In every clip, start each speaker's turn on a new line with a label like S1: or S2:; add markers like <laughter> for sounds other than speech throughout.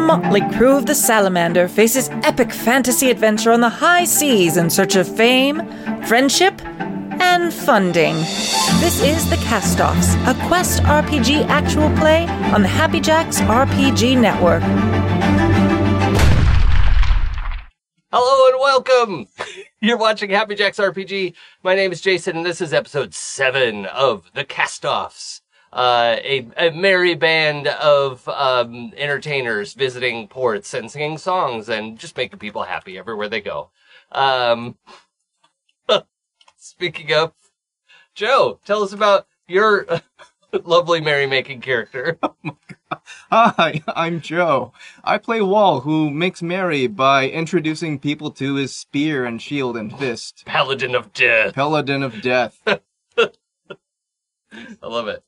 S1: Motley Crew of the Salamander faces epic fantasy adventure on the high seas in search of fame, friendship, and funding. This is The Castoffs, a Quest RPG actual play on the Happy Jacks RPG Network.
S2: Hello and welcome. <laughs> You're watching Happy Jacks RPG. My name is Jason, and this is episode seven of The Castoffs, uh, a, a merry band of um, entertainers visiting ports and singing songs and just making people happy everywhere they go. Um, <laughs> speaking of, Joe, tell us about your <laughs> lovely merrymaking character.
S3: Hi, I'm Joe. I play Wall, who makes merry by introducing people to his spear and shield and fist.
S2: Paladin of Death.
S3: Paladin of Death.
S2: I love it.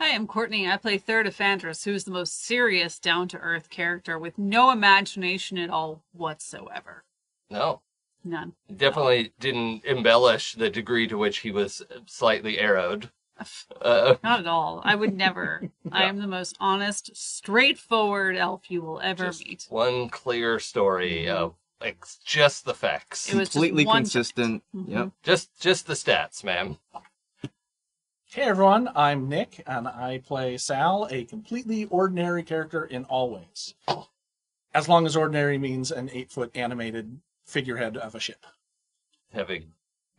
S4: Hi, I'm Courtney. I play Third Ephantris, who is the most serious, down to earth character with no imagination at all whatsoever.
S2: No,
S4: None.
S2: definitely didn't embellish the degree to which he was slightly arrowed. Uh,
S4: Not at all. I would never. I am the most honest, straightforward elf you will ever
S2: just
S4: meet.
S2: one clear story of like just the facts,
S4: Mm-hmm. It was just
S3: Completely
S4: one-
S3: consistent. Yep.
S2: just just the stats, ma'am.
S5: Hey everyone, I'm Nick, and I play Sal, a completely ordinary character in all ways. As long as ordinary means an eight foot animated figurehead of a ship.
S2: Having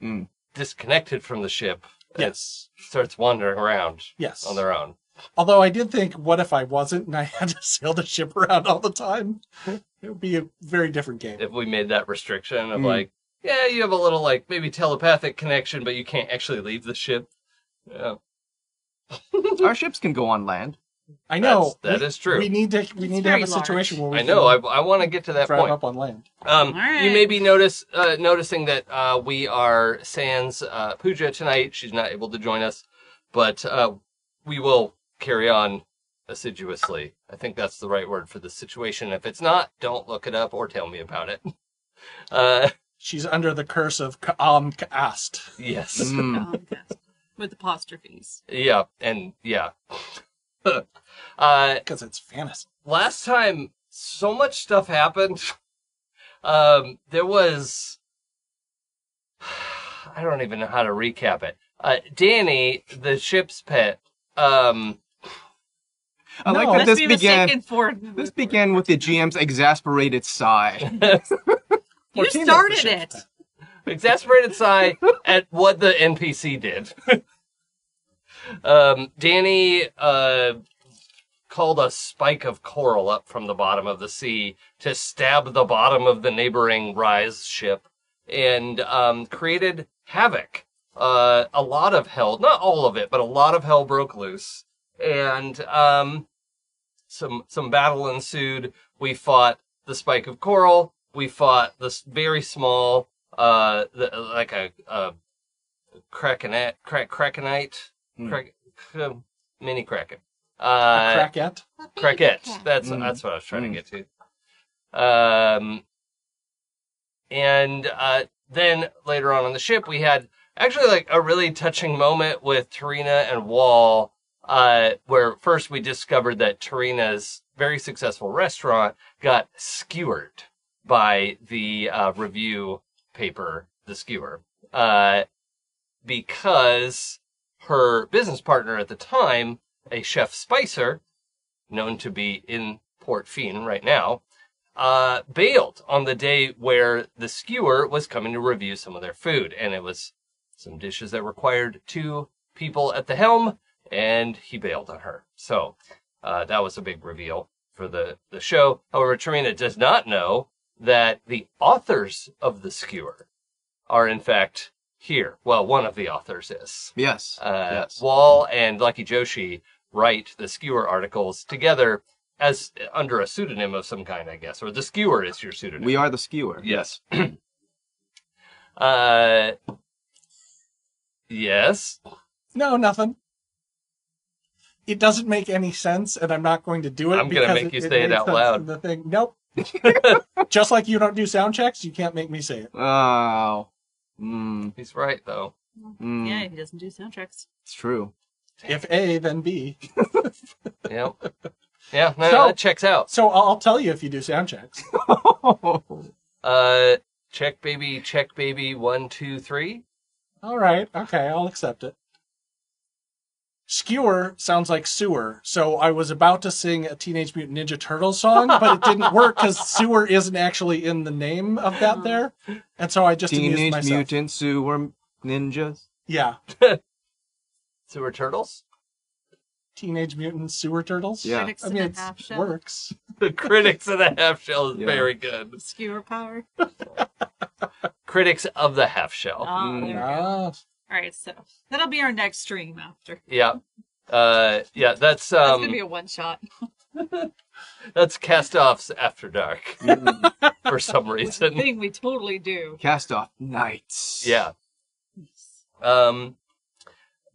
S3: Mm.
S2: disconnected from the ship, it
S5: Yes.
S2: starts wandering around
S5: Yes.
S2: on their own.
S5: Although I did think, what if I wasn't and I <laughs> had to sail the ship around all the time? It would be a very different game.
S2: If we made that restriction of
S3: Mm.
S2: like, yeah, you have a little like maybe telepathic connection, but you can't actually leave the ship. Yeah,
S3: Our ships can go on land.
S5: I know
S2: that's- that
S5: we,
S2: is true.
S5: We need to we
S4: It's
S5: need to have
S4: very
S5: a situation where we
S2: I know. I,
S5: can
S2: I want to get to that
S5: drive
S2: point.
S5: up on land.
S2: Um,
S4: Alright.
S2: You may be notice uh, noticing that uh, we are sans uh, Pooja tonight. She's not able to join us, but uh, we will carry on assiduously. I think that's the right word for the situation. If it's not, don't look it up or tell me about it. <laughs> Uh,
S5: She's under the curse of um, Kaam Kaast.
S2: yes.
S4: <laughs>
S3: Mm.
S4: Um, yes. With apostrophes.
S2: Yeah. And yeah. <laughs> uh,
S5: Because it's fantasy.
S2: last time so much stuff happened um there was <sighs> i don't even know how to recap it uh danny the ship's pet um
S3: I
S5: No,
S3: like that
S5: But
S4: Must
S3: Oh, this
S4: be
S3: began.
S4: mistaken for
S3: This began with the GM's exasperated
S4: <laughs>
S3: sigh.
S4: You
S5: Martina's the
S4: started it.
S5: ship's pet.
S2: exasperated sigh at what the npc did <laughs> um danny uh called a spike of coral up from the bottom of the sea to stab the bottom of the neighboring rise ship and um, created havoc. Uh, a lot of hell, not all of it, but a lot of hell broke loose, and um, some some battle ensued. We fought the spike of coral. We fought this very small, uh, the, like a, a krakenite, crack, krakenite,
S3: Hmm.
S2: crack, um, mini kraken.
S5: A
S2: Uh,
S5: crackette.
S2: Cricket. That's
S3: Mm.
S2: that's what I was trying
S3: Mm.
S2: to get to. Um, and uh, then later on on the ship, we had actually like a really touching moment with Tarina and Wall, uh, where first we discovered that Tarina's very successful restaurant got skewered by the uh, review paper, the skewer, uh, because her business partner at the time, a chef Spicer, known to be in Port Fiend right now, uh, bailed on the day where the skewer was coming to review some of their food. And it was some dishes that required two people at the helm, and he bailed on her. So uh, that was a big reveal for the, the show. However, Tarina does not know that the authors of the skewer are, in fact, here. Well, one of the authors is
S3: Yes.
S2: uh,
S3: yes.
S2: Wall and Lucky Joshi write the skewer articles together as under a pseudonym of some kind, I guess, or the skewer is your pseudonym.
S3: We are the skewer.
S2: Yes. <clears throat> uh, yes.
S5: No, nothing. It doesn't make any sense, and I'm not going to do it.
S2: I'm gonna
S5: because
S2: make you say it
S5: makes
S2: out
S5: sense
S2: loud.
S5: in The thing, nope.
S2: <laughs>
S5: Just like you don't do sound checks, you can't make me say it.
S3: Oh. Mm,
S2: He's right, though.
S3: mm,
S4: Yeah,
S3: <laughs>
S4: he doesn't do soundtracks.
S3: It's true.
S5: If A, then B.
S2: Yep. Yeah, no, no,
S5: So-
S2: that checks out.
S5: So I'll, I'll tell you if you do sound checks.
S2: Uh, check baby, check baby, one, two, three.
S5: All right. Okay. I'll accept it. Skewer sounds like sewer. So I was about to sing a Teenage Mutant Ninja Turtles song, but
S2: <laughs>
S5: it didn't work because sewer isn't actually in the name of that there. And so I just amused
S3: Teenage
S5: myself.
S3: Mutant Sewer Ninjas.
S5: Yeah.
S2: Sewer turtles. <laughs>
S5: Teenage Mutant Sewer Turtles.
S3: Yeah.
S4: Critics
S5: I
S4: in
S5: mean,
S4: a
S5: it
S4: half shell.
S5: works.
S2: The critics of the half shell is
S3: Yeah.
S2: very good.
S4: Skewer power.
S2: Critics of the half shell.
S4: Ah, there we go. All
S5: Ah,
S4: right, so that'll be our next stream after.
S2: Yeah. Uh, yeah, that's
S4: That's
S2: um,
S4: gonna be a one shot.
S2: that's cast offs after dark <laughs> for some
S4: It's a
S2: reason.
S4: thing we totally do.
S3: Mm. Cast off nights.
S2: Yeah. Um,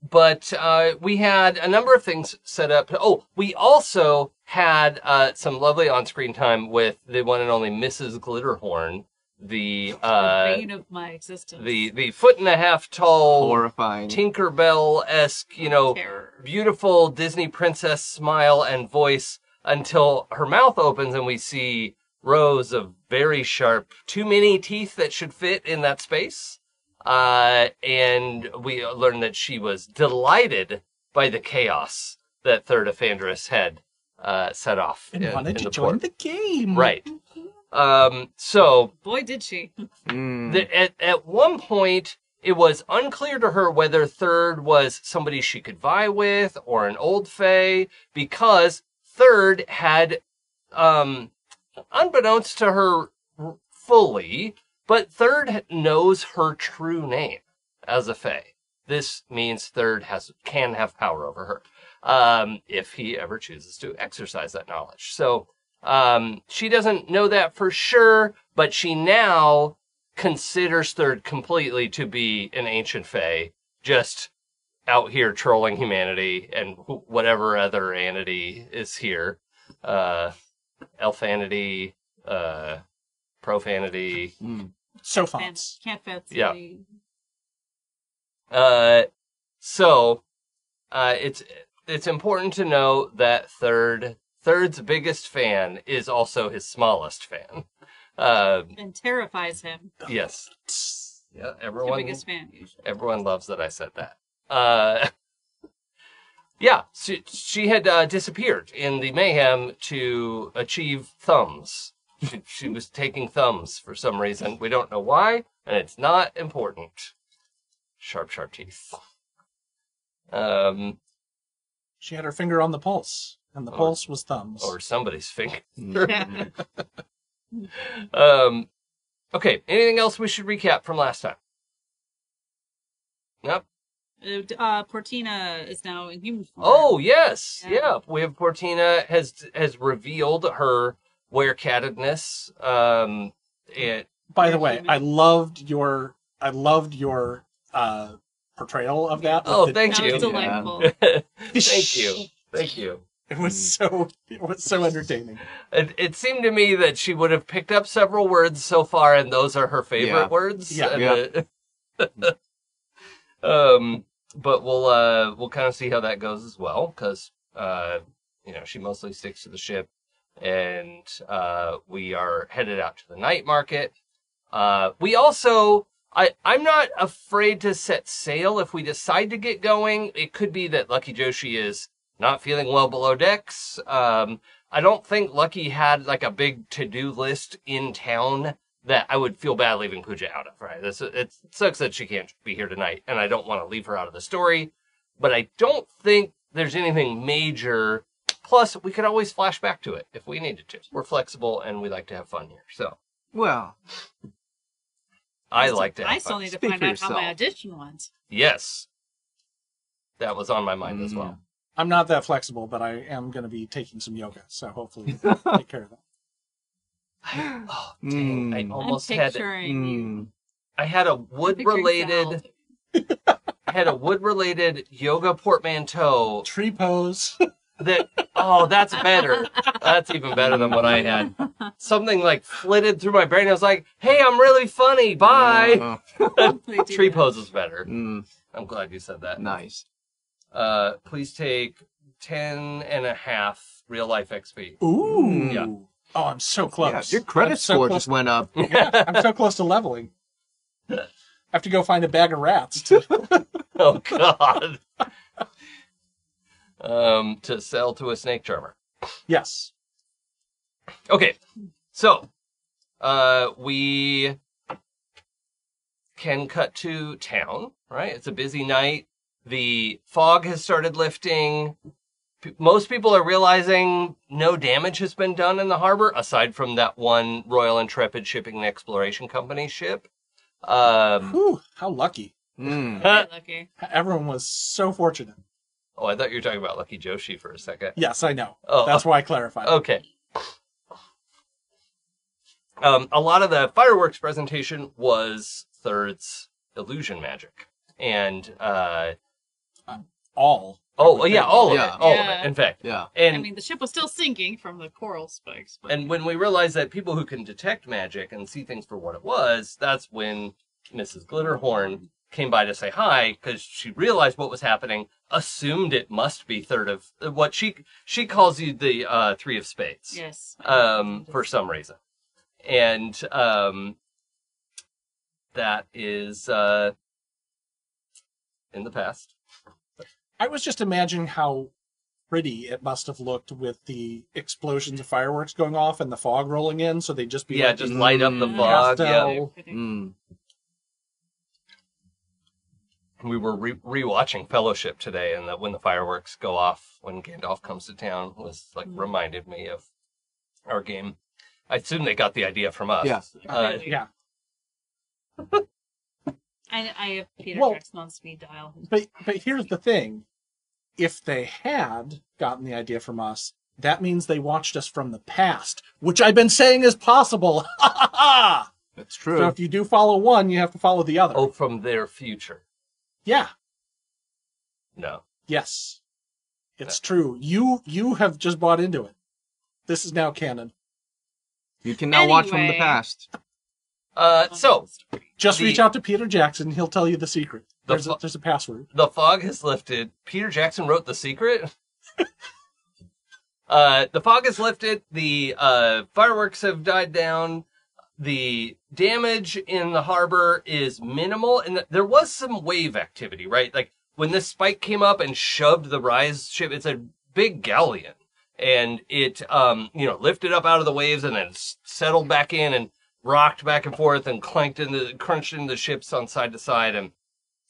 S2: but uh, we had a number of things set up. Oh, we also had uh, some lovely on-screen time with the one and only Mrs. Glitterhorn, the
S4: the
S2: uh,
S4: bane of my existence.
S2: the the foot and a half tall
S3: Horrifying.
S2: Tinkerbell esque, you know,
S4: terror.
S2: beautiful Disney princess smile and voice until her mouth opens and we see rows of very sharp, too many teeth that should fit in that space. Uh, and we learn that she was delighted by the chaos that Third Afandris had uh, set off
S5: and
S2: in,
S5: wanted
S2: in
S5: to
S2: the
S5: join
S2: port.
S5: the game.
S2: Right. Um, so
S4: Boy, did she!
S3: Mm.
S2: the, at, at one point, it was unclear to her whether Third was somebody she could vie with or an old Fae because Third had, um, unbeknownst to her fully, but Third knows her true name as a Fae. This means Third has can have power over her um, if he ever chooses to exercise that knowledge. So um, she doesn't know that for sure, but she now considers Third completely to be an ancient fae, just out here trolling humanity and wh- whatever other entity is here. Uh, elfanity, uh, profanity.
S3: Mm.
S5: So
S4: Man,
S5: fonts.
S4: can't fancy.
S2: Yeah. Uh, so, uh, it's, it's important to know that Third, Third's biggest fan is also his smallest fan. Uh,
S4: and terrifies him.
S2: yes. Yeah,
S4: Your
S2: everyone.
S4: biggest fan,
S3: <laughs>
S4: <laughs> usually.
S2: Everyone loves that I said that. Uh, <laughs> yeah, she, she had uh, disappeared in the mayhem to achieve thumbs. She, she was taking thumbs for some reason. We don't know why, and it's not important. Sharp, sharp teeth. Um,
S5: She had her finger on the pulse, and the
S2: Or-
S5: pulse was thumbs.
S2: or somebody's finger.
S4: Yeah.
S2: Um, okay, anything else we should recap from last time? Nope.
S4: Uh, Portina is now in human form.
S2: Oh yes,
S4: Yeah.
S2: yeah. We have Portina has has revealed her werecattedness. Um, it
S5: By the way, I loved your I loved your uh portrayal of that. with
S2: Oh,
S5: the-
S2: thank
S4: that
S2: you.
S4: was delightful.
S5: <laughs>
S2: thank you, Hmm. thank you.
S5: It was so it was so entertaining.
S2: It, it seemed to me that she would have picked up several words so far, and those are her favorite
S3: Yeah.
S2: words.
S5: Yeah.
S2: And, uh, <laughs> um, but we'll uh we'll kind of see how that goes as well, because uh you know she mostly sticks to the ship, and uh we are headed out to the night market. Uh, we also I I'm not afraid to set sail if we decide to get going. It could be that Lucky Joshi is not feeling well below decks. Um, I don't think Lucky had like a big to do list in town that I would feel bad leaving Pooja out of. Right? This it sucks that she can't be here tonight, and I don't want to leave her out of the story. But I don't think there's anything major. Plus, we could always flash back to it if we needed to. We're flexible and we like to have fun here. So
S3: Well,
S2: I like to. Have
S4: I still
S2: fun.
S4: need to
S3: Speak
S4: find
S3: for
S4: out how my
S3: yourself.
S4: audition went.
S2: Yes. That was on my mind as well.
S5: I'm not that flexible, but I am going to be taking some yoga,
S2: <laughs>
S5: so hopefully we can take care of that.
S2: I, oh, dang. I
S3: Mm.
S2: almost
S4: I'm
S2: had
S4: picturing you.
S3: mm,
S2: I had a
S4: I'm
S2: wood
S4: picturing
S2: related
S4: <laughs> Sal.
S2: I had a wood related yoga portmanteau
S5: Tree pose.
S2: that oh that's better. That's even better than what I had. Something like flitted through my brain. I was like, hey, I'm really funny. Bye.
S3: uh,
S2: <laughs>
S4: They do
S2: Tree
S4: that.
S2: pose is better.
S3: mm,
S2: I'm glad you said that.
S3: nice.
S2: Uh please take 10 and a half real life XP.
S5: Ooh.
S2: Yeah.
S5: Oh, I'm so
S3: Yeah,
S5: close.
S3: your credit
S5: I'm so
S3: score
S5: close-
S3: just went up.
S5: yeah, I'm so close to leveling. I have to go find a bag of rats.
S2: <laughs>
S5: To...
S2: <laughs> Oh, God. um, to sell to a snake charmer.
S5: yes.
S2: Okay, so uh, we can cut to town, right? It's a busy night. The fog has started lifting. P- most people are realizing no damage has been done in the harbor, aside from that one Royal Intrepid Shipping and Exploration Company ship. Um,
S5: Whew, how lucky.
S3: Mm.
S2: Huh.
S4: lucky.
S5: Everyone was so fortunate.
S2: oh, I thought you were talking about Lucky Joshi for a second.
S5: Yes, I know.
S2: Oh,
S5: That's why I clarified.
S2: Okay. Um, a lot of the fireworks presentation was Third's illusion magic, and uh,
S5: All.
S2: oh well, yeah, all of
S3: Yeah.
S2: it, all of
S4: Yeah.
S2: it, in fact.
S3: Yeah.
S2: And
S4: I mean, the ship was still sinking from the coral spikes. But...
S2: and when we realized that people who can detect magic and see things for what it was, that's when Mrs. Glitterhorn came by to say hi because she realized what was happening, assumed it must be Third of what she she calls you the uh, Three of Spades.
S4: yes.
S2: um, for some reason. And um, that is uh, in the past.
S5: I was just imagining how pretty it must have looked with the explosions of fireworks going off and the fog rolling in. So they'd just be
S2: Yeah,
S5: like
S2: just
S5: these
S2: light up the
S5: Mm-hmm.
S4: Mm.
S2: fog. Yeah.
S5: pastel-
S3: Mm.
S2: We were re- rewatching Fellowship today, and that when the fireworks go off, when Gandalf comes to town, was like reminded me of our game. I assume they got the idea from us.
S3: Yeah.
S2: Uh,
S5: yeah.
S4: I, I have Peter
S5: Well-
S4: Jackson on speed dial.
S5: But but here's the thing: if they had gotten the idea from us, that means they watched us from the past, which I've been saying is possible. <laughs>
S3: That's
S5: so
S3: true.
S5: if you do follow one, you have to follow the other.
S2: oh, from their future.
S5: Yeah.
S2: No.
S5: Yes. It's true. You you have just bought into it. This is now canon.
S3: You can now watch from the
S4: Anyway.
S3: past.
S2: Uh, so
S5: Just
S2: The-
S5: reach out to Peter Jackson. He'll tell you the secret.
S2: The
S5: There's a,
S2: fu-
S5: there's a password.
S2: the fog has lifted. Peter Jackson wrote The Secret. <laughs> uh, the fog has lifted. The uh, fireworks have died down. The damage in the harbor is minimal. And there was some wave activity, right? Like when this spike came up and shoved the rise ship, it's a big galleon. And it, um, you know, lifted up out of the waves and then s- settled back in and rocked back and forth and clanked into, crunched into the ships on side to side. And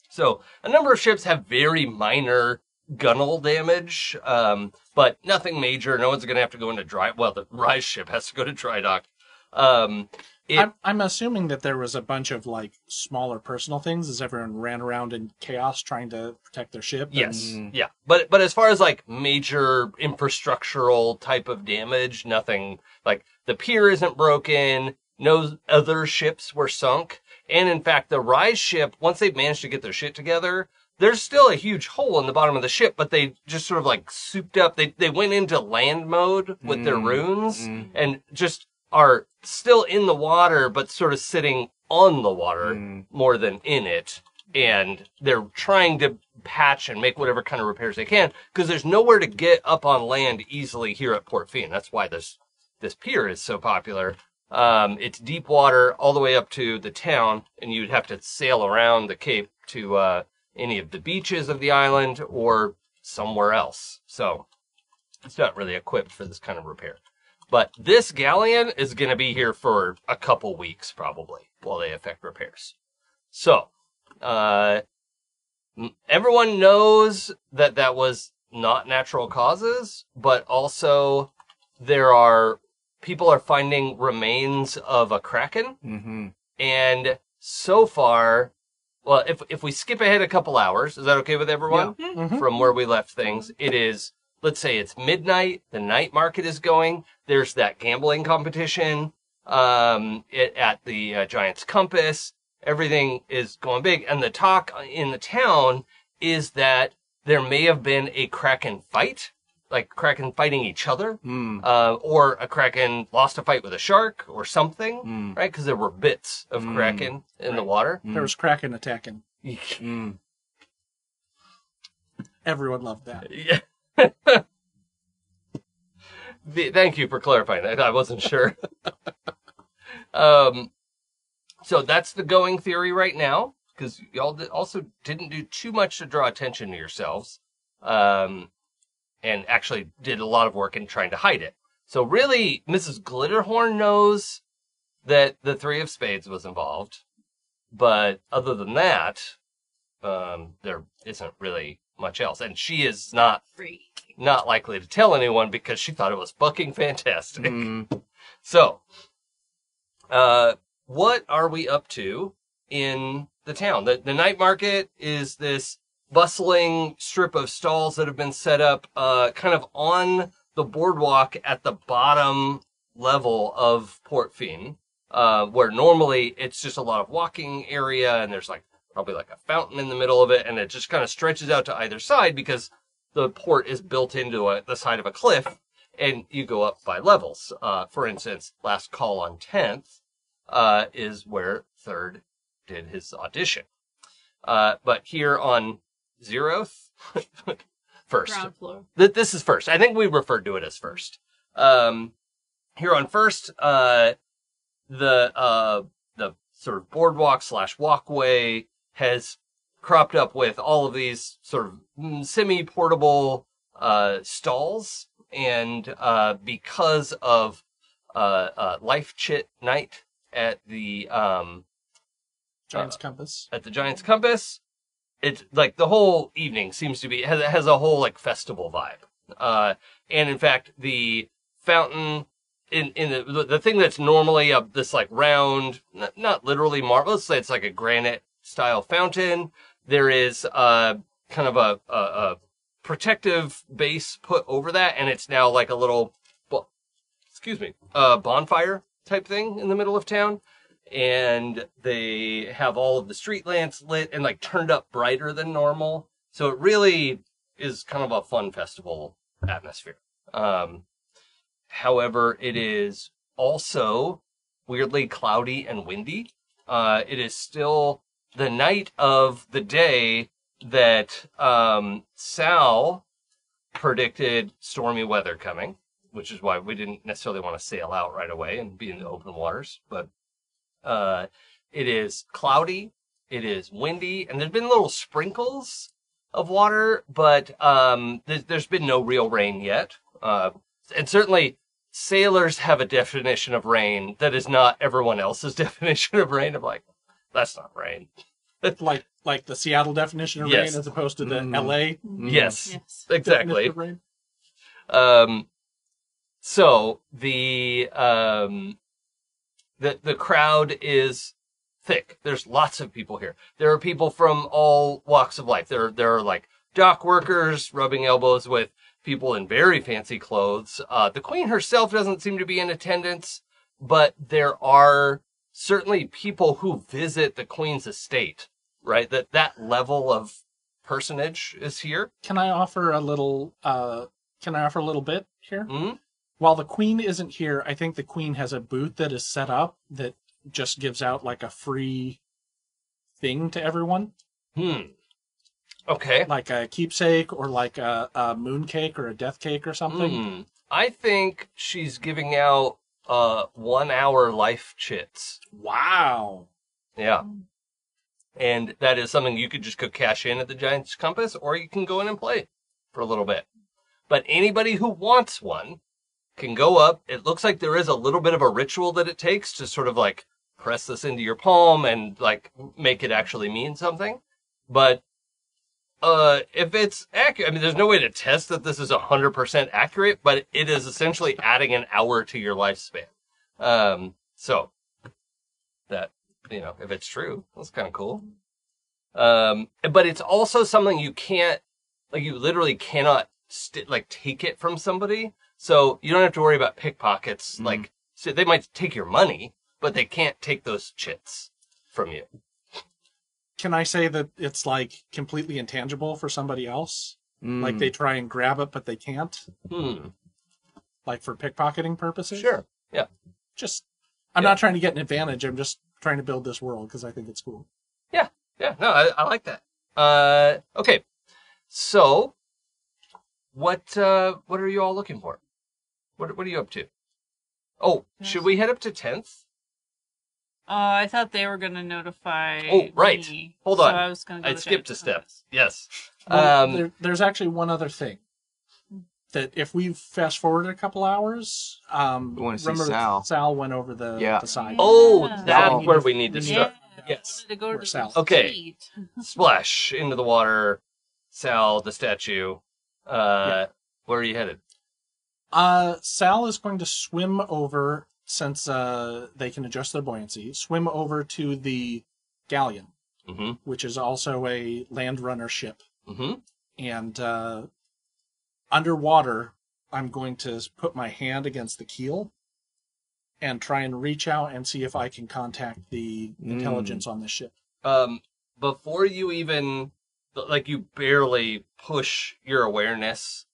S2: so a number of ships have very minor gunnel damage, um, but nothing major. No one's going to have to go into dry. Well, the rise ship has to go to dry dock. Um, it-
S5: I'm I'm assuming that there was a bunch of like smaller personal things as everyone ran around in chaos trying to protect their ship. and-
S2: yes, yeah, but but as far as like major infrastructural type of damage, nothing like the pier isn't broken. No other ships were sunk, and in fact, the rise ship once they've managed to get their shit together. There's still a huge hole in the bottom of the ship, but they just sort of like souped up. They they went into land mode with their
S3: Mm.
S2: runes,
S3: Mm.
S2: and just are still in the water, but sort of sitting on the water
S3: Mm.
S2: more than in it. And they're trying to patch and make whatever kind of repairs they can because there's nowhere to get up on land easily here at Port Fee. And that's why this, this pier is so popular. Um, it's deep water all the way up to the town, and you'd have to sail around the cape to uh, any of the beaches of the island or somewhere else. So it's not really equipped for this kind of repair. But this galleon is going to be here for a couple weeks probably while they effect repairs. So, uh, m- everyone knows that that was not natural causes, but also there are people are finding remains of a kraken
S3: Mm-hmm.
S2: and so far well if if we skip ahead a couple hours is that okay with everyone
S5: Mhm.
S2: from where we left things it is let's say it's midnight the night market is going there's that gambling competition um it, at the uh, giant's compass everything is going big and the talk in the town is that there may have been a kraken fight like kraken fighting each other
S3: Mm.
S2: uh, or a kraken lost a fight with a shark or something,
S3: Mm.
S2: right? Because there were bits of
S3: Mm.
S2: kraken in the water.
S5: There was Kraken attacking.
S3: Mm.
S2: Uh,
S5: Everyone loved that.
S2: Yeah. <laughs> The- Thank you for clarifying that. I wasn't sure. <laughs> um, so that's the going theory right now, because y'all di- also didn't do too much to draw attention to yourselves, um, and actually did a lot of work in trying to hide it. So really, Mrs. Glitterhorn knows that the three of spades was involved, but other than that, um, there isn't really much else, and she is not
S4: Free.
S2: not likely to tell anyone because she thought it was fucking fantastic.
S3: Mm.
S2: So, uh, what are we up to in the town? The, the night market is this bustling strip of stalls that have been set up, uh, kind of on the boardwalk at the bottom level of Port Fiend, uh, where normally it's just a lot of walking area and there's like probably like a fountain in the middle of it and it just kind of stretches out to either side because the port is built into a, the side of a cliff and you go up by levels. Uh, for instance, last call on 10th uh, is where third did his audition. Uh, but here on zeroth, <laughs> first,
S4: Ground floor.
S2: Th- this is first. I think we referred to it as first. Um, here on first, uh, the uh, the sort of boardwalk slash walkway has cropped up with all of these sort of semi portable uh, stalls, and uh, because of uh, uh, life chit night at the um,
S5: Giant's compass.
S2: at the Giant's Compass. It's like the whole evening seems to be has has a whole like festival vibe. Uh, and in fact, the fountain in in the the thing that's normally a this like round, n- not literally marble. Let's say it's like a granite style fountain. There is uh kind of a, a a protective base put over that, and it's now like a little bo- excuse me uh bonfire type thing in the middle of town and they have all of the street lamps lit and like turned up brighter than normal. So it really is kind of a fun festival atmosphere. Um, however, it is also weirdly cloudy and windy. Uh, it is still the night of the day that um, Sal predicted stormy weather coming, which is why we didn't necessarily want to sail out right away and be in the open waters, but uh, it is cloudy, it is windy, and there's been little sprinkles of water, but um, there's, there's been no real rain yet. Uh, and certainly, sailors have a definition of rain that is not everyone else's <laughs> definition of rain. Of like, that's not rain.
S5: Like like the Seattle definition of
S2: Yes.
S5: rain as opposed to the
S3: Mm.
S5: LA
S2: Yes,
S4: Yes.
S2: exactly.
S5: definition of rain.
S2: Um, so the um, the the crowd is thick. There's lots of people here. There are people from all walks of life. There there are like dock workers rubbing elbows with people in very fancy clothes. Uh, the queen herself doesn't seem to be in attendance, but there are certainly people who visit the queen's estate. Right, that that level of personage is here.
S5: Can I offer a little uh can I offer a little bit here?
S2: Hmm?
S5: While the queen isn't here, I think the queen has a booth that is set up that just gives out like a free thing to everyone,
S2: Hmm. Okay.
S5: like a keepsake or like a, a moon cake or a death cake or something.
S2: Hmm. I think she's giving out uh one hour life chits.
S5: Wow.
S2: Yeah. And that is something you could just go cash in at the Giants Compass or you can go in and play for a little bit. But anybody who wants one can go up. It looks like there is a little bit of a ritual that it takes to sort of like press this into your palm and like make it actually mean something. But uh if it's accurate, I mean there's no way to test that this is 100% accurate, but it is essentially adding an hour to your lifespan. Um so that you know, if it's true, that's kind of cool. Um, but it's also something you can't, like, you literally cannot, st- like, take it from somebody. So you don't have to worry about pickpockets.
S3: Mhm.
S2: Like, so they might take your money, but they can't take those chits from you.
S5: Can I say that it's like completely intangible for somebody else? Like
S3: Mm.
S5: they try and grab it but they can't,
S2: Hmm.
S5: like for pickpocketing purposes?
S2: Sure. Yeah.
S5: Just I'm
S2: Yeah.
S5: not trying to get an advantage. I'm just trying to build this world because I think it's cool.
S2: Yeah. No, I, I like that. Uh, okay. So What uh, what are you all looking for? What what are you up to? Oh, should we head up to tenth?
S4: Oh, I thought they were going to notify.
S2: Oh, right.
S4: me,
S2: Hold
S4: so
S2: on.
S4: I was going to.
S2: I skipped a step. Yes.
S5: <laughs> Well,
S2: Um,
S5: there, there's actually one other thing that if we fast forward a couple hours, um,
S3: We wanna see
S5: remember
S3: Sal.
S5: went over the,
S3: Yeah.
S5: the side.
S2: oh,
S4: Yeah.
S2: that's
S3: Oh.
S2: where we need to
S5: Yeah.
S2: start.
S4: Yeah.
S5: Yes.
S4: I wanted to go to
S5: We're south.
S4: the
S2: Okay.
S4: seat.
S2: Splash into the water. Sal, the statue. Uh, where are you headed?
S5: Uh, Sal is going to swim over since uh, they can adjust their buoyancy. Swim over to the galleon,
S2: Mm-hmm.
S5: which is also a land runner ship,
S2: Mm-hmm.
S5: and uh, underwater, I'm going to put my hand against the keel and try and reach out and see if I can contact the
S2: Hmm.
S3: Mm.
S5: intelligence on the ship.
S2: um before you even like you barely push your awareness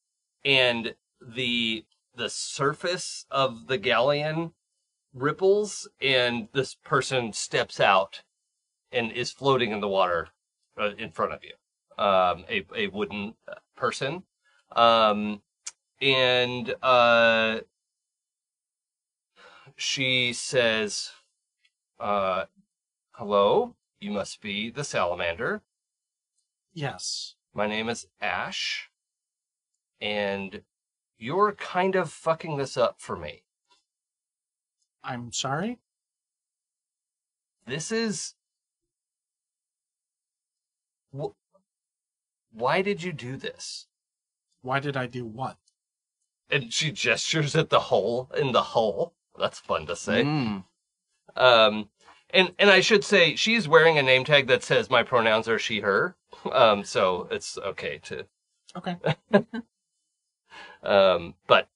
S2: and the the surface of the galleon ripples and this person steps out and is floating in the water uh, in front of you um a a wooden uh, person um and uh she says uh hello you must be the salamander.
S5: Yes.
S2: My name is Ash. And you're kind of fucking this up for me.
S5: I'm sorry.
S2: This is. Wh- Why did you do this?
S5: Why did I do what?
S2: And she gestures at the hole in the hull. That's fun to say.
S3: Mm.
S2: Um, and and I should say she's wearing a name tag that says my pronouns are she her. <laughs> Um, so it's okay to.
S5: Okay.
S2: <laughs> Um, but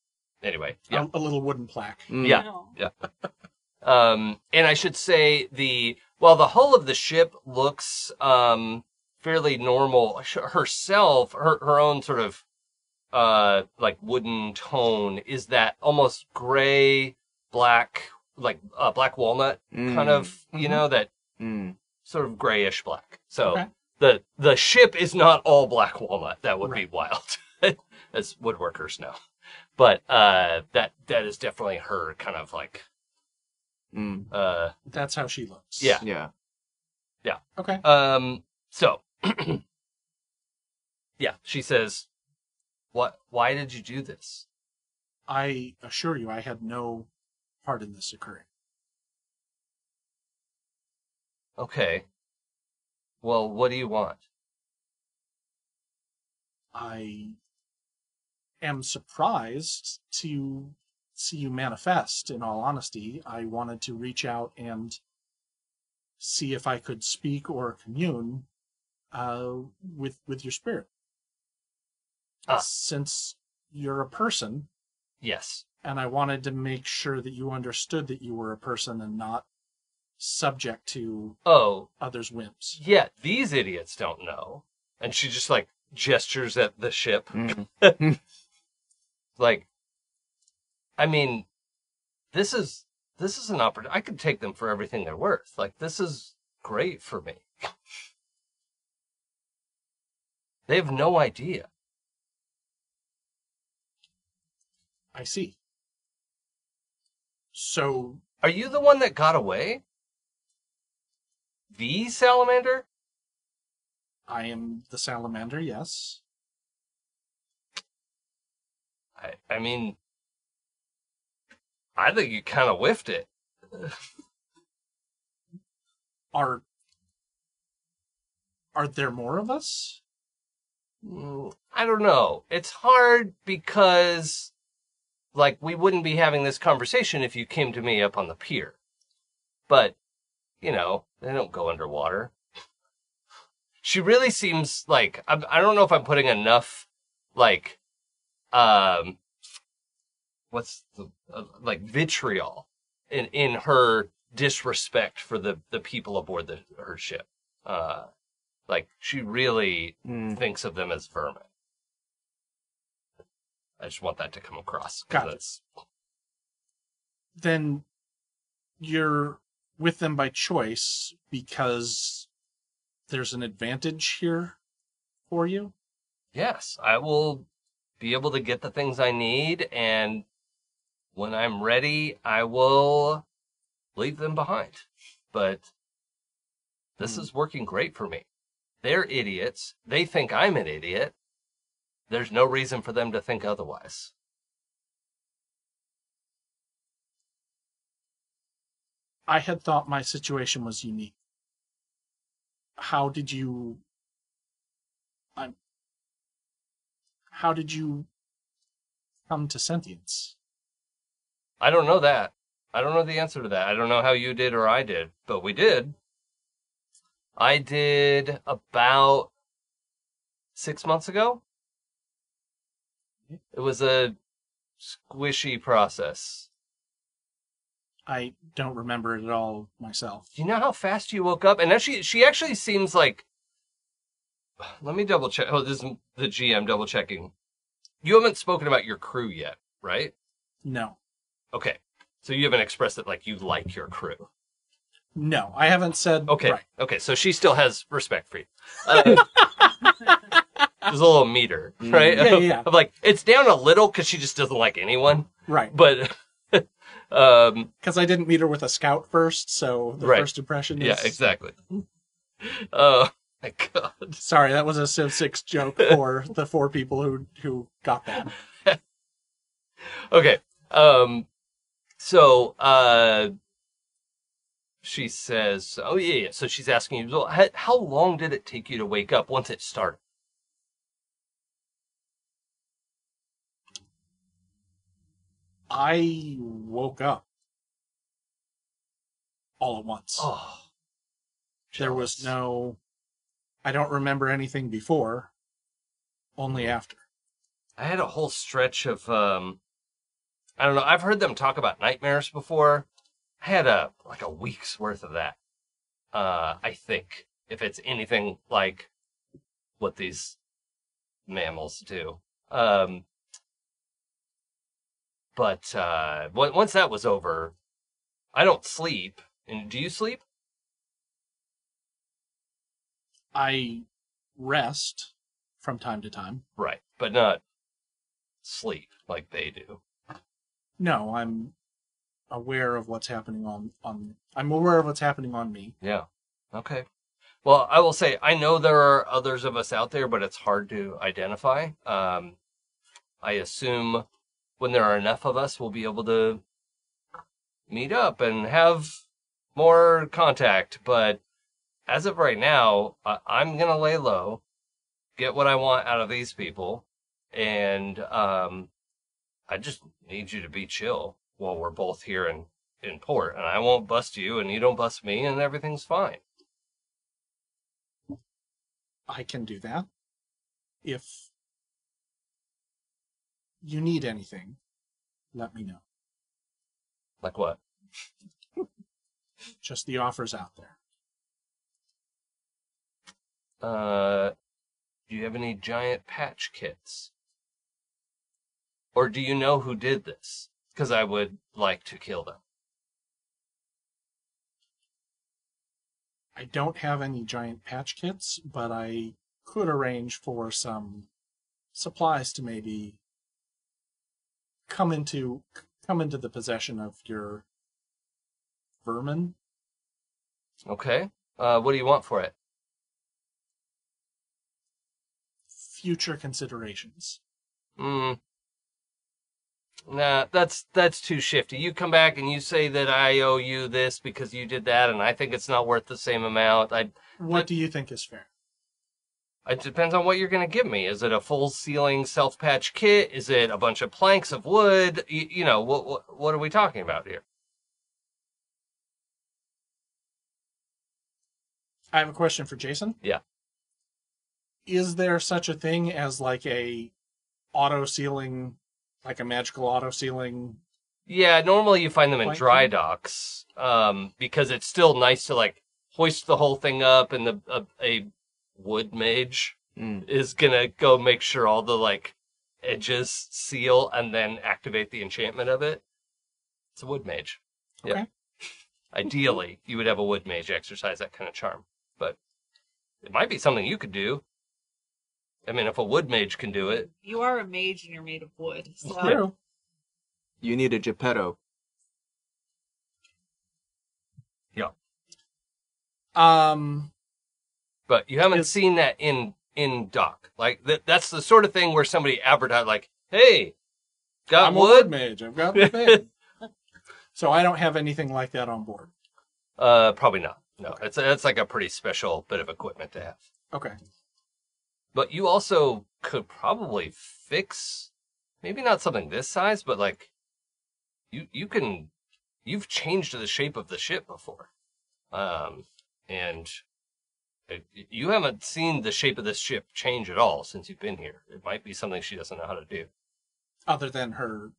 S2: anyway, yeah.
S5: A, a little wooden plaque.
S3: Mm.
S2: Yeah.
S4: No.
S2: Um, and I should say the while the hull of the ship looks um, fairly normal sh- herself, her her own sort of uh, like wooden tone is that almost gray, black, like uh, black walnut
S3: Mm.
S2: kind of you
S5: Mhm.
S2: know that
S3: Mm.
S2: sort of grayish black. So
S5: Okay.
S2: the the ship is not all black walnut. That would
S5: Right.
S2: be wild. <laughs> As woodworkers know. But uh, that that is definitely her kind of like
S3: Mm.
S2: uh,
S5: That's how she looks.
S2: Yeah.
S3: Yeah.
S5: Okay.
S2: Um. So, <clears throat> yeah, she says, "What? Why did you do this?
S5: I assure you, I had no part in this occurring.
S2: Okay. Well, what do you want?
S5: I am surprised to see you manifest, in all honesty. I wanted to reach out and see if I could speak or commune uh, with, with your spirit.
S2: Ah.
S5: Since you're a person,
S2: Yes.
S5: and I wanted to make sure that you understood that you were a person and not subject to
S2: Oh,
S5: others' whims.
S2: yeah. These idiots don't know." And she just like gestures at the ship,
S3: Mm.
S2: like, "I mean, this is this is an opportunity. I could take them for everything they're worth. Like, this is great for me." <laughs> They have no idea.
S5: I see. So
S2: Are you the one that got away? The salamander?
S5: I am the salamander, yes.
S2: I, I mean, I think you kind of whiffed it.
S5: Are are there more of us?
S2: Mm, I don't know. It's hard because, like, we wouldn't be having this conversation if you came to me up on the pier. But, you know, they don't go underwater. She really seems like I'm, I don't know if I'm putting enough, like, um, what's the uh, like vitriol in in her disrespect for the the people aboard the her ship. Uh, like she really
S3: Mm.
S2: thinks of them as vermin. I just want that to come across. 'cause
S5: Gotcha.
S2: That's,
S5: Then you're with them by choice because there's an advantage here for you.
S2: yes, I will be able to get the things I need, and when I'm ready, I will leave them behind. But this is working great for me. They're idiots. They think I'm an idiot. There's no reason for them to think otherwise.
S5: I had thought my situation was unique. How did you I'm How did you come to sentience?
S2: I don't know that. I don't know the answer to that. I don't know how you did or I did, but we did. I did about six months ago. It was a squishy process.
S5: I don't remember it at all myself.
S2: Do you know how fast you woke up? And now she she actually seems like. Let me double check. Oh, this is the GM double checking. You haven't spoken about your crew yet, right?
S5: No.
S2: Okay, so you haven't expressed it like you like your crew.
S5: No, I haven't said
S2: Okay,
S5: right.
S2: okay, so she still has respect for you. Uh, <laughs> there's a little meter, right?
S5: Yeah, yeah, yeah.
S2: <laughs> Of like it's down a little because she just doesn't like anyone,
S5: Right.
S2: but. <laughs> um
S5: Because I didn't meet her with a scout first, so the
S2: Right.
S5: first impression is
S2: yeah exactly oh my god
S5: Sorry, that was a Civ
S2: <laughs>
S5: Six joke for the four people who who got that.
S2: okay um so uh she says oh yeah, yeah. so she's asking you well, how, how long did it take you to wake up once it started
S5: I woke up all at once.
S2: oh
S5: there was no. I don't remember anything before,
S2: Hmm.
S5: only after.
S2: i had a whole stretch of um i don't know i've heard them talk about nightmares before i had a like a week's worth of that uh i think if it's anything like what these mammals do um but uh on- once that was over i don't sleep and do you sleep
S5: I rest from time to time.
S2: right but not sleep like they do
S5: No, I'm aware of what's happening on on. I'm aware of what's happening on me.
S2: Yeah. Okay. Well, I will say I know there are others of us out there, but it's hard to identify. Um, I assume when there are enough of us, we'll be able to meet up and have more contact. But as of right now, I- I'm gonna lay low, get what I want out of these people, and um, I just need you to be chill while we're both here and in port, and I won't bust you, and you don't bust me, and everything's fine.
S5: I can do that. If you need anything, let me know.
S2: Like what?
S5: Just the offers out there.
S2: Uh, do you have any giant patch kits? Or do you know who did this? Because I would like to kill them.
S5: I don't have any giant patch kits, but I could arrange for some supplies to maybe come into come into the possession of your vermin.
S2: Okay. Uh, what do you want for it?
S5: Future considerations.
S2: Hmm. Nah, that's that's too shifty. You come back and you say that I owe you this because you did that, and I think it's not worth the same amount. I
S5: What do you think is fair?
S2: It depends on what you're going to give me. Is it a full ceiling self patch kit? Is it a bunch of planks of wood? You, you know, what, what what are we talking about here?
S5: I have a question for Jason.
S2: Yeah.
S5: Is there such a thing as like a auto sealing, like a magical auto sealing?
S2: Yeah, normally you find them in
S5: Planking?
S2: dry docks um, because it's still nice to like hoist the whole thing up, and the a, a wood mage
S3: Mm.
S2: is going to go make sure all the like edges seal and then activate the enchantment of it. It's a wood mage. Yeah. <laughs>
S5: Okay.
S2: Ideally, you would have a wood mage exercise that kind of charm, but it might be something you could do. I mean, if a wood mage can do it,
S4: You are a mage and you're made of wood. So
S5: True.
S3: You need a Geppetto.
S5: Um,
S2: but you haven't
S5: Yes.
S2: seen that in in doc. Like that, that's the sort of thing where somebody advertised, like, "Hey, got
S5: I'm a
S2: wood?
S5: wood mage. I've got the thing.
S2: <laughs>
S5: so I don't have anything like that on board.
S2: Uh, probably not. No, it's that's like a pretty special bit of equipment to have.
S5: Okay.
S2: But you also could probably fix, maybe not something this size, but like, you you can, you've changed the shape of the ship before, um, and it, you haven't seen the shape of this ship change at all since you've been here. It might be something she doesn't know how to do.
S5: Other than her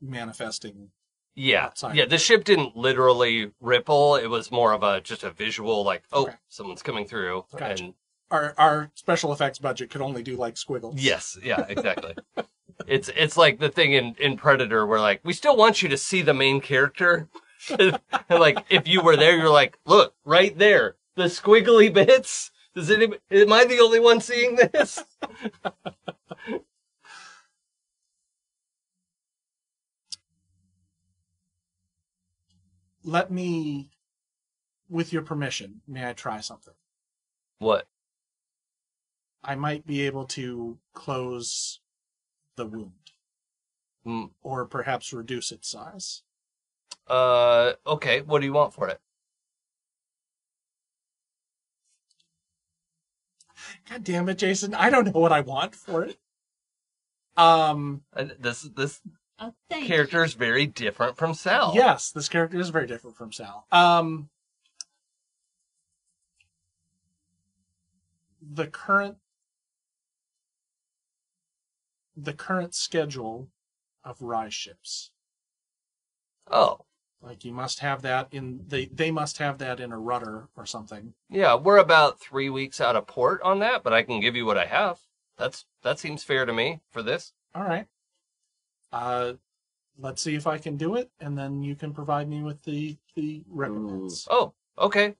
S5: manifesting.
S2: Yeah,
S5: outside.
S2: yeah. The ship didn't literally ripple. It was more of a just a visual, like, oh,
S5: Okay.
S2: someone's coming through,
S5: Gotcha.
S2: and
S5: Our, our special effects budget could only do like squiggles.
S2: Yes, yeah, exactly. it's it's like the thing in in Predator where like we still want you to see the main character. <laughs> and like if you were there, you're like, look right there, the squiggly bits. Does any am I the only one seeing this?
S5: Let me, with your permission, may I try something?
S2: What?
S5: I might be able to close the wound
S2: Mm,
S5: or perhaps reduce its size.
S2: Uh, okay. What do you want for it?
S5: God damn it, Jason. I don't know what I want for it. Um,
S2: And Uh, This this
S4: a thing.
S2: character is very different from Sal.
S5: yes, this character is very different from Sal. Um, the current the current schedule of rise ships.
S2: Oh,
S5: Like you must have that in they they must have that in a rudder or something.
S2: yeah. We're about three weeks out of port on that, but I can give you what I have. That's that seems fair to me for this.
S5: All right. Uh, let's see if I can do it, and then you can provide me with the the recompense.
S2: Oh, okay.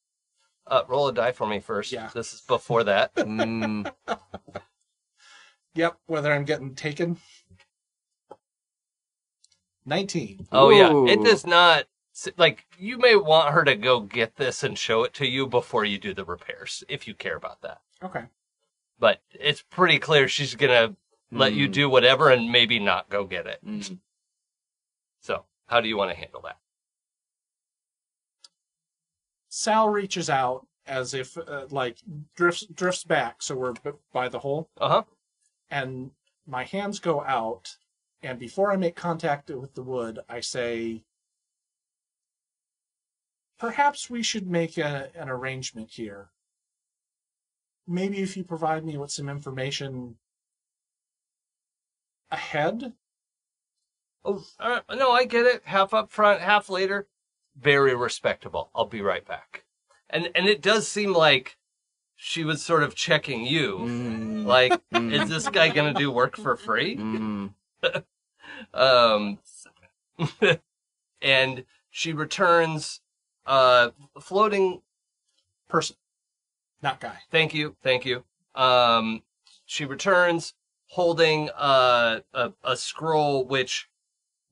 S2: Uh, roll a die for me first.
S5: Yeah.
S2: This is before
S3: <laughs>
S2: that.
S3: Mm,
S5: Yep, whether I'm getting taken. Nineteen.
S2: oh
S3: Ooh.
S2: yeah, it does not. Like you may want her to go get this and show it to you before you do the repairs, if you care about that.
S5: Okay.
S2: But it's pretty clear she's gonna let you
S3: Mm.
S2: do whatever and maybe not go get it.
S3: mm.
S2: So how do you want to handle that?
S5: Sal reaches out as if uh, like drifts drifts back, so we're b- by the hole,
S2: Uh huh.
S5: and my hands go out, and before I make contact with the wood, I say. Perhaps we should make a, an arrangement here. Maybe if you provide me with some information ahead,
S2: Oh uh, no, I get it. Half up front, half later. Very respectable. I'll be right back. And and it does seem like she was sort of checking you.
S3: Mm.
S2: Like,
S3: Mm.
S2: is this guy gonna do work for free?
S3: Mm.
S2: Um, <laughs> and she returns, uh, floating.
S5: person, not guy.
S2: Thank you, thank you. Um, she returns holding uh, a a scroll, which,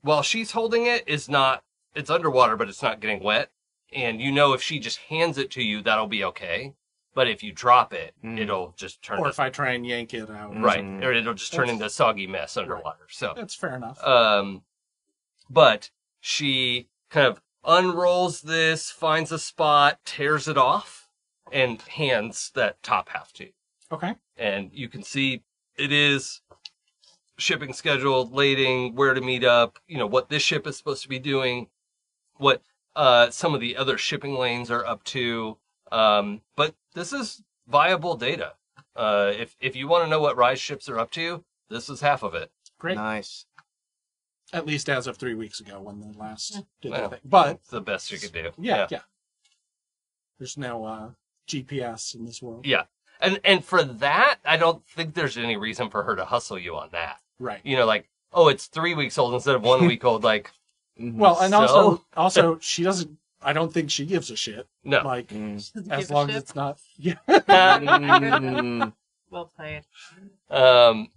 S2: while she's holding it, is not. It's underwater, but it's not getting wet. And you know, if she just hands it to you, that'll be okay. But if you drop it,
S3: Mm.
S2: it'll just turn.
S5: Or
S2: to-
S5: if I try and yank it out,
S2: right,
S3: Mm.
S2: or it'll just turn into a soggy mess underwater. So.
S5: that's fair enough.
S2: Um, but she kind of unrolls this, finds a spot, tears it off, and hands that top half to you.
S5: okay.
S2: And you can see it is shipping schedule, lading, where to meet up, you know, what this ship is supposed to be doing, what uh, some of the other shipping lanes are up to. Um, but this is viable data. Uh, if, if you want to know what rise ships are up to, this is half of it.
S5: Great.
S3: Nice.
S5: At least as of three weeks ago when the last did
S2: Well,
S5: the thing. But
S2: It's the best you could do.
S5: yeah, yeah, There's no uh, GPS in this world.
S2: Yeah. And and for that, I don't think there's any reason for her to hustle you on that.
S5: Right.
S2: You know, like, oh, it's three weeks old instead of one week old. Like,
S3: Mm.
S5: Well, and also,
S2: So-
S5: also she doesn't. I don't think she gives a shit.
S2: no.
S5: Like
S3: Mm.
S5: as long as it's not. Yeah.
S2: Uh,
S3: Mm.
S4: Well played.
S2: <laughs> Um,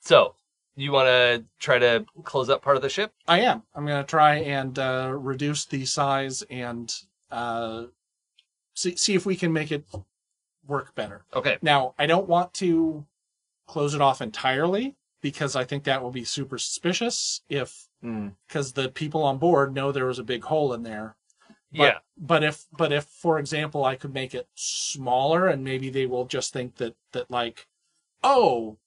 S2: so you want to try to close up part of the ship?
S5: I am. I'm going to try and uh, reduce the size and uh, see see if we can make it work better.
S2: Okay.
S5: Now, I don't want to close it off entirely because I think that will be super suspicious if
S3: Mm.
S5: because the people on board know there was a big hole in there. But,
S2: yeah.
S5: But if but if for example I could make it smaller and maybe they will just think that that like oh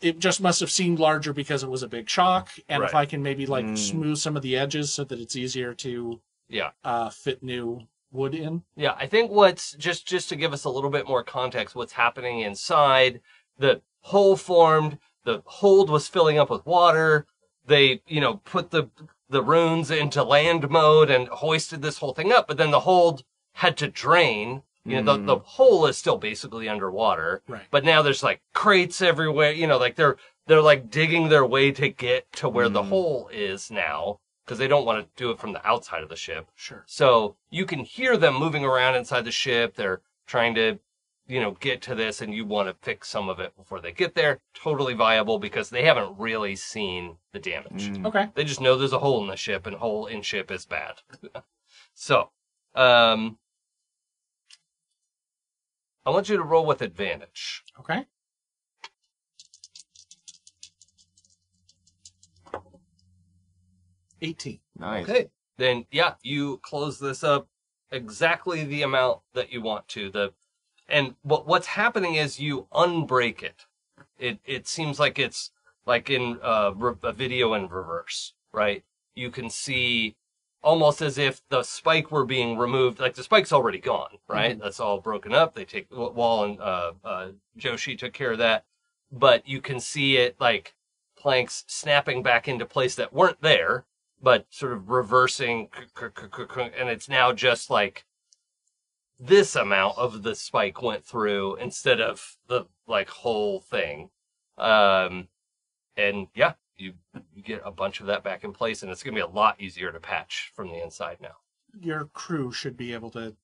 S5: it just must have seemed larger because it was a big shock and if
S2: Right.
S5: I can maybe like
S3: Mm.
S5: smooth some of the edges so that it's easier to
S2: Yeah.
S5: uh fit new wood in.
S2: Yeah, I think what's just just to give us a little bit more context, what's happening inside? The hole formed. The hold was filling up with water. They, you know, put the the runes into land mode and hoisted this whole thing up. But then the hold had to drain. You know, the, the hole is still basically underwater.
S5: Right.
S2: But now there's like crates everywhere. You know, like they're they're like digging their way to get to where the hole is now because they don't want to do it from the outside of the ship.
S5: Sure.
S2: So you can hear them moving around inside the ship. They're trying to, you know, get to this and you want to fix some of it before they get there. Totally viable because they haven't really seen the damage.
S3: Mm,
S5: Okay.
S2: They just know there's a hole in the ship and hole in ship is bad. <laughs> so, um, I want you to roll with advantage.
S5: Okay. Eighteen.
S3: Nice.
S5: <laughs>
S2: Then, yeah, you close this up exactly the amount that you want to. The and what what's happening is you unbreak it. It it seems like it's like in uh, re- a video in reverse, right? You can see almost as if the spike were being removed. Like the spike's already gone, right? That's all broken up. They take Wall and uh, uh, Joshi took care of that, but you can see it like planks snapping back into place that weren't there, but sort of reversing, and it's now just like this amount of the spike went through instead of the like whole thing. Um, and yeah, you, you get a bunch of that back in place, and it's gonna be a lot easier to patch from the inside now.
S5: Your crew should be able to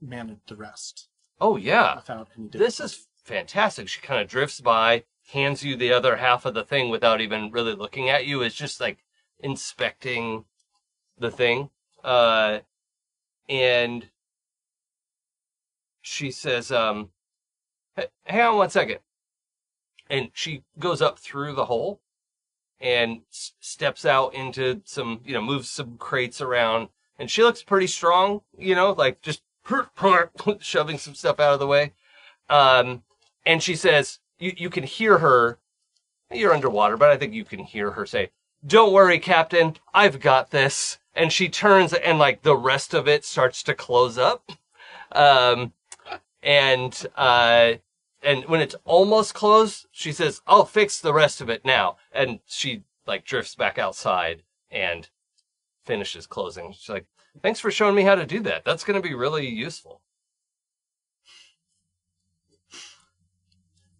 S5: manage the rest
S2: Oh yeah,
S5: without any.
S2: this is fantastic. She kind of drifts by, hands you the other half of the thing without even really looking at you. It's just like inspecting the thing. Uh, and she says, um, "Hey, hang on one second. And she goes up through the hole and s- steps out into some, you know, moves some crates around. And she looks pretty strong, you know, like just <laughs> shoving some stuff out of the way. Um, and she says, you, you can hear her. You're underwater, but I think you can hear her say, don't worry, Captain. I've got this. And she turns and like the rest of it starts to close up. Um, and, uh, and when it's almost closed, she says, I'll fix the rest of it now. And she like drifts back outside and finishes closing. She's like, thanks for showing me how to do that. That's going to be really useful.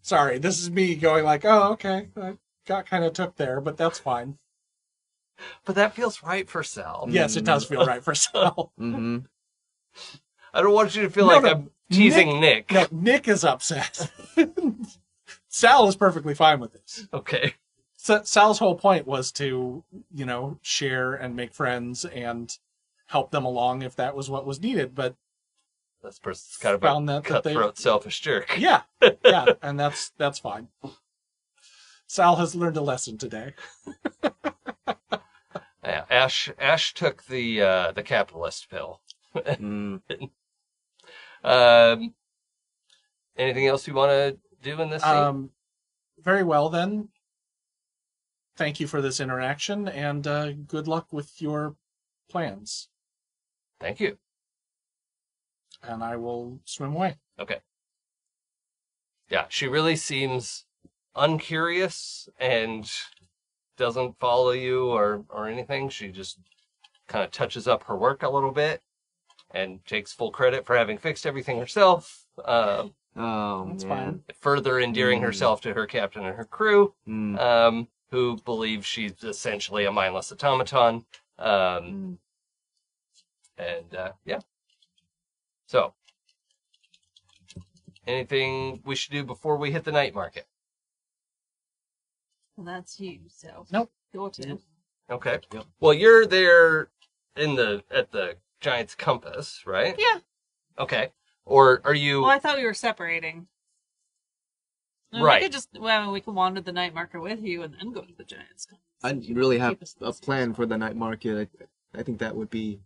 S5: Sorry, this is me going like, oh, okay, I got kind of took there, but that's fine.
S2: But that feels right for Sal.
S5: Yes, it does feel right for <laughs> Sal.
S3: Mm-hmm.
S2: I don't want you to feel
S5: No,
S2: like
S5: no.
S2: I'm teasing Nick.
S5: No, Nick is upset. <laughs> Sal is perfectly fine with this.
S2: Okay.
S5: Sa- Sal's whole point was to, you know, share and make friends and help them along if that was what was needed. But
S2: This person's kind of
S5: Found
S2: a
S5: that- that they-
S2: cutthroat, selfish jerk.
S5: yeah, yeah, and that's that's fine. Sal has learned a lesson today.
S2: Yeah. Ash Ash took the uh, the capitalist pill.
S3: Mm.
S2: Um, anything else you want to do in this scene?
S5: Um, very well then. Thank you for this interaction, and uh, good luck with your plans.
S2: Thank you.
S5: And I will swim away.
S2: Okay. Yeah, she really seems uncurious and doesn't follow you or or anything. She just kind of touches up her work a little bit and takes full credit for having fixed everything herself. Um,
S3: Oh,
S5: That's
S3: man.
S2: further endearing
S3: Mm.
S2: herself to her captain and her crew,
S3: Mm.
S2: um, who believe she's essentially a mindless automaton. Um,
S4: Mm.
S2: and uh, yeah, so Anything we should do before we hit the night market?
S4: Well, that's you, so.
S5: Nope.
S4: Your turn.
S2: Okay.
S6: Yep.
S2: Well, you're there in the at the Giant's compass, right?
S4: Yeah.
S2: Okay. Or are you?
S4: Well, I thought we were separating. And
S2: Right.
S4: We could just, well, we can wander the night marker with you and then go to the Giants.
S3: I didn't really have a plan for the night market. I, I think that would be.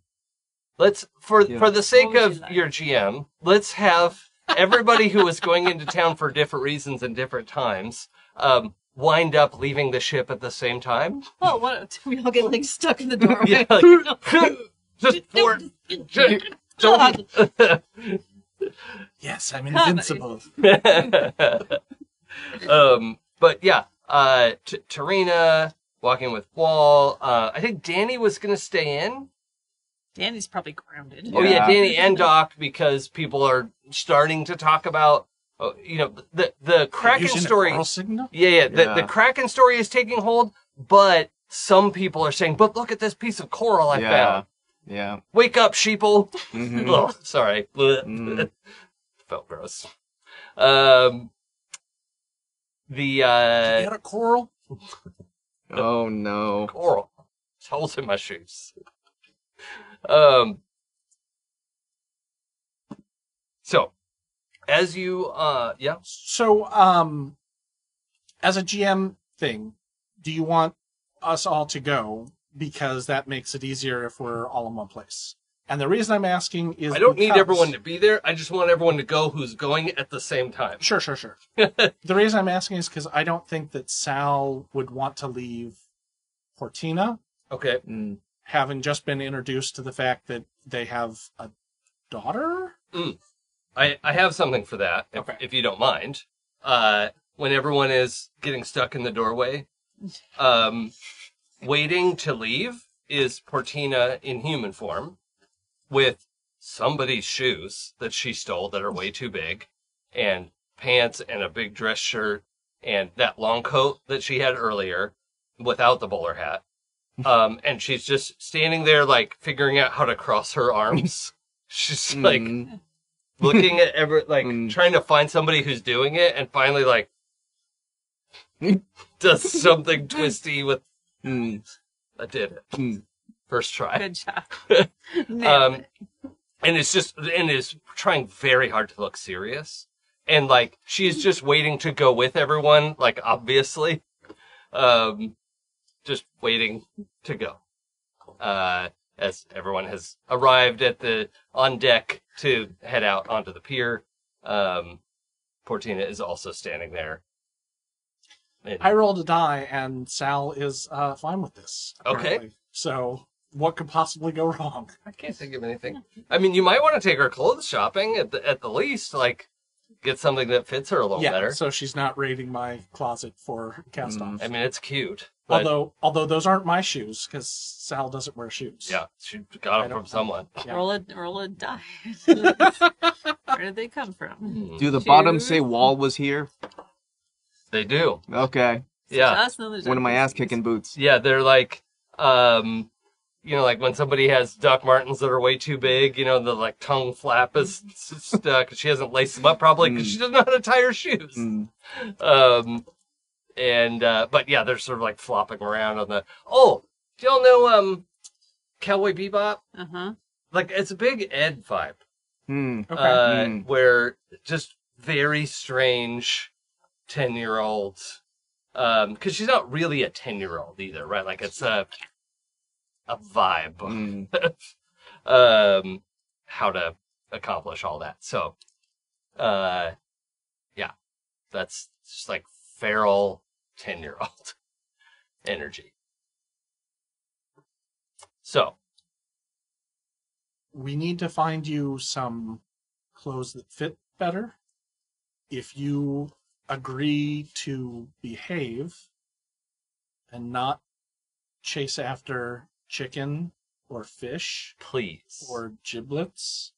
S2: Let's for
S3: Yeah.
S2: for the sake
S4: would you
S2: of
S4: like?
S2: your GM, let's have everybody who is going into town for different reasons and different times um, wind up leaving the ship at the same time. <laughs>
S4: Oh, what? <laughs> We all get like stuck in the doorway. <laughs>
S2: Yeah, like, just for <laughs> ju- don't.
S5: Yes, <laughs> I'm
S4: God,
S5: invincible.
S2: um, but yeah, uh, T- Tarina walking with Wall. Uh, I think Danny was gonna stay in.
S4: Danny's probably grounded.
S2: Oh yeah,
S3: Yeah.
S2: Danny and Doc because people are starting to talk about oh, you know the the Kraken
S5: Using a
S2: story.
S5: choral signal?
S2: Yeah, yeah, the, the
S3: Yeah.
S2: Kraken story is taking hold, but some people are saying, "But look at this piece of coral I
S3: yeah.
S2: found!
S3: Yeah.
S2: Wake up, sheeple!" <laughs>
S3: Mhm.
S2: Ugh, sorry, Blech.
S3: Mhm.
S2: <laughs> felt gross. Um, the
S5: Is
S2: uh,
S5: that a coral?
S3: Oh no.
S2: coral There's holes in my shoes. Um, so as you uh, yeah,
S5: So, um, as a GM thing, do you want us all to go because that makes it easier if we're all in one place? And the reason I'm asking is
S2: I don't need
S5: because-
S2: everyone to be there. I just want everyone to go who's going at the same time.
S5: Sure,
S2: <laughs>
S5: sure, sure. the reason I'm asking is because I don't think that Sal would want to leave Cortina,
S2: Okay.
S3: Mm.
S5: having just been introduced to the fact that they have a daughter.
S2: I, I have something for that, if,
S5: Okay.
S2: if you don't mind. Uh, when everyone is getting stuck in the doorway, um, waiting to leave is Portina in human form with somebody's shoes that she stole that are way too big, and pants and a big dress shirt, and that long coat that she had earlier without the bowler hat. Um, and she's just standing there, like figuring out how to cross her arms. <laughs> She's <laughs> like,
S3: Mm.
S2: looking at ever like
S3: Mm.
S2: trying to find somebody who's doing it and finally like <laughs> does something twisty with
S3: Mm.
S2: I did it
S3: Mm.
S2: first <laughs> try.
S4: Good
S5: <laughs>
S4: job.
S2: Um,
S4: Nailed it.
S2: And it's just and is trying very hard to look serious. And like she's just waiting to go with everyone, like obviously. Um just waiting to go. Uh as everyone has arrived at the on deck to head out onto the pier. Um Portina is also standing there. And-
S5: I rolled a die, and Sal is uh, fine with this.
S2: Okay.
S5: apparently. So, what could possibly go wrong?
S2: I can't think of anything. I mean, you might want to take her clothes shopping at the at the least, like get something that fits her a little
S5: yeah.
S2: better.
S5: So she's not raiding my closet for cast
S3: Mm.
S5: off.
S2: I mean, it's cute. But
S5: although, although those aren't my shoes because Sal doesn't wear shoes.
S2: yeah, she got
S5: I
S2: it
S5: don't-
S2: from someone.
S5: yeah.
S4: Roll a roll
S2: <laughs>
S4: a die. Where did they come from?
S2: Mm,
S3: Do the
S4: Two.
S3: bottom say wall was here?
S2: They do.
S3: Okay.
S2: <laughs> Yeah,
S4: Us and the
S3: One of my
S4: Giants.
S3: ass kicking boots.
S2: yeah. They're like, um, you know, like when somebody has Doc Martens that are way too big. You know, the like tongue flap is s- stuck. She hasn't laced them up probably because
S3: Mm.
S2: she doesn't know how to tie her shoes.
S3: Mm.
S2: Um, and uh, but yeah, they're sort of like flopping around on the. Oh, do y'all know um, Cowboy Bebop?
S4: Uh-huh.
S2: Like it's a big Ed vibe,
S3: Mm.
S5: Okay.
S2: uh,
S3: Mm.
S2: where just very strange ten year olds. Um, because she's not really a ten year old either, right? Like it's a a vibe
S3: Mm.
S2: um how to accomplish all that. So uh yeah. That's just like feral 10-year-old <laughs> energy. So,
S5: we need to find you some clothes that fit better. If you agree to behave and not chase after chicken or fish
S2: please.
S5: or giblets,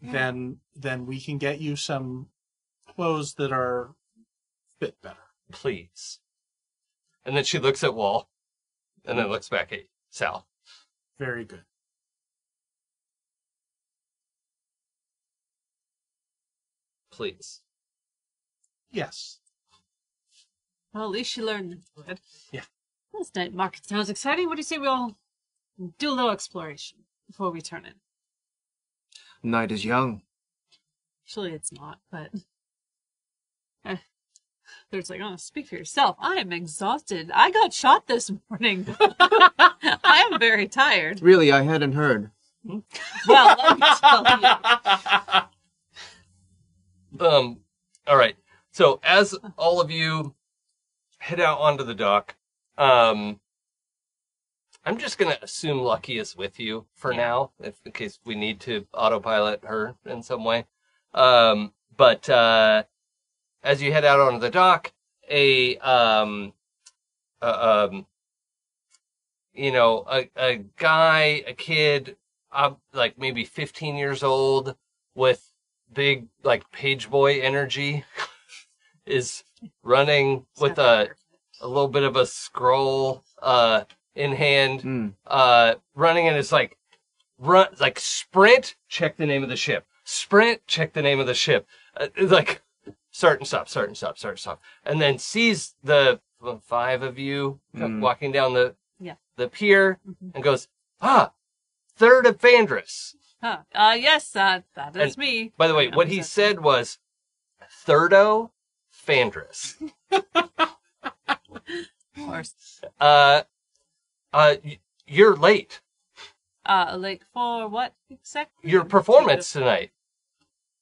S5: then then we can get you some clothes that are fit better.
S2: please. And then she looks at Wall and then looks back at Sal.
S5: Very good.
S2: please.
S5: Yes.
S4: Well, at least she learned. Good.
S5: Yeah.
S4: This night market sounds exciting. What do you say we all do a little exploration before we turn in?
S3: Night is young.
S4: Actually, it's not, but. Eh. They're just like, oh, speak for yourself. I am exhausted. I got shot this morning. <laughs> I am very tired.
S3: Really, I hadn't heard.
S4: Well, let me tell you.
S2: Um, all right. So as all of you head out onto the dock, um, I'm just gonna assume Lucky is with you for now, if in case we need to autopilot her in some way. Um, but uh, as you head out onto the dock, a um, uh, um, you know, a a guy, a kid, uh, like maybe 15 years old, with big like page boy energy <laughs> is running with uh, a, a little bit of a scroll uh in hand
S3: Hmm.
S2: uh running and it's like run like sprint check the name of the ship sprint check the name of the ship uh, it's like start and stop start and stop start and stop and then sees the well, five of you
S3: Mm.
S2: walking down the
S4: Yeah.
S2: the pier and goes ah third of Vandris.
S4: Huh. Uh, yes, uh, that is
S2: And
S4: me.
S2: By the way,
S4: You know,
S2: what he
S4: so-
S2: said was Thurdo Fandris.
S4: Of course.
S2: Uh, uh, y- you're late.
S4: Uh, like for what exactly?
S2: Your performance tonight.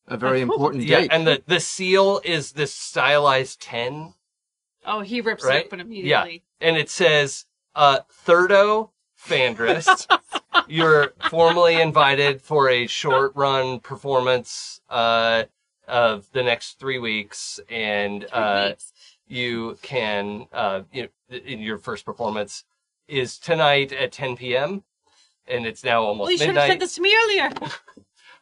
S3: A very important
S2: Yeah,
S3: date.
S2: and the, the seal is this stylized 10,
S4: Oh, he rips
S2: Right?
S4: it open
S2: Yeah.
S4: immediately.
S2: And it says, uh, Thurdo
S4: <laughs>
S2: Fandris. you're formally invited for a short run performance, uh, of the next three weeks. And, uh,
S4: Techniques.
S2: you can uh you know, in your first performance is tonight at 10 p.m. and it's now almost
S4: well, you should have
S2: midnight.
S4: said this to me
S2: <laughs>
S4: earlier.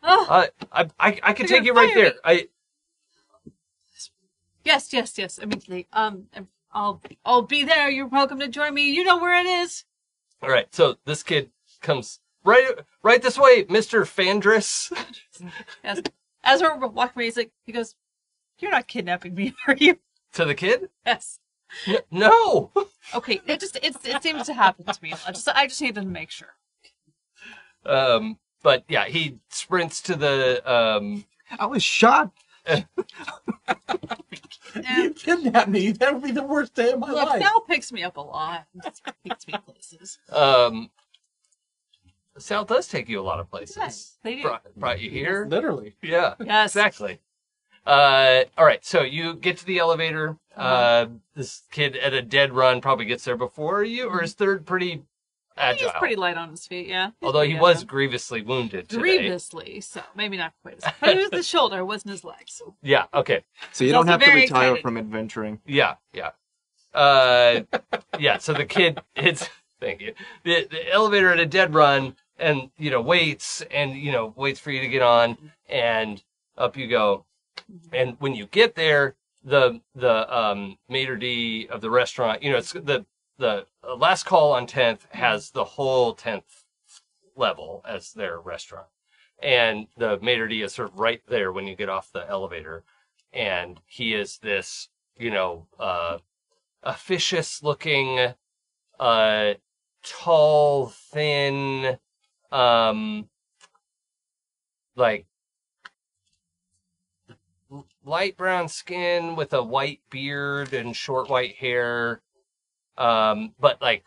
S4: oh,
S2: Uh, I I I can
S4: They're
S2: take you
S4: gonna
S2: right
S4: fire
S2: there. I
S4: yes, yes, yes. Immediately. Um, I'll I'll be there. You're welcome to join me. You know where it is.
S2: all right. So this kid comes right right this way, Mr. Fandris.
S4: Yes. As we're walking away, he's like, he goes, "You're not kidnapping me, <laughs> are you?"
S2: to the kid.
S4: Yes.
S2: N- No.
S4: Okay. It just it it seems to happen to me. I just I just needed to make sure.
S2: Um. But yeah, he sprints to the um.
S3: I was shot.
S4: Eh.
S2: <laughs>
S5: You kidnap me. That would be the worst day of my
S4: Look,
S5: life.
S4: Sal picks me up a lot. He takes me places.
S2: Um. Sal does take you a lot of places.
S4: Yes, they do.
S2: Brought, brought you here.
S5: Literally.
S2: Yeah.
S4: Yes.
S2: Exactly. Uh, all right, so you get to the elevator.
S4: Uh-huh.
S2: Uh, this kid at a dead run probably gets there before you, or is third pretty agile?
S4: Mm-hmm. He's pretty light on his feet, yeah. He's
S2: Although he
S4: pretty
S2: was
S4: agile.
S2: grievously wounded today.
S4: grievously, so maybe not quite as But it was the shoulder, it wasn't his legs.
S2: Yeah. Okay.
S3: So you
S4: He's
S3: don't
S4: also
S3: have to
S4: very
S3: retire
S4: excited.
S3: from adventuring.
S2: Yeah. Yeah. Uh, yeah. So the kid hits. Thank you. The, the elevator at a dead run, and you know waits, and you know waits for you to get on, and up you go. And when you get there, the the um maitre d of the restaurant, you know, it's the the uh, last call on tenth has the whole tenth level as their restaurant, and the maitre d is sort of right there when you get off the elevator, and he is this you know uh officious looking uh tall thin um like l- light brown skin with a white beard and short white hair um but like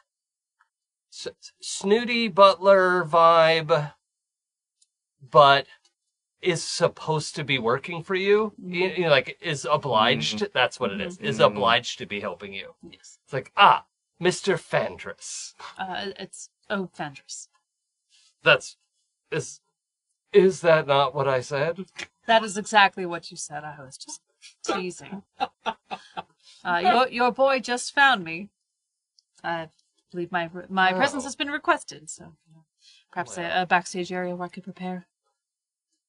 S2: s- snooty butler vibe but is supposed to be working for you, you, you know, like is obliged that's what it is is
S3: Mhm.
S2: obliged to be helping you
S4: Yes.
S2: it's like ah mr fandris <laughs>
S4: Uh, it's oh Fendris.
S2: that's is is that not what i said
S4: That is exactly what you said. I was just teasing.
S2: <laughs>
S4: Uh, your your boy just found me. I believe my my
S2: Oh.
S4: presence has been requested, so you know, perhaps a, a backstage area where I could prepare.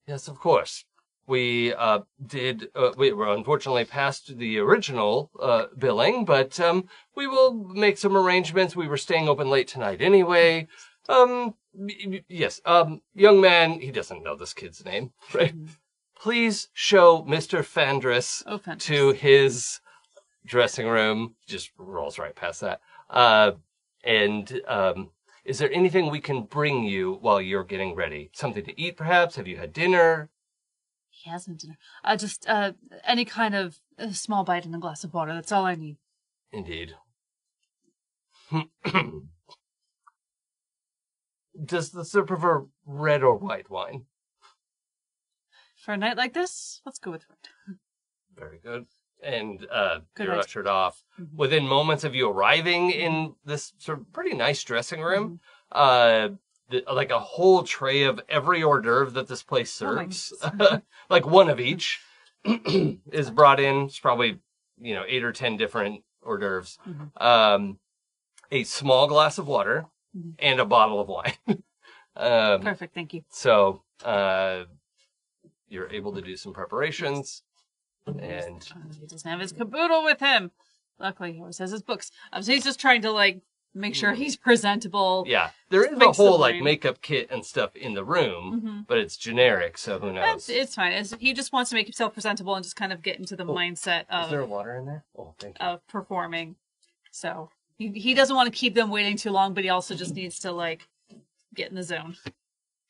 S2: Yes, of course. We uh, did. Uh, we were unfortunately past the original uh, billing, but um, we will make some arrangements. We were staying open late tonight anyway. Um, y- y- yes. Um, young man. He doesn't know this kid's name, right? <laughs> please show Mr. Fandris
S4: Oh, Fandris.
S2: to his dressing room. Just rolls right past that. Uh, and um, is there anything we can bring you while you're getting ready? Something to eat, perhaps? Have you had dinner?
S4: He has no dinner. Uh, just uh, any kind of uh, small bite and a glass of water. That's all I need.
S2: Indeed. <clears throat> Does the sir prefer red or white wine?
S4: For a night like this, let's go with red.
S2: Very good. And uh,
S4: Good Mm-hmm.
S2: you're
S4: night.
S2: ushered off. Within moments of you arriving in
S4: Mm-hmm.
S2: this sort of pretty nice dressing room, uh, the, like a whole tray of every hors d'oeuvre that this place
S4: Oh my
S2: serves, <laughs>
S4: <laughs>
S2: like one of each, <clears throat> is brought in. It's probably, you know, eight or 10 different hors d'oeuvres,
S4: Mm-hmm.
S2: um, a small glass of water, and a bottle of wine. <laughs> um,
S4: Mm-hmm. Perfect, thank you.
S2: so uh, you're able to do some preparations. And
S4: Uh, he doesn't have his caboodle with him. Luckily, he always has his books. Um, so he's just trying to like make sure he's presentable.
S2: yeah, there is a
S4: Makes the Mm-hmm.
S2: whole like
S4: wine.
S2: makeup kit and stuff in the room, but it's generic, so who knows?
S4: It's, it's fine. It's, he just wants to make himself presentable and just kind of get into the mindset
S2: Is there
S4: of,
S2: water in there? Oh, thank you.
S4: of performing. So he, he doesn't want to keep them waiting too long, but he also just needs to like get in the zone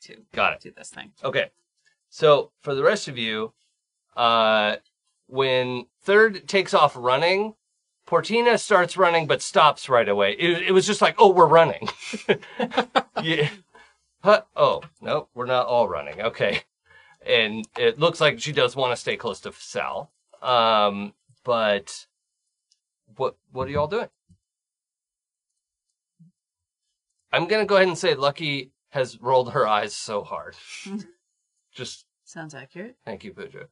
S4: to
S2: Got it.
S4: do this thing.
S2: Okay. So for the rest of you, uh, when third takes off running, Portina starts running but stops right away. It, it was just like, oh, we're running. <laughs> yeah. Huh? Oh, no, we're not all running. Okay. And it looks like she does want to stay close to Sal. Um, but what what are y'all doing? I'm gonna go ahead and say Lucky has rolled her eyes so hard. Just
S4: Sounds accurate.
S2: thank you, Pooja.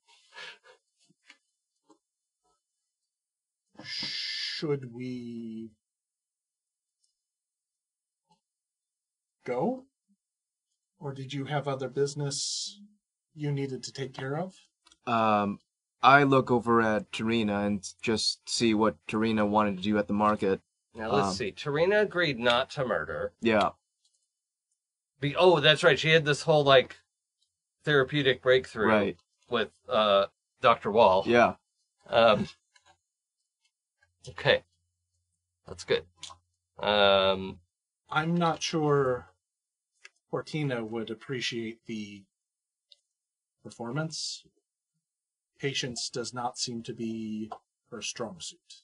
S5: Should we go? Or did you have other business you needed to take care of?
S3: Um, I look over at Tarina and just see what Tarina wanted to do at the market.
S2: Now let's
S3: Um,
S2: see. Tarina agreed not to murder.
S3: Yeah.
S2: Be- oh, that's right. She had this whole like therapeutic breakthrough
S3: Right.
S2: with uh, Doctor Wall.
S3: Yeah.
S2: Um, okay, that's good. Um,
S5: I'm not sure Portina would appreciate the performance. Patience does not seem to be her strong suit.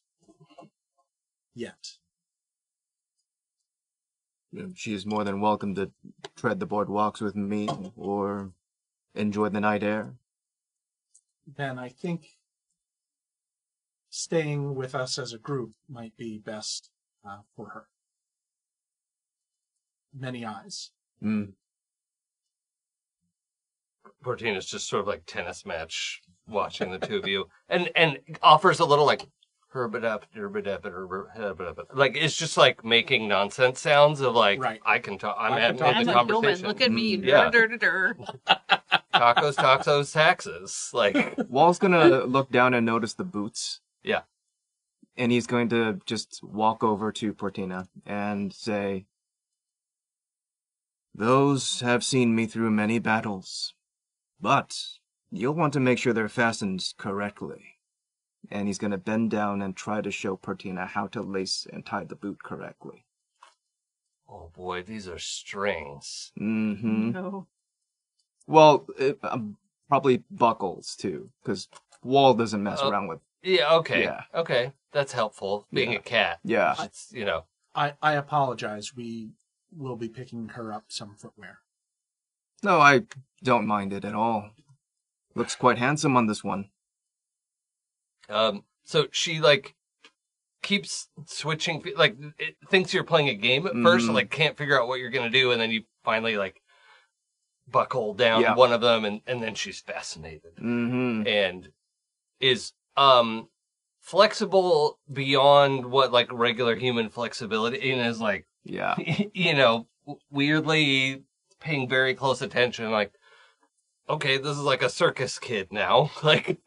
S5: Yet.
S3: She's more than welcome to tread the boardwalks with me or enjoy the night air.
S5: Then I think staying with us as a group might be best uh, for her. Many eyes.
S3: Mm.
S2: Portina's just sort of like tennis match watching the two of
S5: <laughs>
S2: you, and and offers a little like herbidap herbidap herb- herbidap like it's just like making nonsense sounds of like
S5: Right.
S2: I can talk. I'm
S5: I
S2: at
S5: can
S2: in
S5: talk.
S2: the
S4: I'm a human.
S2: conversation.
S4: Look at me.
S3: Mm,
S2: yeah.
S4: Dur, dur, dur, dur.
S2: tacos, tacos, taxes. Like
S3: Wall's gonna look down and notice the boots,
S2: yeah.
S3: and he's going to just walk over to Portina and say, Those have seen me through many battles, but you'll want to make sure they're fastened correctly. And he's gonna bend down and try to show Portina how to lace and tie the boot correctly.
S2: Oh boy, these are strings.
S3: Mm-hmm.
S4: No.
S3: Well, it, um, probably buckles too, because Wall doesn't mess
S2: Oh.
S3: around with.
S2: Yeah, okay.
S3: Yeah.
S2: Okay. That's helpful. Being a cat.
S3: Yeah.
S2: It's you know.
S5: I, I apologize. We will be picking her up some footwear.
S3: No, I don't mind it at all. Looks quite handsome on this one.
S2: Um so she like keeps switching fe- like it thinks you're playing a game at first and
S3: Mhm.
S2: like can't figure out what you're gonna do and then you finally like buckle down
S3: Yeah.
S2: one of them and, and then she's fascinated.
S3: Mm-hmm.
S2: and is um flexible beyond what like regular human flexibility and is like
S3: Yeah.
S2: <laughs> you know w- weirdly paying very close attention like okay this is like a circus kid now <laughs> like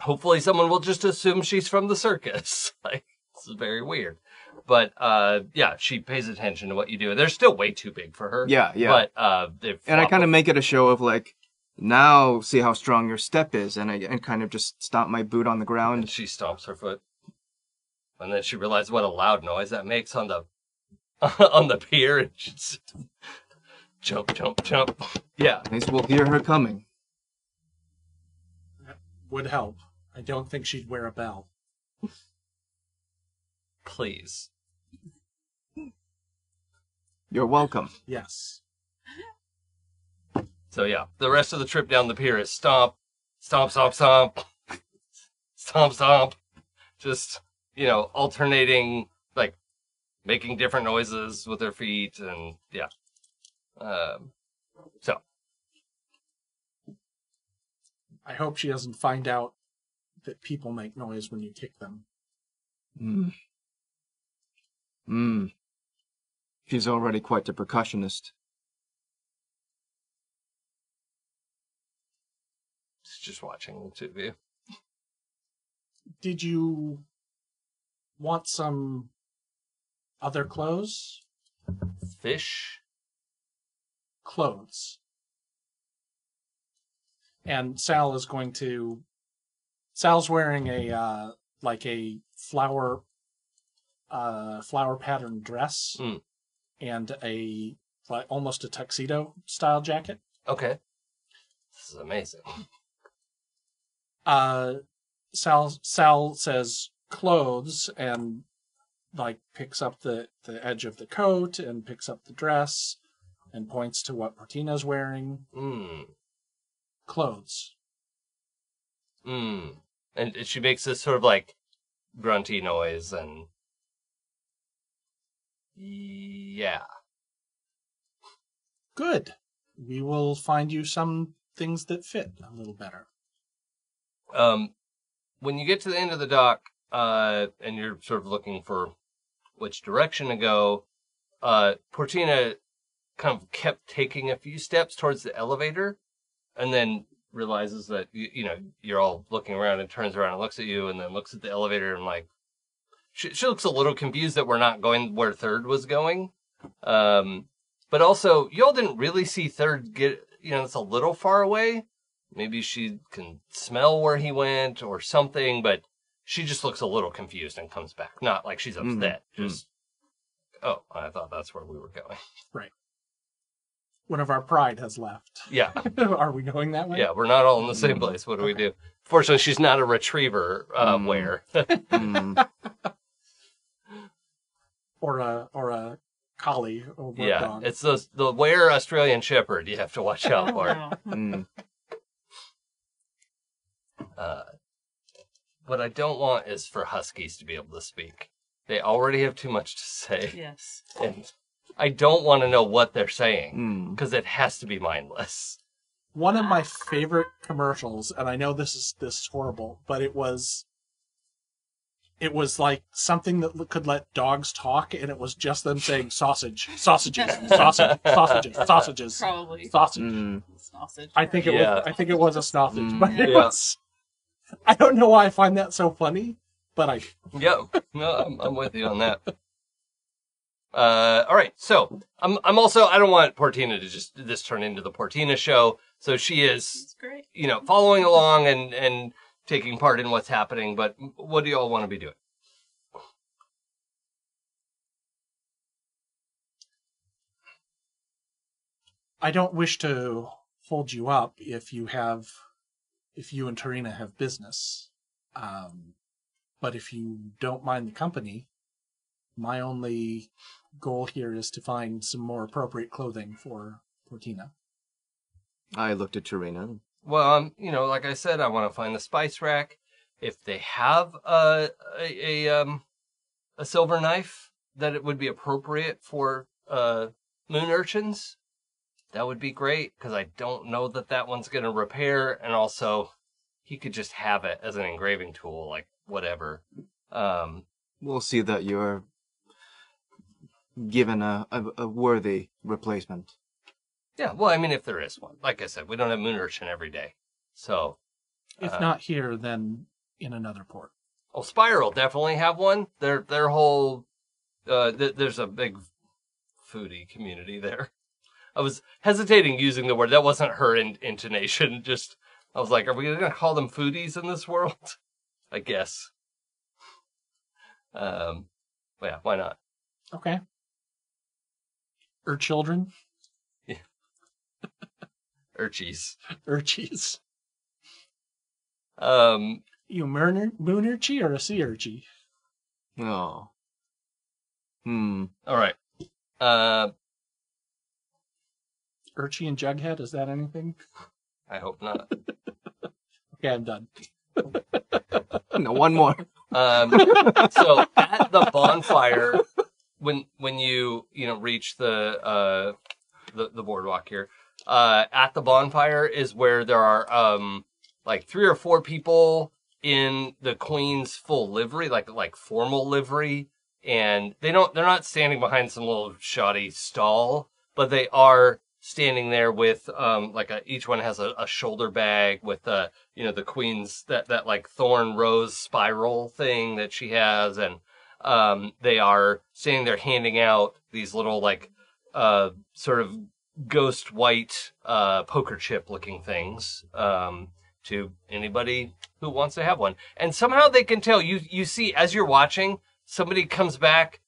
S2: hopefully someone will just assume she's from the circus <laughs> like this is very weird but uh yeah she pays attention to what you do they're still way too big for her
S3: Yeah, yeah.
S2: but uh they
S3: And I
S2: flop
S3: kind of make it a show of like, Now see how strong your step is, and I and kind of just stomp my boot on the
S2: And
S3: ground.
S2: she stomps her foot. And then she realizes what a loud noise that makes on the <laughs> on the pier <laughs> and she's jump, jump, jump. Yeah.
S3: At least we'll hear her coming.
S5: Would help. I don't think she'd wear a bell.
S2: Please.
S3: You're welcome.
S5: Yes.
S2: So yeah. The rest of the trip down the pier is stomp, stomp, stomp, stomp, <laughs> stomp, stomp. Just, you know, alternating like making different noises with their feet and yeah. Um so
S5: I hope she doesn't find out that people make noise when you kick them.
S3: Hmm. Hmm. She's already quite the percussionist.
S2: she's just watching the two of you.
S5: Did you want some other clothes?
S2: Fish.
S5: clothes. And Sal is going to. Sal's wearing a uh, like a flower, uh, flower pattern dress,
S2: Mm.
S5: and a like almost a tuxedo style jacket.
S2: Okay. This is amazing.
S5: Uh, Sal Sal says clothes and like picks up the the edge of the coat and picks up the dress and points to what Portina's wearing.
S2: Mm.
S5: Clothes.
S2: Mm. And she makes this sort of like grunty noise and yeah.
S5: Good. We will find you some things that fit a little better.
S2: Um, when you get to the end of the dock, uh, and you're sort of looking for which direction to go, uh, Portina kind of kept taking a few steps towards the elevator and then realizes that, you, you know, you're all looking around and turns around and looks at you and then looks at the elevator and like, she, she looks a little confused that we're not going where third was going. Um, but also y'all didn't really see third get, you know, it's a little far away maybe she can smell where he went or something, but she just looks a little confused and comes back. Not like she's
S3: Mm,
S2: upset.
S3: mm.
S2: Just oh, I thought that's where we were going.
S5: One of our pride has left. <laughs>
S2: <laughs> Yeah.
S5: Are we going that way?
S2: Yeah, we're not all in the same place. What do we do? Fortunately she's not a retriever uh
S3: Mm.
S2: where.
S3: Hmm.
S5: Or a or a collie or work
S2: yeah.
S5: dog.
S2: It's those the where Australian Shepherd you have to watch out
S4: Oh, <laughs>
S2: for.
S4: no.
S3: Hmm.
S2: Uh what I don't want is for huskies to be able to speak. They already have too much to say.
S4: Yes.
S2: And I don't want to know what they're saying.
S3: Hmm.
S2: because it has to be mindless.
S5: One of my favorite commercials, and I know this is this is horrible, but it was it was like something that l- could let dogs talk, and it was just them saying sausage, sausages, sausage, sausages, sausages,
S4: <laughs> Probably
S5: sausage.
S3: Hmm.
S4: sausage.
S5: I think it
S2: Yeah.
S5: was. I think it was a sausage,
S3: Mm.
S5: but it
S2: Yeah.
S5: was. I don't know why I find that so funny, but I
S2: Yeah, no, I'm, I'm with you on that. Uh, all right, so I'm I'm also I don't want Portina to just this turn into the Portina show. So she is
S4: It's great.
S2: you know following along and and taking part in what's happening. But what do y'all want to be doing?
S5: I don't wish to hold you up if you have if you and Tarina have business. Um, but if you don't mind the company, my only goal here is to find some more appropriate clothing for Portina.
S3: I looked at Tarina.
S2: Well, um, you know, like I said, I want to find the spice rack. If they have a a, a um a silver knife that it would be appropriate for uh moon urchins, that would be great because I don't know that that one's going to repair, and also he could just have it as an engraving tool, like whatever. Um,
S3: We'll see that you're given a, a, a worthy replacement.
S2: yeah. Well, I mean, if there is one, like I said, we don't have moon urchin every day, so
S5: If
S2: Uh,
S5: not here, then in another port.
S2: Oh, Spiral definitely have one. Their their whole uh, th- there's a big foodie community there. I was hesitating using the word. That wasn't her in, intonation. <laughs> Just I was like, are we gonna call them foodies in this world? <laughs> I guess. Um, yeah, why not?
S5: Okay. Or children,
S2: Urchies.
S5: or Er cheese.
S2: Um,
S5: You a moon moon urchin or a sea urchin?
S3: Oh. Hmm.
S2: all right. Uh,
S5: Urchin and Jughead, is that anything?
S2: I hope not.
S5: Okay, I'm done. <laughs>
S3: No, one more.
S2: Um, so at the bonfire, when when you you know reach the uh, the, the boardwalk here, uh, at the bonfire is where there are um, like three or four people in the queen's full livery, like like formal livery, and they don't they're not standing behind some little shoddy stall, but they are standing there with um like a, each one has a, a shoulder bag with uh you know the queen's that that like thorn rose spiral thing that she has and um they are standing there handing out these little like uh sort of ghost white uh poker chip looking things um to anybody who wants to have one and somehow they can tell you you see as you're watching somebody comes back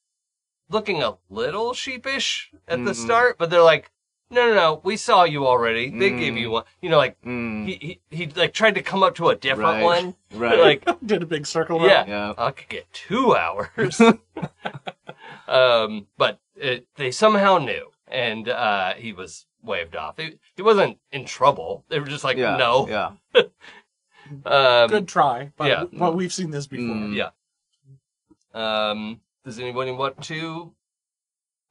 S2: looking a little sheepish at the
S3: Mm.
S2: start but they're like no no no we saw you already they gave
S3: Mm.
S2: you one you know like
S3: <laughs>
S2: <laughs>
S3: Hmm.
S2: Mm. he, he he like tried to come up to a different
S3: Right.
S2: one.
S3: Right.
S2: Like
S5: Did a big circle.
S2: yeah,
S3: yeah.
S2: I could get two
S3: <laughs>
S2: hours. um, but it, they somehow knew, and uh, he was waved off. He, he wasn't in trouble. They were just like,
S3: yeah.
S2: no.
S3: Yeah.
S2: Um,
S5: Good try, but
S2: Yeah.
S5: well, we've seen this before.
S3: Mm.
S2: Yeah. Um, does anybody want to?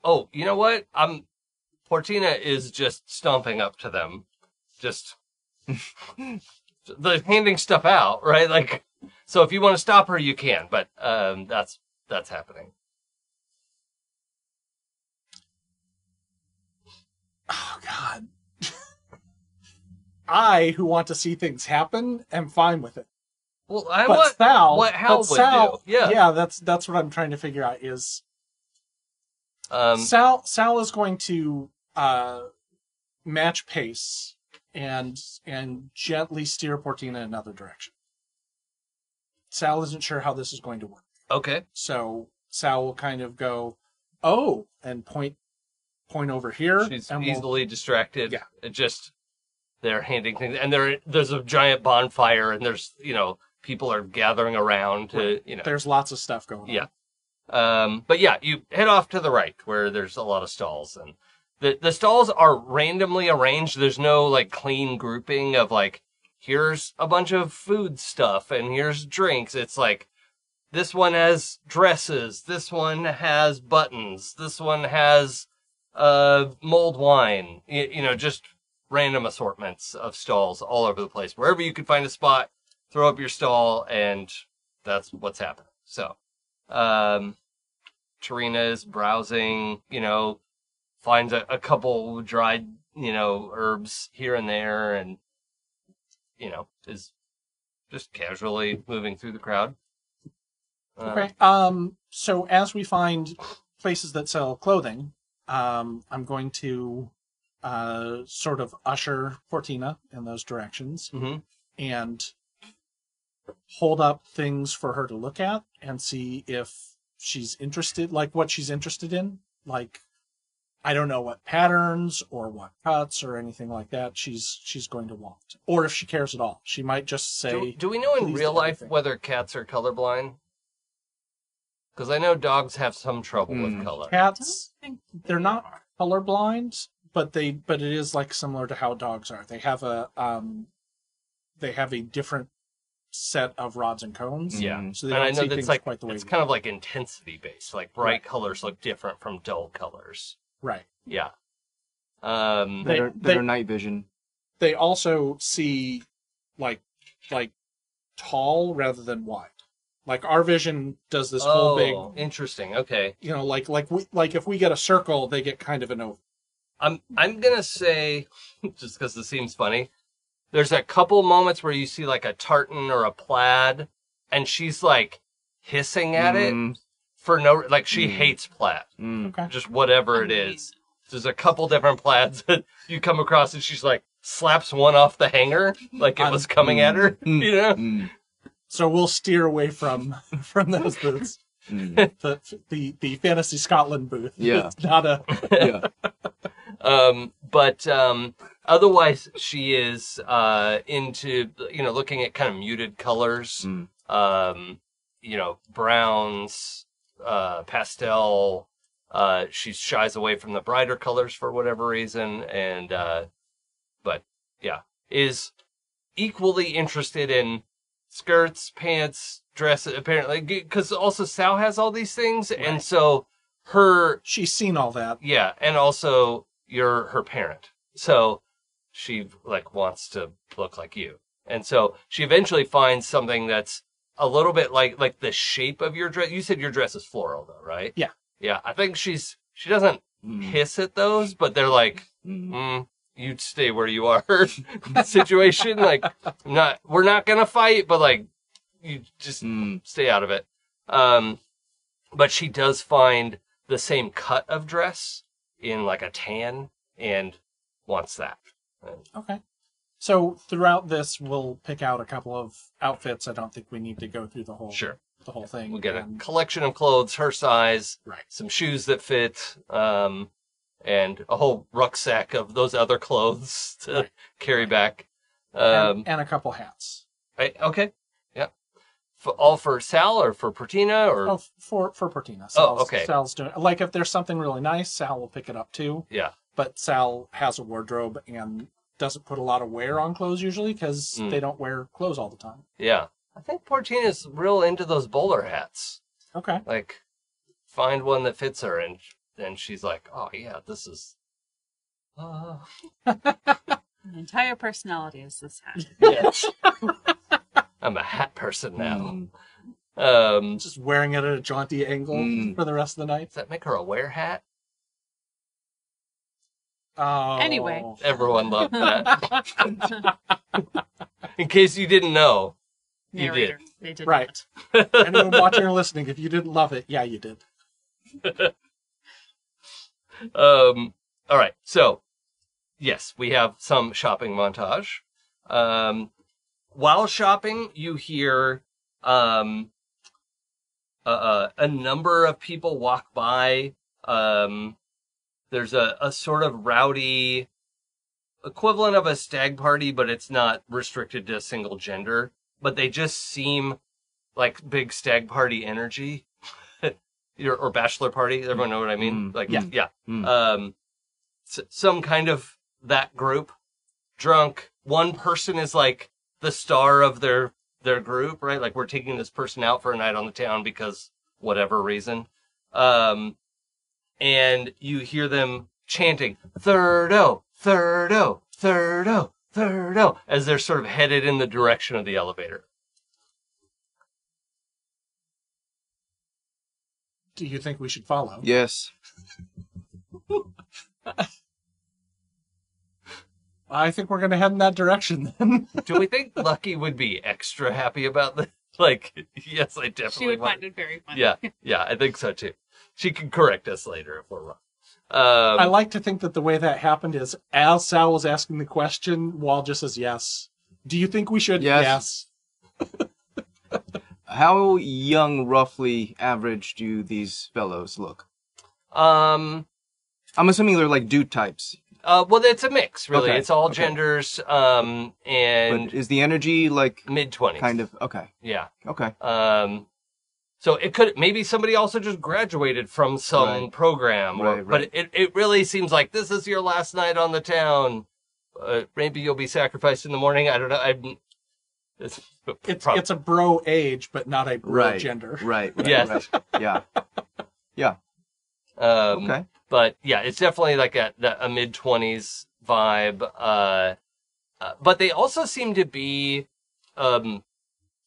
S2: Oh, you know what? I'm. Portina is just stomping up to them, just <laughs> the handing stuff out, right? Like, so if you want to stop her, you can, but um, that's that's happening.
S5: Oh God. <laughs> I, who want to see things happen, am fine with it.
S2: Well, I
S5: but
S2: want
S5: Sal,
S2: what Hal
S5: but
S2: would
S5: Sal,
S2: do. Yeah.
S5: yeah, that's that's what I'm trying to figure out. Is
S2: um,
S5: Sal Sal is going to uh, match pace and and gently steer Portina in another direction. Sal isn't sure how this is going to work,
S2: okay,
S5: so Sal will kind of go, "Oh," and point point over here,
S2: she's
S5: and we'll-
S2: easily distracted.
S5: Yeah.
S2: It just they're handing things, and there there's a giant bonfire, and there's you know people are gathering around to you know.
S5: there's lots of stuff going
S2: Yeah.
S5: on.
S2: Um, but yeah, you head off to the right where there's a lot of stalls and the, the stalls are randomly arranged. There's no like clean grouping of like, here's a bunch of food stuff and here's drinks. It's like, this one has dresses. This one has buttons. This one has, uh, mulled wine, you, you know, just random assortments of stalls all over the place. Wherever you can find a spot, throw up your stall and that's what's happening. So um Tarina is browsing, you know, finds a, a couple dried, you know, herbs here and there and you know, is just casually moving through the crowd. Um,
S5: Okay. Um. So as we find places that sell clothing, um, I'm going to uh sort of usher Portina in those directions
S2: mhm.
S5: and hold up things for her to look at and see if she's interested, like what she's interested in, like. I don't know what patterns or what cuts or anything like that she's she's going to want, or if she cares at all. She might just say,
S2: Do, do we know in
S5: please
S2: real
S5: do
S2: life
S5: everything.
S2: whether cats are colorblind? Because I know dogs have some trouble
S3: Hmm.
S2: with color.
S4: I don't
S5: "Cats,
S4: think
S5: they're not colorblind, but they but it is like similar to how dogs are. They have a um they have a different set of rods and cones.
S2: Yeah.
S5: So
S2: Mm-hmm. and
S5: they
S2: I
S5: don't
S2: know
S5: see
S2: that's
S5: things
S2: like
S5: quite the way.
S2: it's
S5: we-
S2: kind of like intensity based. Like bright colors look different from dull colors.
S5: right.
S2: Yeah. Um
S5: They-
S3: Better,
S5: they-
S3: better night vision.
S5: They also see like like tall rather than wide. Like our vision does this whole
S2: oh,
S5: big
S2: interesting. Okay.
S5: you know, like like we like if we get a circle, they get kind of an oval.
S2: I'm I'm going to say <laughs> just cuz this seems funny. There's a couple moments where you see like a tartan or a plaid and she's like hissing at it
S3: Mm,
S2: for no like she
S3: Mm.
S2: hates plaid.
S3: mm.
S5: Okay.
S2: Just whatever it
S4: Underneath.
S2: is. There's a couple different plaids that <laughs> you come across, and she's like slaps one off the hanger like it was coming at
S3: <laughs>
S2: her. <laughs> You know,
S3: Mm,
S5: So we'll steer away from <laughs> from those booths.
S3: mm,
S5: The the the fantasy Scotland booth. <laughs>
S3: Yeah.
S5: It's not a
S3: yeah.
S2: um, but um, otherwise she is uh, into you know looking at kind of muted colors,
S3: Mm.
S2: um, you know browns, uh, pastel. Uh, she shies away from the brighter colors for whatever reason, and uh, but yeah, is equally interested in skirts, pants, dresses. Apparently, because also Sal has all these things, and so her
S5: she's seen all that.
S2: yeah, and also you're her parent. So she like wants to look like you. And so she eventually finds something that's a little bit like like the shape of your dress. You said your dress is floral though, right?
S5: Yeah.
S2: Yeah, I think she's she doesn't <laughs>
S3: Mm,
S2: hiss at those, but they're like,
S3: mm,
S2: mm, you stay where you are <laughs> situation. Like I'm not we're not gonna fight, but like you just
S3: mm,
S2: stay out of it. Um, but she does find the same cut of dress in like a tan and wants that.
S5: Okay. So throughout this, we'll pick out a couple of outfits. I don't think we need to go through the whole
S2: Sure.
S5: the whole thing.
S2: We'll get a
S5: And-
S2: collection of clothes her size,
S5: Right.
S2: some shoes that fit, um, and a whole rucksack of those other clothes <laughs> to
S5: Right.
S2: carry back.
S5: and,
S2: Um,
S5: and a couple hats.
S2: I- okay. Yeah. For, all for Sal or for Pertina or?
S5: Oh, for for Portina.
S2: Oh,
S5: Sal's,
S2: okay.
S5: Sal's doing like if there's something really nice, Sal will pick it up too.
S2: Yeah.
S5: But Sal has a wardrobe and doesn't put a lot of wear on clothes usually because
S2: Mm.
S5: they don't wear clothes all the time.
S2: Yeah. I think Portina's real into those bowler hats.
S5: Okay.
S2: like find one that fits her and then she's like oh yeah this is uh,
S4: The entire personality is this hat.
S2: yes i'm a hat person now
S3: mm.
S2: um does
S5: <laughs> Just wearing it at a jaunty angle
S2: Hmm.
S3: Mm.
S5: for the rest of the night.
S2: that make her a wear hat
S5: Oh.
S4: Anyway.
S2: everyone loved that in case you didn't know You did.
S4: Narrator. <laughs> They did.
S5: Right.
S4: not.
S5: <laughs> Anyone watching or listening, if you didn't love it, yeah, you did.
S2: um all right so yes we have some shopping montage um while shopping you hear um a- a, a number of people walk by um there's a, a sort of rowdy equivalent of a stag party but it's not restricted to a single gender but they just seem like big stag party energy <laughs> or, or bachelor party everyone know what i mean
S3: Mm.
S2: like
S5: Yeah.
S2: yeah
S3: Mm.
S2: um s- some kind of that group drunk one person is like the star of their their group right like we're taking this person out for a night on the town because whatever reason um and you hear them chanting thirdo thirdo thirdo thirdo as they're sort of headed in the direction of the elevator
S5: Do you think we should follow?
S3: Yes.
S5: I think we're going to head in that direction <laughs> then.
S2: do we
S4: <laughs>
S2: think lucky would be extra happy about this <laughs> like yes i definitely
S4: She would
S2: want
S4: find it very funny.
S2: yeah, yeah, I think so too. She can correct us later if we're wrong.
S5: I
S2: Um,
S5: like to think that the way that happened is as Sal was asking the question, Wall just says, Yes. Do you think we should?
S3: Yes.
S5: yes.
S3: How young, roughly average, do these fellows look?
S2: um,
S3: I'm assuming they're like dude types.
S2: uh, well, it's a mix, really.
S3: Okay,
S2: It's all
S3: okay.
S2: genders, um,
S3: But
S2: and
S3: is the energy like
S2: mid twenties,
S3: kind of okay?
S2: Yeah.
S3: Okay.
S2: Um, so it could maybe somebody also just graduated from some
S3: Right.
S2: program, or,
S3: Right, right.
S2: but it it really seems like this is your last night on the town. Uh, maybe you'll be sacrificed in the morning. I don't know. I'm. It's,
S5: It's,
S2: prob-
S5: it's a bro age, but not a bro
S3: Right.
S5: gender.
S3: Right. right
S2: Yes.
S3: right. Yeah.
S2: um,
S3: Okay.
S2: but yeah, it's definitely like a the- a mid twenties vibe. Uh, uh, but they also seem to be um,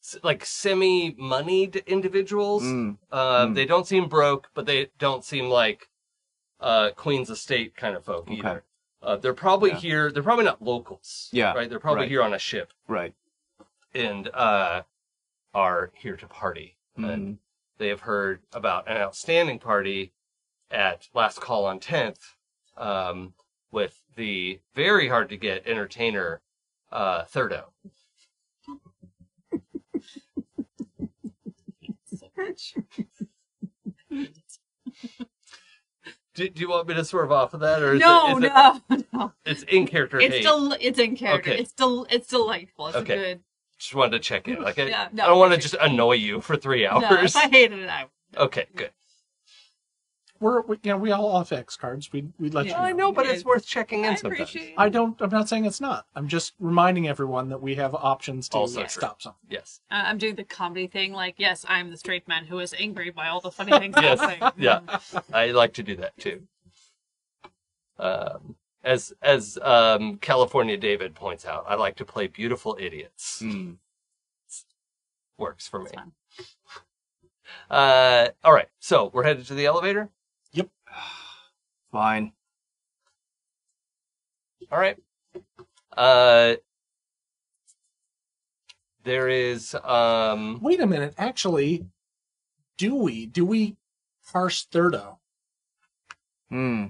S2: s- like semi moneyed individuals.
S3: Mm.
S2: Uh,
S3: mm.
S2: They don't seem broke, but they don't seem like uh, Queen's Estate kind of folk
S3: Okay.
S2: either. Uh, they're probably
S3: Yeah.
S2: here. They're probably not locals.
S3: Yeah,
S2: right. They're probably
S3: right.
S2: here on a ship
S3: Right.
S2: and uh, are here to party. And
S3: Mm.
S2: they have heard about an outstanding party at Last Call on 10th, um, with the very hard to get entertainer uh, Thirdo. Do, do you want me to swerve off of that, or is
S4: no,
S2: it, is it-
S4: no, no. <laughs>
S2: it's in character?
S4: It's
S2: hate.
S4: del- it's in character.
S2: Okay.
S4: It's del- it's delightful. It's
S2: Okay. <laughs>
S4: a good.
S2: Just wanted to check in. Like I,
S4: Yeah,
S2: I
S4: no,
S2: don't want to
S4: okay.
S2: just annoy you for three
S4: No,
S2: hours.
S4: if I hated it, I.
S2: <laughs> Okay, good.
S5: We're we, you know, we all off X cards. We'd we'd let
S4: Yeah.
S5: you know.
S2: I know, but it's
S4: Yeah.
S2: worth checking
S4: I
S2: in sometimes.
S4: appreciate.
S5: I don't. I'm not saying it's not. I'm just reminding everyone that we have options to
S2: Also true.
S5: stop something.
S2: Yes.
S4: Uh, I'm doing the comedy thing. Like, yes, I'm the straight man who is angry by all the <laughs> funny things.
S2: Yes.
S4: happening.
S2: <laughs> Yeah. I like to do that too. Um, as as um, California David points out, I like to play beautiful idiots.
S3: Hmm.
S2: Works for me.
S4: That's fine.
S2: <laughs> Uh, all right, so we're headed to the elevator.
S3: Fine.
S2: All right. Uh, there is um.
S5: Wait a minute. Actually, do we do we parse Thirdo
S3: Hmm.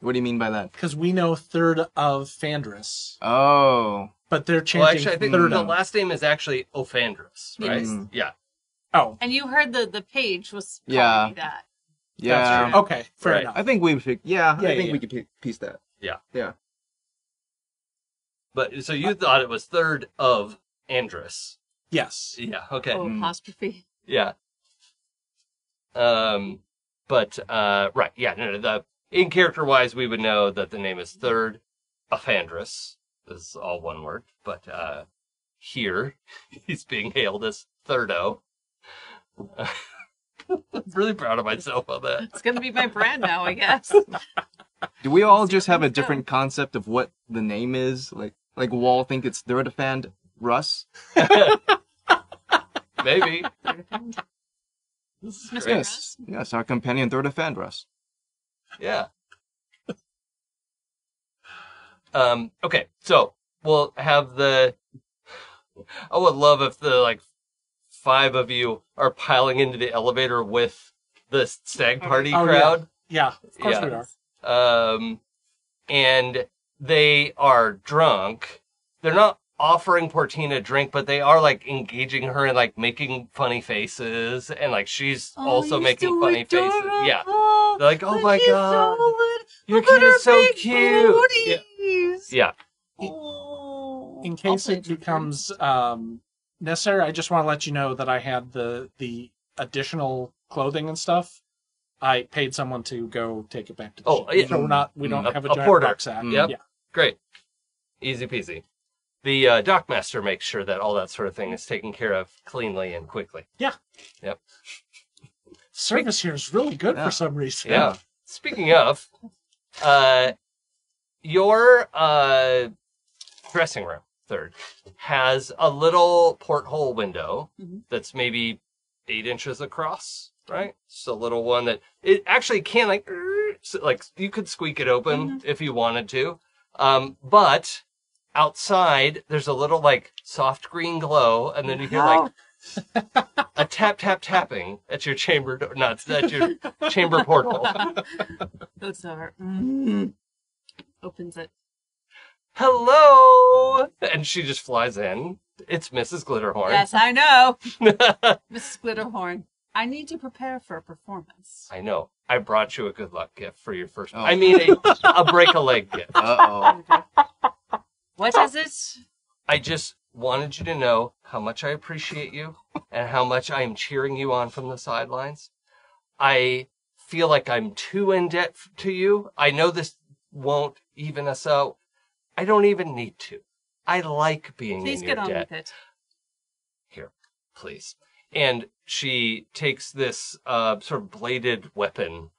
S3: What do you mean by that?
S5: because we know third of Fandris,
S3: Oh.
S5: but they're chanting
S2: Well, actually, I think
S5: Thirdo.
S2: the last name is actually Ophandris, right?
S4: Yes.
S2: Yeah.
S5: oh,
S4: And you heard the the page was calling
S3: Yeah.
S4: me that.
S3: Yeah.
S5: that's true. Oh, Okay, fair
S2: Right.
S5: enough.
S3: I think we should. Yeah,
S5: Yeah,
S3: I think
S5: yeah,
S3: we could pi- piece that.
S2: But so you thought it was third of Andrus.
S5: Yes.
S2: Yeah. Okay.
S4: Oh,
S3: Mm.
S4: apostrophe.
S2: Yeah. Um, but uh, right, yeah, no, no, the in character wise, we would know that the name is Third Aphandrus. This is all one word, but uh, here <laughs> he's being hailed as Thirdo. I'm <laughs> really proud of myself on that.
S4: It's gonna be my brand now, I guess.
S3: Do we all
S4: Let's see
S3: just
S4: where
S3: have a
S4: this goes.
S3: different concept of what the name is? Like, like Wall think it's Thuridafand Russ.
S2: Maybe.
S4: Mr.
S2: Great.
S3: Yes, yes, our companion Thuridafand Russ.
S2: Yeah. Um, okay, so we'll have the I would love if the like five of you are piling into the elevator with the stag party
S5: Oh, yeah.
S2: crowd.
S5: Yeah. Of course
S2: Yeah.
S5: we are.
S2: Um and they are drunk. They're not offering Portina a drink, but they are like engaging her and like making funny faces and like she's <laughs>
S4: Oh,
S2: also
S4: you're
S2: making
S4: so
S2: funny faces.
S4: adorable.
S2: Yeah. They're like, "Oh my
S4: Look, he's
S2: God.
S4: So lit-
S2: Your
S4: look at
S2: kid
S4: her
S2: is so
S4: big
S2: cute. Yeah.
S4: booties.
S2: Yeah.
S4: Oh.
S5: In
S4: I'll
S5: case
S4: play
S5: it
S4: Jupiter.
S5: becomes um, necessary, I just want to let you know that I had the the additional clothing and stuff. I paid someone to go take it back to the
S2: Oh,
S5: ship.
S2: yeah.
S5: So we're not we don't
S2: Mm.
S5: have a,
S2: A- a
S5: giant
S2: porter.
S5: rucksack.
S2: Yep.
S5: Yeah.
S2: Great. Easy peasy. The uh, dockmaster makes sure that all that sort of thing is taken care of cleanly and quickly.
S5: Service here is really good
S3: Yeah.
S5: for some reason.
S2: Yeah. Speaking of, uh, your uh, dressing room, third, has a little porthole window
S4: Mhm.
S2: that's maybe eight inches across, right? Just a little one that it actually can like, er, so, like you could squeak it open if you wanted to. Um, but outside there's a little like soft green glow and then you hear like a tap tap tapping at your chamber door not at your chamber portal
S4: That's our. Mm. Opens it.
S2: hello and she just flies in it's mrs glitterhorn
S4: Yes,
S2: <laughs>
S4: I know. Mrs. Glitterhorn, I need to prepare for a performance.
S2: i know i brought you a good luck gift for your first
S3: Oh.
S2: i mean a, a break a leg gift
S3: Uh
S4: What is it?
S2: i just wanted you to know how much i appreciate you and how much i am cheering you on from the sidelines i feel like i'm too in debt f- to you i know this won't even us out i don't even need to i like being
S4: Please
S2: in
S4: get
S2: your
S4: on
S2: debt
S4: with it.
S2: here, please. And she takes this uh, sort of bladed weapon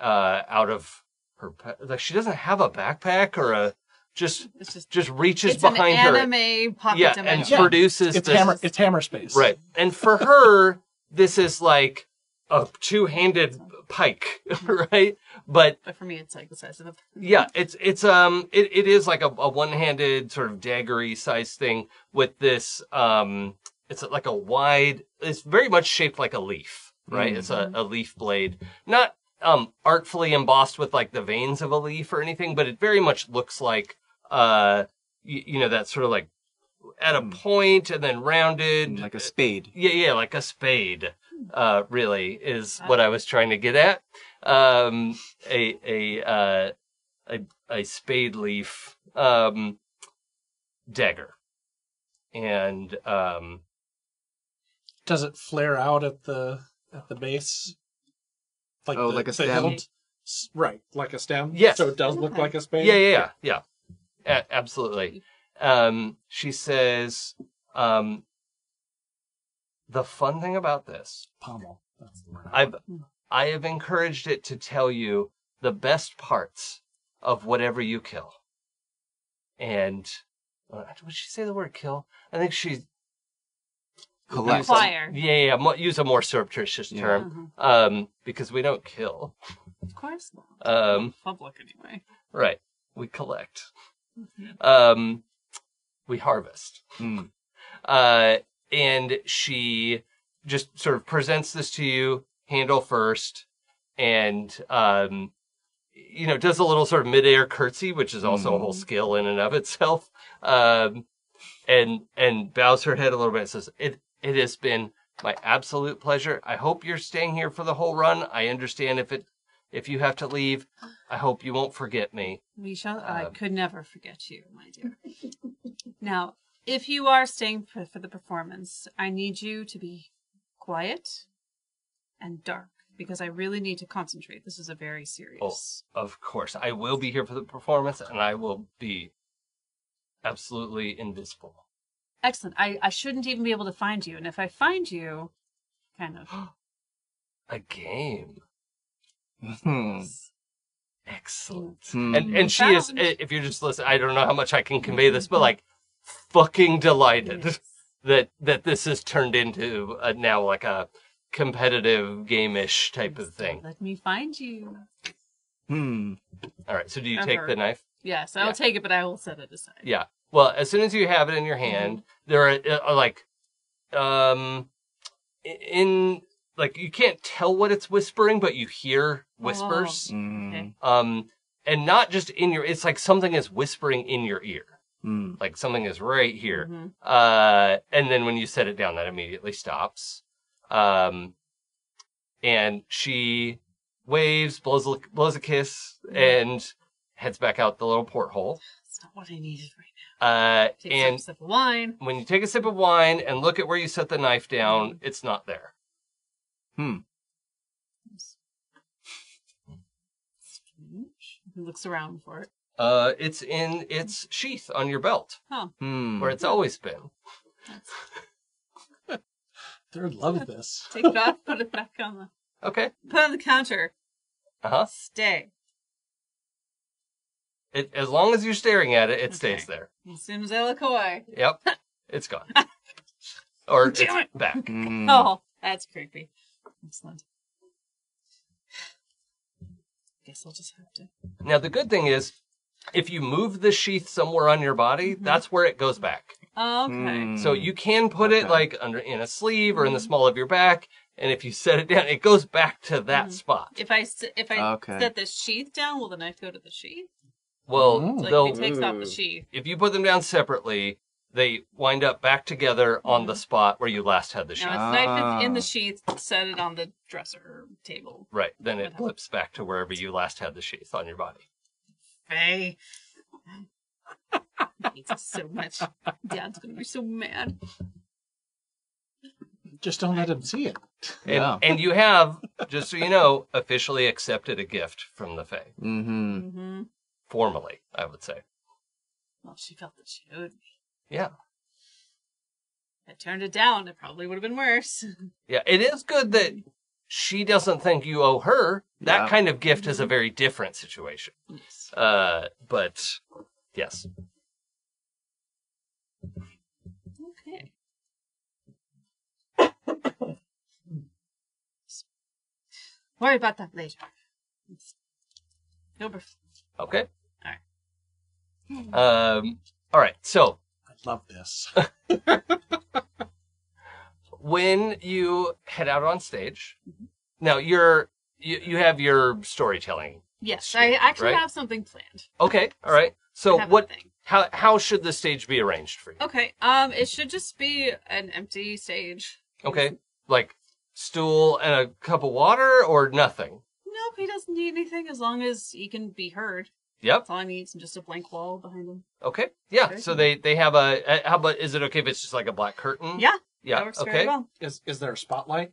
S2: uh, out of her. pa- Like she doesn't have a backpack or a just
S4: It's just.
S2: just reaches
S4: It's an
S2: behind her.
S4: anime pocket
S2: yeah, and
S4: dimension.
S5: Yeah.
S2: produces
S5: It's
S2: this
S5: hammer it's hammer space.
S2: right. And for her, this is like a two-handed pike, <laughs> right? But
S4: But for me, it's like the size of a.
S2: yeah, it's it's um it, it is like a, a one-handed sort of daggery size thing with this um it's like
S3: Mm-hmm.
S2: a wide it's very much shaped like a leaf, right? It's a, a leaf blade. Not um, artfully embossed with like the veins of a leaf or anything, but it very much looks like, uh, y- you know, that sort of like at a
S3: Mm.
S2: point and then rounded.
S3: like a spade.
S2: yeah, yeah, like a spade, uh, really is what I was trying to get at. Um, a, a, uh, a, a spade leaf, um, dagger. And, um,
S5: Does it flare out at the at the base? Like
S3: Oh,
S5: the,
S3: like a
S5: the
S3: stem?
S5: hilt? S- Right, like a stem.
S2: Yes.
S5: So it does look like a spade.
S2: Yeah, yeah, yeah, yeah. A- absolutely. Um, she says, um, the fun thing about this,
S5: Pommel. That's the word.
S2: I've, I have encouraged it to tell you the best parts of whatever you kill. And uh, would she say the word kill? I think she
S3: Collect.
S2: used a-
S4: Acquire.
S2: Yeah, yeah, yeah, mo- use a more surreptitious
S3: Yeah.
S2: term,
S4: Mhm.
S2: um, because we don't kill.
S4: Of course not.
S2: Um,
S4: Public anyway.
S2: right, we collect. Um, we harvest.
S3: Mm.
S2: uh, and she just sort of presents this to you handle first and um you know does a little sort of midair curtsy which is also a whole skill in and of itself um and and bows her head a little bit and says it it has been my absolute pleasure i hope you're staying here for the whole run i understand if it if you have to leave i hope you won't forget me
S4: We shall. I
S2: Um,
S4: could never forget you, my
S2: <laughs>
S4: dear. now, if you are staying for, for the performance, I need you to be quiet and dark because I really need to concentrate. This is a very serious.
S2: Oh, of course i will be here for the performance and i will be absolutely invisible
S4: Excellent. I, I shouldn't even be able to find you, and if I find you,
S2: <gasps>
S4: kind of.
S2: A game.
S3: Hmm.
S2: Excellent.
S3: Hmm.
S2: And and she is
S4: Found.
S2: if you're just listening, I don't know how much I can convey this, but like fucking delighted that that this has turned into a, now like a competitive game-ish type of thing.
S4: Let me find you.
S3: Hmm.
S2: All right, so do you take
S4: Ever.
S2: the knife?
S4: Yes, I'll
S2: Yeah.
S4: take it, but I will set it aside.
S2: Yeah. Well, as soon as you have it in your hand, there are, uh, are like, um, i- in like you can't tell what it's whispering, but you hear whispers.
S3: Mm.
S4: Okay.
S2: Um, and not just in your. It's like something is whispering in your ear.
S3: Hmm.
S2: Like something is right here.
S4: Mhm.
S2: Uh, and then when you set it down, that immediately stops. Um, and she waves, blows a, blows a kiss, and heads back out the little porthole.
S4: That's not what I needed right now.
S2: Uh,
S4: Take a
S2: and
S4: sip, sip of wine.
S2: when you take a sip of wine and look at where you set the knife
S4: Mm-hmm.
S2: down, it's not there.
S3: Hmm.
S4: Strange. Mm-hmm. He looks around for it.
S2: Uh, it's in its sheath on your belt,
S3: Hmm.
S2: where it's
S4: Mm-hmm.
S2: always been.
S5: Third love this.
S4: Take it off,
S2: <laughs>
S4: put it back on the
S2: Okay.
S4: put it on the counter.
S2: Uh huh.
S4: Stay.
S2: It, as long as you're staring at it, it stays there.
S4: As soon as I look away. <laughs>
S2: Yep. It's gone. or it's
S4: Damn
S2: back.
S3: Hmm.
S4: Oh, that's creepy. Excellent. Guess I'll just have to.
S2: Now the good thing is, if you move the sheath somewhere on your body,
S4: Mm-hmm.
S2: that's where it goes back.
S4: Oh, okay.
S3: Hmm.
S2: So you can put it
S3: Okay.
S2: like under in a sleeve or in
S4: Mm-hmm.
S2: the small of your back, and if you set it down, it goes back to that spot.
S4: Mm-hmm. If I s- if I
S3: Okay.
S4: set the sheath down, will the knife go to the sheath?
S2: Well,
S5: Mm.
S4: So like,
S2: they'll
S4: if he takes off the
S3: Ooh.
S4: sheath.
S2: if you put them down separately, they wind up back together on the spot where you last had the sheath.
S4: Now it's knife is in
S3: Ah.
S4: the sheath. Set it on the dresser or table.
S2: Right. Then it
S4: Whatever.
S2: flips back to wherever you last had the sheath on your body.
S4: Faye. I hate this so much. Dad's gonna be so mad.
S5: Just don't let him see it.
S2: And,
S3: Yeah.
S2: and you have, <laughs> just so you know, officially accepted a gift from the Fae.
S3: Mm-hmm.
S4: Mm-hmm.
S2: Formally, I would say.
S4: Well, she felt that she owed me.
S2: Yeah.
S4: If I turned it down, it probably would have been worse.
S2: Yeah, it is good that she doesn't think you owe her. That
S3: Yeah.
S2: kind of gift is a very different situation.
S4: Yes.
S2: Uh, but yes,
S4: Okay. Worry about that later. Number
S2: okay.
S4: All
S2: Um, all right. So
S5: I love
S2: <laughs>
S5: this.
S4: Mm-hmm.
S2: when you head out on stage, now you're you, you have your storytelling.
S4: Yes,
S2: Sure,
S4: I actually
S2: right?
S4: have something planned.
S2: Okay, all right. So
S4: I have a
S2: what?
S4: thing.
S2: How how should the stage be arranged for you?
S4: Okay. Um, it should just be an empty stage.
S2: Okay, like stool and a cup of water or nothing.
S4: Nope, he doesn't need anything as long as he can be heard.
S2: Yep.
S4: That's all he needs, and just a blank wall behind him.
S2: Okay. Yeah.
S4: Very
S2: So they they have a. uh, How about is it okay if it's just like a black curtain?
S4: Yeah,
S2: Yeah.
S4: that works
S2: okay.
S4: very well.
S5: Is is there a spotlight?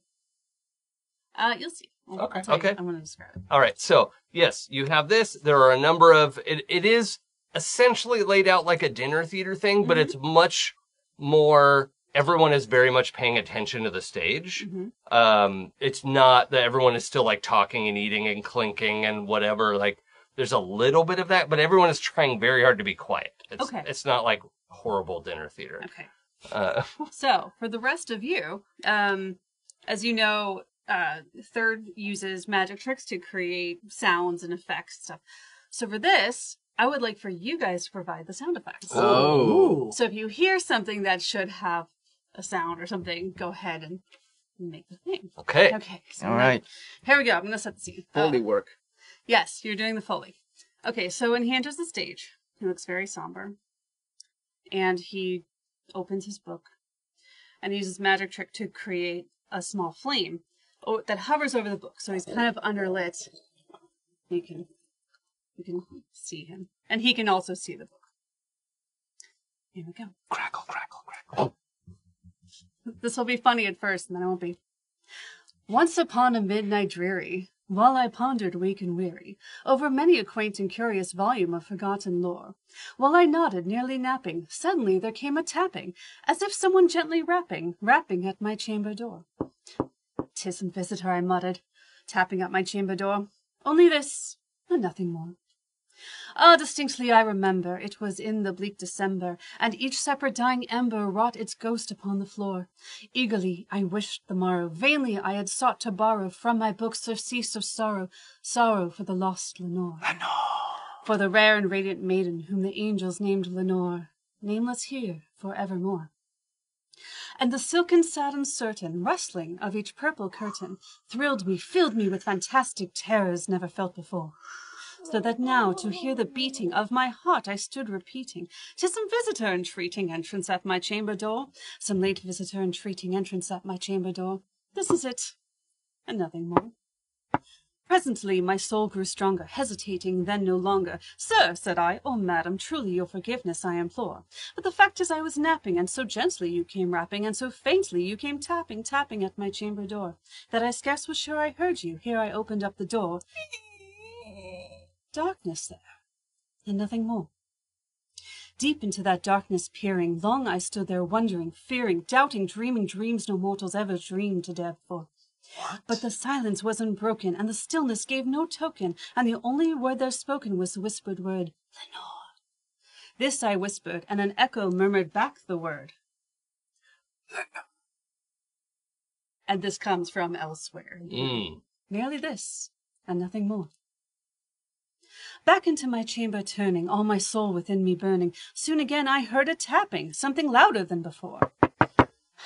S4: Uh, you'll see. I'll- I'll
S5: Okay.
S4: tell you.
S2: Okay.
S4: I'm gonna describe it.
S2: All right. So yes, you have this. There are a number of it. It is essentially laid out like a dinner theater thing, but
S4: Mhm.
S2: it's much more. Everyone is very much paying attention to the stage.
S4: Mhm.
S2: Um, it's not that everyone is still like talking and eating and clinking and whatever. Like there's a little bit of that, but everyone is trying very hard to be quiet. It's,
S4: Okay.
S2: It's not like horrible dinner theater.
S4: Okay.
S2: Uh, <laughs>
S4: So for the rest of you, um, as you know, uh, third uses magic tricks to create sounds and effects and stuff. So for this, I would like for you guys to provide the sound effects.
S3: Oh.
S5: Ooh.
S4: So if you hear something that should have a sound or something, go ahead and make the thing.
S2: okay.
S4: Okay. so
S3: All
S4: now-
S3: right.
S4: Here we go. I'm going to set the scene. Uh,
S3: Holy work.
S4: yes, you're doing the Foley. Okay, so when he enters the stage, he looks very somber. And he opens his book and uses magic trick to create a small flame o- that hovers over the book. So he's kind of underlit. You can you can see him. And he can also see the book. Here we go.
S3: Crackle, crackle, crackle.
S4: This will be funny at first, and then it won't be. Once upon a midnight dreary, while I pondered weak and weary over many a quaint and curious volume of forgotten lore, while I nodded, nearly napping, suddenly there came a tapping, as if someone gently rapping, rapping at my chamber door. "'Tis some visitor," I muttered, tapping at my chamber door. "Only this, and nothing more." Ah, distinctly I remember it was in the bleak December, and each separate dying ember wrought its ghost upon the floor. Eagerly I wished the morrow, vainly I had sought to borrow from my books surcease of sorrow, sorrow for the lost Lenore. Lenore! For the rare and radiant maiden whom the angels named Lenore, nameless here for evermore. And the silken satin certain rustling of each purple curtain thrilled me, filled me with fantastic terrors never felt before so that now to hear the beating of my heart I stood repeating, "'Tis some visitor entreating entrance at my chamber door, some late visitor entreating entrance at my chamber door. This is it, and nothing more." Presently my soul grew stronger, hesitating then no longer. Sir, said I, or madam, truly your forgiveness I implore. But the fact is I was napping, and so gently you came rapping, and so faintly you came tapping, tapping at my chamber door, that I scarce was sure I heard you. Here I opened up the door, darkness there, and nothing more. Deep into that darkness peering, long I stood there wondering, fearing, doubting, dreaming dreams no mortals ever dreamed to dare for. But the silence was unbroken, and the stillness gave no token, and the only word there spoken was the whispered word, Lenore. This I whispered, and an echo murmured back the word. And this comes from elsewhere.
S2: Mm.
S4: Merely this, and nothing more. Back into my chamber turning, all my soul within me burning, soon again I heard a tapping, something louder than before.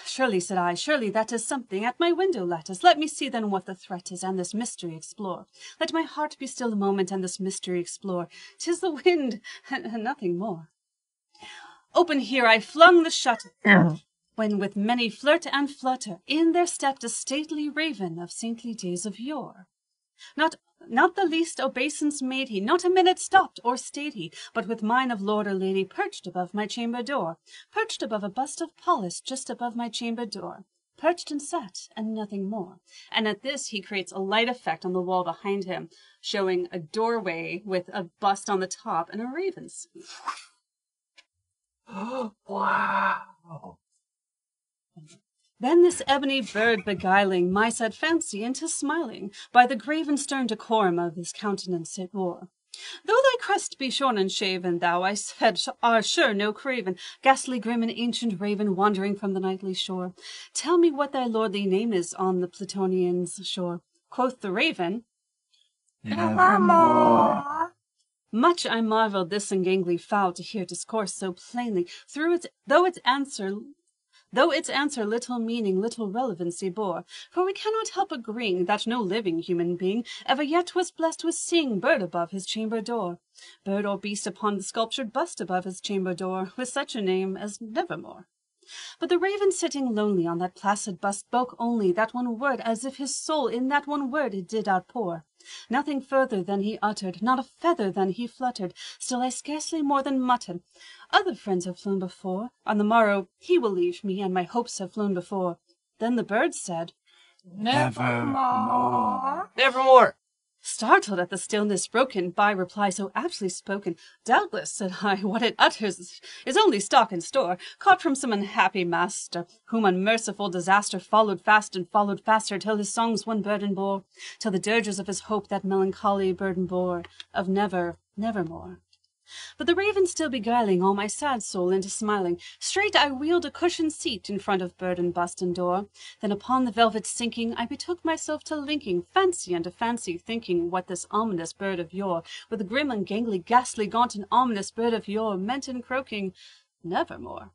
S4: Surely, said I, surely that is something at my window lattice. Let me see then what the threat is, and this mystery explore. Let my heart be still a moment, and this mystery explore. 'Tis the wind, <laughs> and and nothing more. Open here I flung the shutter, when with many flirt and flutter in there stepped a stately raven of saintly days of yore. Not not the least obeisance made he, not a minute stopped or stayed he, but with mine of lord or lady perched above my chamber door, perched above a bust of Paulus just above my chamber door, perched and sat, and nothing more. And at this he creates a light effect on the wall behind him, showing a doorway with a bust on the top and a raven's.
S2: wow.
S4: Then this ebony bird beguiling my sad fancy into smiling by the grave and stern decorum of his countenance it wore. Though thy crest be shorn and shaven, thou, I said, sh- are sure no craven, ghastly grim and ancient raven wandering from the nightly shore. Tell me what thy lordly name is on the Plutonian's shore. Quoth the raven, much I marvelled this ungainly fowl to hear discourse so plainly, through its, though its answer though its answer little meaning, little relevancy bore. For we cannot help agreeing that no living human being ever yet was blessed with seeing bird above his chamber door, bird or beast upon the sculptured bust above his chamber door, with such a name as Nevermore. But the raven sitting lonely on that placid bust spoke only that one word, as if his soul in that one word it did outpour. Nothing further than he uttered, not a feather than he fluttered, still I scarcely more than muttered. Other friends have flown before, on the morrow he will leave me, and my hopes have flown before. Then the bird said,
S3: Nevermore.
S2: Nevermore.
S4: Startled at the stillness broken by reply so aptly spoken, doubtless, said I, <laughs> what it utters is only stock and store, caught from some unhappy master, whom unmerciful disaster followed fast and followed faster, till his songs one burden bore, till the dirges of his hope that melancholy burden bore, of never, nevermore. But the raven still beguiling all my sad soul into smiling, straight I wheeled a cushioned seat in front of bird and bust and door. Then upon the velvet sinking, I betook myself to linking fancy unto fancy, thinking what this ominous bird of yore, with grim, ungainly, ghastly, gaunt, and ominous bird of yore, meant in croaking, nevermore.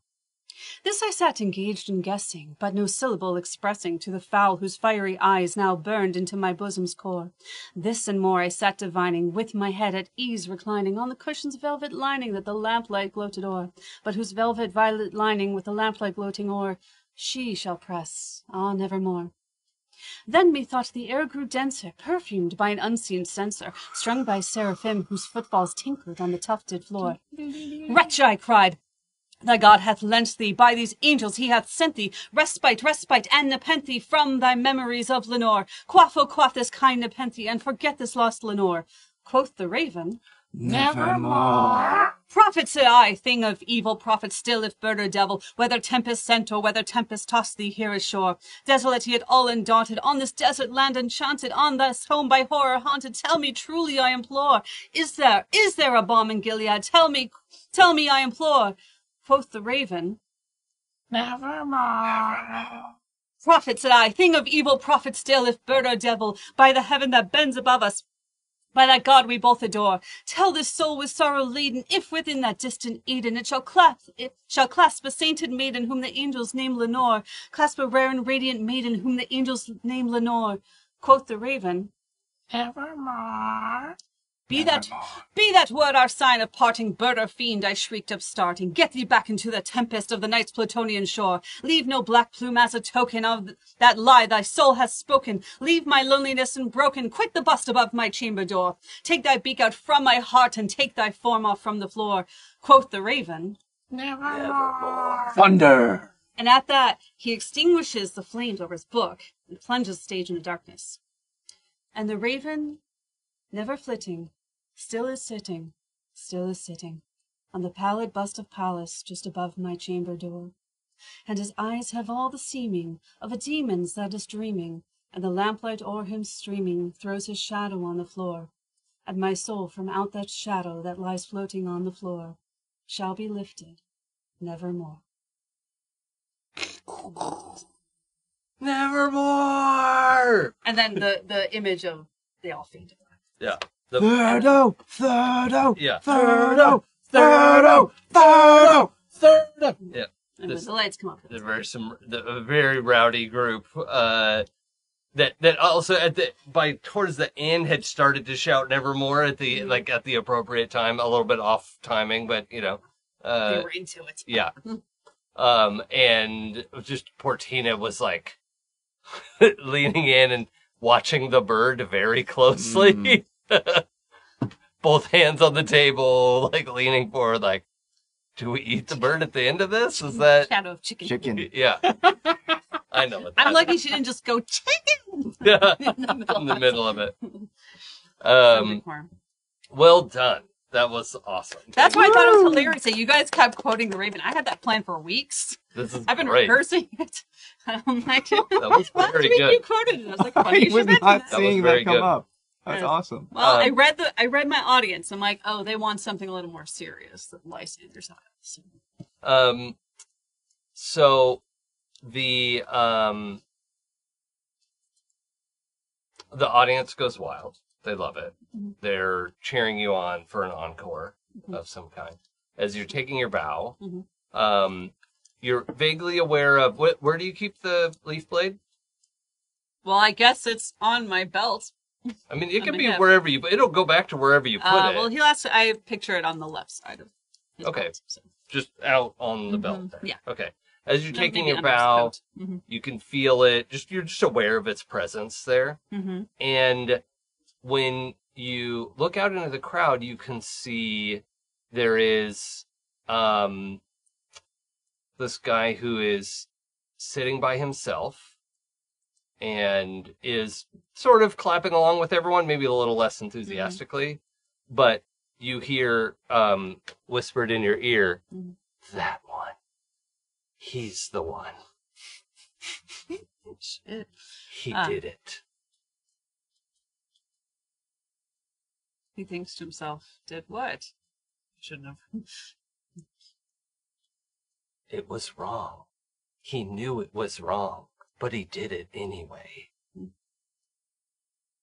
S4: This I sat engaged in guessing, but no syllable expressing to the fowl whose fiery eyes now burned into my bosom's core. This and more I sat divining, with my head at ease reclining on the cushion's velvet lining that the lamplight gloated o'er, but whose velvet violet lining with the lamplight gloating o'er, she shall press, ah, nevermore. Then methought the air grew denser, perfumed by an unseen censer, strung by seraphim whose footfalls tinkled on the tufted floor. Wretch, I cried, Thy God hath lent thee, by these angels he hath sent thee, respite, respite, and nepenthe from thy memories of Lenore. Quaff, oh, quaff this kind nepenthe, and forget this lost Lenore. Quoth the raven,
S3: Nevermore.
S4: Prophet, said I, thing of evil, prophet still, if bird or devil, whether tempest sent or whether tempest tossed thee here ashore. Desolate yet all undaunted, on this desert land enchanted, on this home by horror haunted, tell me truly, I implore, is there, is there a bomb in Gilead? Tell me, tell me, I implore. Quoth the raven, Prophet, said I, thing of evil, prophet still, if bird or devil, by the heaven that bends above us, by that God we both adore, tell this soul with sorrow laden, if within that distant Eden it shall clasp, it shall clasp a sainted maiden whom the angels name Lenore, clasp a rare and radiant maiden whom the angels name Lenore. Quoth the raven, be that, be that word our sign of parting, bird or fiend, I shrieked upstarting. Get thee back into the tempest of the night's Plutonian shore. Leave no black plume as a token of th- that lie thy soul hath spoken. Leave my loneliness unbroken. Quit the bust above my chamber door. Take thy beak out from my heart and take thy form off from the floor. Quoth the raven,
S3: Thunder.
S4: and at that he extinguishes the flames over his book and plunges stage into darkness. And the raven, never flitting, still is sitting, still is sitting, on the pallid bust of Pallas just above my chamber door. And his eyes have all the seeming of a demon's that is dreaming, and the lamplight o'er him streaming throws his shadow on the floor. And my soul from out that shadow that lies floating on the floor shall be lifted nevermore.
S2: Nevermore.
S4: And then the the image of they all fade to black.
S2: Yeah.
S3: Thirdo, thirdo,
S2: Yeah.
S3: thirdo, thirdo, thirdo.
S5: Third.
S4: And when
S2: This-
S4: the lights come up.
S2: the very some the, a very rowdy group uh that that also at the by towards the end had started to shout nevermore at the
S4: Mhm.
S2: like at the appropriate time a little bit off timing but you know
S4: they
S2: uh
S4: were into it.
S2: yeah
S4: Mhm.
S2: um and just portina was like <laughs> leaning in and watching the bird very closely
S3: Mm.
S2: <laughs> both hands on the table like leaning forward like do we eat the bird at the end of this is that
S4: Shadow of chicken.
S3: <laughs> Chicken.
S2: yeah. I know what that
S4: I'm lucky she didn't just go chicken
S2: <laughs> is.
S4: in the middle.
S2: in the middle of it.
S4: Um,
S2: Um, well done. That was awesome.
S4: That's why I thought it was hilarious that you guys kept quoting the Raven. I had that plan for weeks.
S2: This is
S4: I've been
S2: great.
S4: rehearsing it. <laughs> I'm like,
S2: That
S4: <laughs>
S2: was
S4: why
S2: very
S4: did You
S2: good.
S4: quoted it. I was like, funny
S3: I
S4: <laughs> you
S3: was
S4: should mention
S3: not
S4: that.
S2: That was
S3: seeing that,
S2: very
S3: come
S2: good.
S3: up. That's
S4: Yes.
S3: awesome.
S4: Well, I
S2: Um,
S4: read the I read my audience. I'm like, oh, they want something a little more serious than Lysander's eyes.
S2: Um, so the um, the audience goes wild. They love it.
S4: Mhm.
S2: They're cheering you on for an encore
S4: Mhm.
S2: of some kind. As you're taking your bow,
S4: Mhm.
S2: um, You're vaguely aware of wh- where do you keep the leaf blade?
S4: Well, I guess it's on my belt.
S2: I mean, it
S4: I
S2: can
S4: mean,
S2: be
S4: yeah.
S2: wherever you, but it'll go back to wherever you put
S4: Uh,
S2: it,
S4: well, he'll ask. I picture it on the left side of. His
S2: Okay.
S4: belt, so.
S2: just out on the belt.
S4: Mhm,
S2: There.
S4: yeah.
S2: Okay. As you're
S4: No,
S2: taking
S4: maybe
S2: your
S4: under his
S2: bow,
S4: coat. Mhm,
S2: you can feel it. Just you're just aware of its presence there.
S4: mhm.
S2: And when you look out into the crowd, you can see there is um this guy who is sitting by himself and is sort of clapping along with everyone, maybe a little less enthusiastically, but you hear um whispered in your ear,
S4: Mhm.
S2: that one. He's the one.
S4: Shit.
S2: He
S4: Ah.
S2: did it.
S4: He thinks to himself, "Did what? Shouldn't have."
S2: It was wrong. He knew it was wrong, but he did it anyway.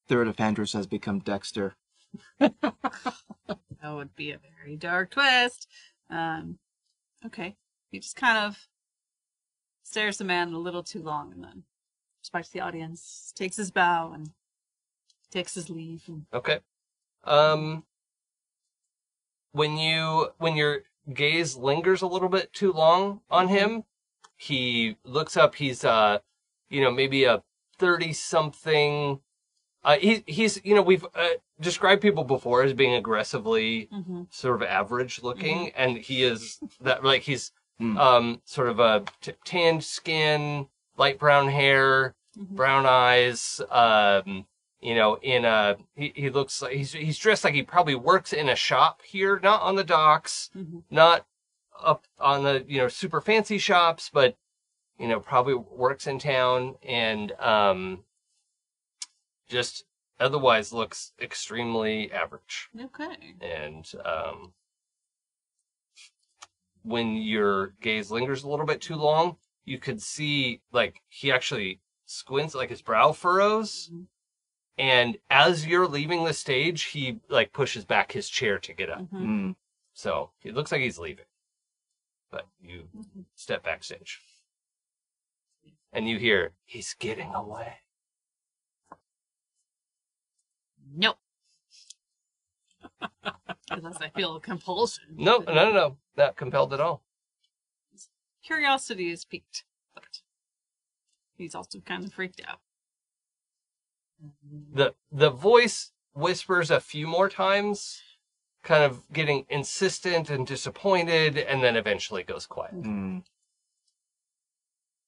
S3: Third of Andrus has become Dexter.
S4: That would be a very dark twist. Um, okay. He just kind of stares the man a little too long and then goes back to the audience, takes his bow and takes his leave. And
S2: Okay. Um when you when your gaze lingers a little bit too long on him, he looks up, he's uh you know, maybe a 30 something uh he he's you know, we've uh, described people before as being aggressively
S4: Mhm.
S2: sort of average looking and he is that like he's
S3: Hmm.
S2: um sort of a t- tanned skin light brown hair
S4: Mhm.
S2: brown eyes um you know in a he, he looks like he's he's dressed like he probably works in a shop here not on the docks
S4: Mhm.
S2: not up on the you know super fancy shops but you know probably works in town and um just otherwise looks extremely average
S4: Okay.
S2: and um, when your gaze lingers a little bit too long, you could see like he actually squints, like his brow furrows,
S4: Mhm.
S2: and as you're leaving the stage, he like pushes back his chair to get up.
S4: Mhm.
S3: Mm.
S2: So it looks like he's leaving, but you
S4: Mhm.
S2: step backstage, and you hear he's getting away.
S4: Nope. <laughs> Unless I feel a compulsion.
S2: No, no, no, no, not compelled at all.
S4: Curiosity is piqued, but he's also kind of freaked out.
S2: the the voice whispers a few more times kind of getting insistent and disappointed and then eventually goes quiet
S3: Mm.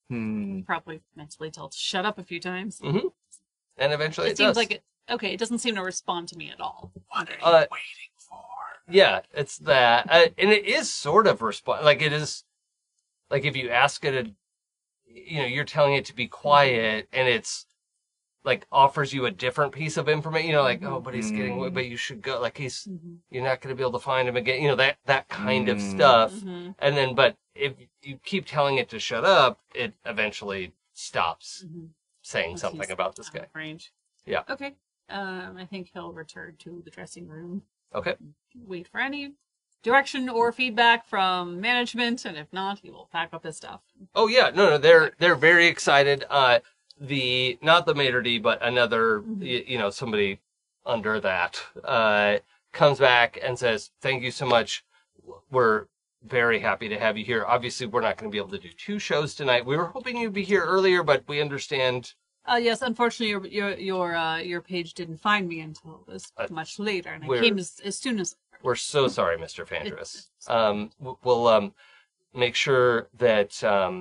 S3: Hmm.
S4: Probably mentally told to shut up a few times.
S2: and eventually it,
S4: it seems
S2: does.
S4: like it okay it doesn't seem to respond to me at all
S5: What are you
S2: Uh,
S5: waiting for?
S2: yeah it's that uh, and it is sort of respond like it is like if you ask it a, you know you're telling it to be quiet and it's like offers you a different piece of information you know like oh but he's getting away but you should go like he's you're not going to be able to find him again you know that that kind of
S3: Mm.
S2: stuff
S4: mm-hmm.
S2: And then, but if you keep telling it to shut up, it eventually stops saying something about this guy.
S4: range
S2: Yeah.
S4: okay um i think he'll return to the dressing room
S2: Okay.
S4: wait for any direction or feedback from management and if not he will pack up his stuff
S2: Oh yeah, no, no, they're they're very excited. Uh, the not the maitre d, but another, y
S4: Mhm.
S2: you, know, somebody under that uh comes back and says, "Thank you so much. We're very happy to have you here. Obviously, we're not going to be able to do two shows tonight. We were hoping you'd be here earlier, but we understand.
S4: uh yes unfortunately your your your, uh, your page didn't find me until this
S2: Uh,
S4: much later and i
S2: where-
S4: came as, as soon as
S2: We're so sorry, Mr. <laughs> Fandris. Um, w- we'll um, make sure that um,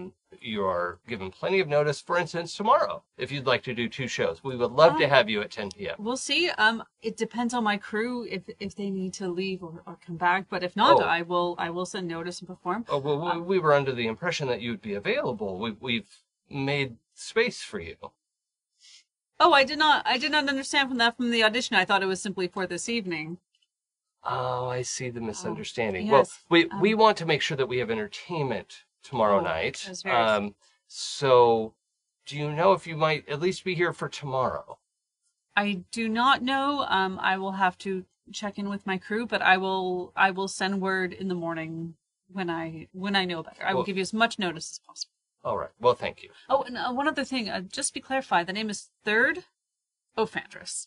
S2: you are given plenty of notice. For instance, tomorrow, if you'd like to do two shows, we would love to
S4: Oh.
S2: have you at 10 p.m.
S4: We'll see. Um, it depends on my crew if if they need to leave or, or come back. But if not,
S2: Oh.
S4: I will I will send notice and perform.
S2: Oh, well, we, we were under the impression that you'd be available. We, we've made space for you.
S4: Oh, I did not I did not understand from that from the audition. I thought it was simply for this evening.
S2: Oh, I see the misunderstanding. well,
S4: yes,
S2: we we
S4: um,
S2: want to make sure that we have entertainment tomorrow
S4: Oh,
S2: night.
S4: that's very s-
S2: Um, so, do you know if you might at least be here for tomorrow?
S4: I do not know. Um, I will have to check in with my crew, but I will I will send word in the morning when I when I know better. I will
S2: Well-
S4: give you as much notice as possible.
S2: All right. Well, thank you.
S4: Oh, and uh, one other thing, uh, just to be clarified, the name is Third Ophantris,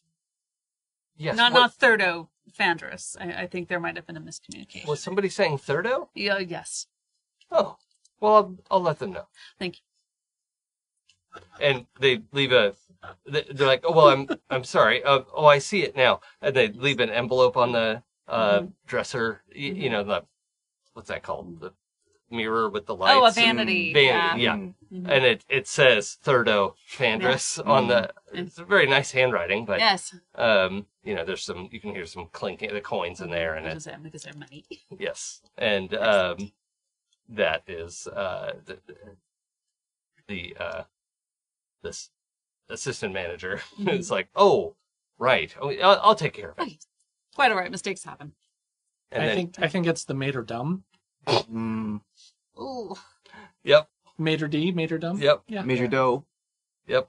S2: Yes.
S4: not
S2: what-
S4: not Third Ophantris. I, I think there might have been a miscommunication.
S2: Was somebody saying thirdo?
S4: Yeah, yes,
S2: Oh, well, I'll, I'll let them know.
S4: thank you.
S2: And they leave a. they- They're like, oh well, I'm I'm sorry. Uh, oh, I see it now. And they leave an envelope on the uh,
S4: Mm-hmm.
S2: dresser. y- You, know the what's that called? The mirror with the lights.
S4: Oh, a
S2: and
S4: vanity.
S2: van-
S4: yeah. Mm-hmm.
S2: yeah.
S3: Mm.
S2: And it it says Thirdo Fandris on the.
S4: Mm-hmm.
S2: It's a very nice handwriting, but
S4: Yes.
S2: um, you know, there's some you can hear some clinking the coins in there, and
S4: Because
S2: it
S4: they're- Because they're money. <laughs>
S2: Yes, and um, that is uh, the the uh, this assistant manager <laughs>
S5: Mm-hmm.
S2: is like, oh, right, oh, I'll, I'll take care of it.
S4: Okay. Quite all right. Mistakes happen.
S2: And
S5: I
S2: then,
S5: think I think it's the Mater Dum.
S3: Mm,
S4: Ooh.
S2: yep,
S5: Mater D, Mater Dum.
S2: <laughs> yep,
S5: Yeah.
S3: Major Doe.
S2: yep.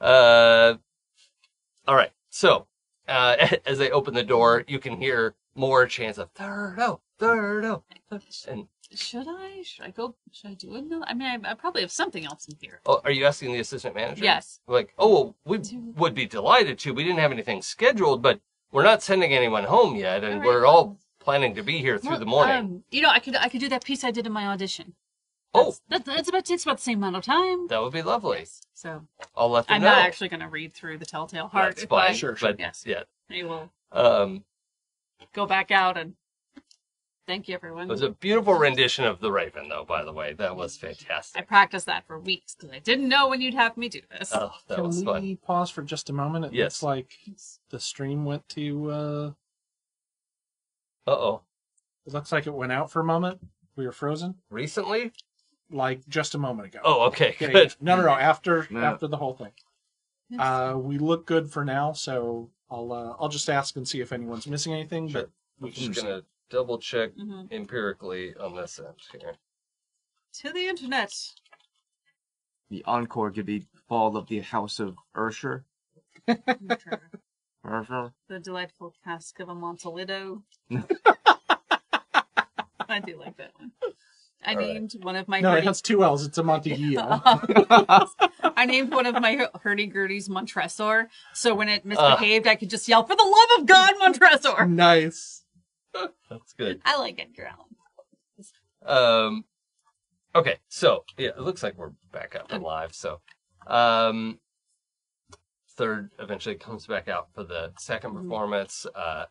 S2: Uh, all right. So uh, <laughs> as they open the door, you can hear more chants of third oh, third oh, and
S4: Should I? Should I go? Should I do another? I mean, I, I probably have something else in here.
S2: Oh, are you asking the assistant manager?
S4: Yes.
S2: Like, oh, well, we would be delighted to. We didn't have anything scheduled, but we're not sending anyone home yet, and
S4: All right.
S2: we're all planning to be here through
S4: Well,
S2: the morning.
S4: um, you know, I could I could do that piece I did in my audition.
S2: oh,
S4: That, that's about takes about the same amount of time.
S2: that would be lovely.
S4: So
S2: I'll let them
S4: I'm
S2: know.
S4: not actually going to read through the Telltale Heart.
S2: That's
S4: if
S2: fine.
S4: I-
S5: Sure, sure.
S2: But
S4: Yes.
S2: yeah,
S4: I will
S2: um,
S4: go back out and thank you, everyone.
S2: it was a beautiful rendition of the Raven, though. By the way, that was
S4: I
S2: fantastic.
S4: practiced that for weeks because I didn't know when you'd have me do this.
S2: Oh, that
S5: Can
S2: was
S5: we
S2: fun.
S5: pause for just a moment? It
S2: Yes.
S5: looks like the stream went to. Uh,
S2: Uh oh.
S5: it looks like it went out for a moment. We were frozen,
S2: Recently?
S5: like just a moment ago.
S2: Oh, okay.
S5: Yeah,
S2: Good.
S5: yeah. No, no, no. After
S3: No.
S5: after the whole thing,
S4: Yes.
S5: uh, we look good for now. So I'll uh, I'll just ask and see if anyone's missing anything. But
S2: I'm just gonna double check
S4: Mhm.
S2: empirically on this end here.
S4: To the internet.
S3: The encore could be Fall of the House of <laughs> Ursher. Ursher.
S4: the delightful cask of a
S2: <laughs>
S4: Montolido. I do like that one. I
S2: All right.
S4: named one of my
S5: no, it
S4: hurdy-
S5: has two L's. It's
S4: <laughs>
S5: a Montevideo.
S4: I named one of my hurdy gurdies Montresor, so when it misbehaved,
S2: Uh.
S4: I could just yell, "For the love of God,
S2: <laughs>
S4: Montresor!"
S5: nice.
S2: That's good.
S4: I like Edgar Allan.
S2: Um, okay, so yeah, it looks like we're back up and live. So, um, third eventually comes back out for the second
S4: Mm-hmm.
S2: performance, uh,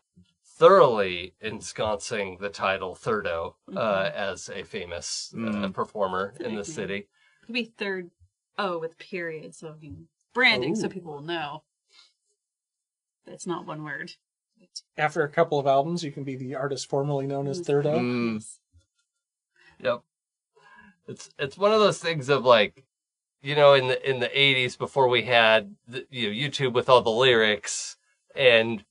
S2: thoroughly ensconcing the title Thirdo uh, as a famous uh,
S3: Mm.
S2: performer
S4: Mm-hmm. a
S2: in the
S4: big name.
S2: city.
S4: It could be third O with period, so you know, branding, so people will know that's not one word.
S5: After a couple of albums, you can be the artist formerly known as Third O.
S3: Mm,
S2: Yep, it's it's one of those things of like. You know, in the in the '80s, before we had the, you know YouTube with all the lyrics, and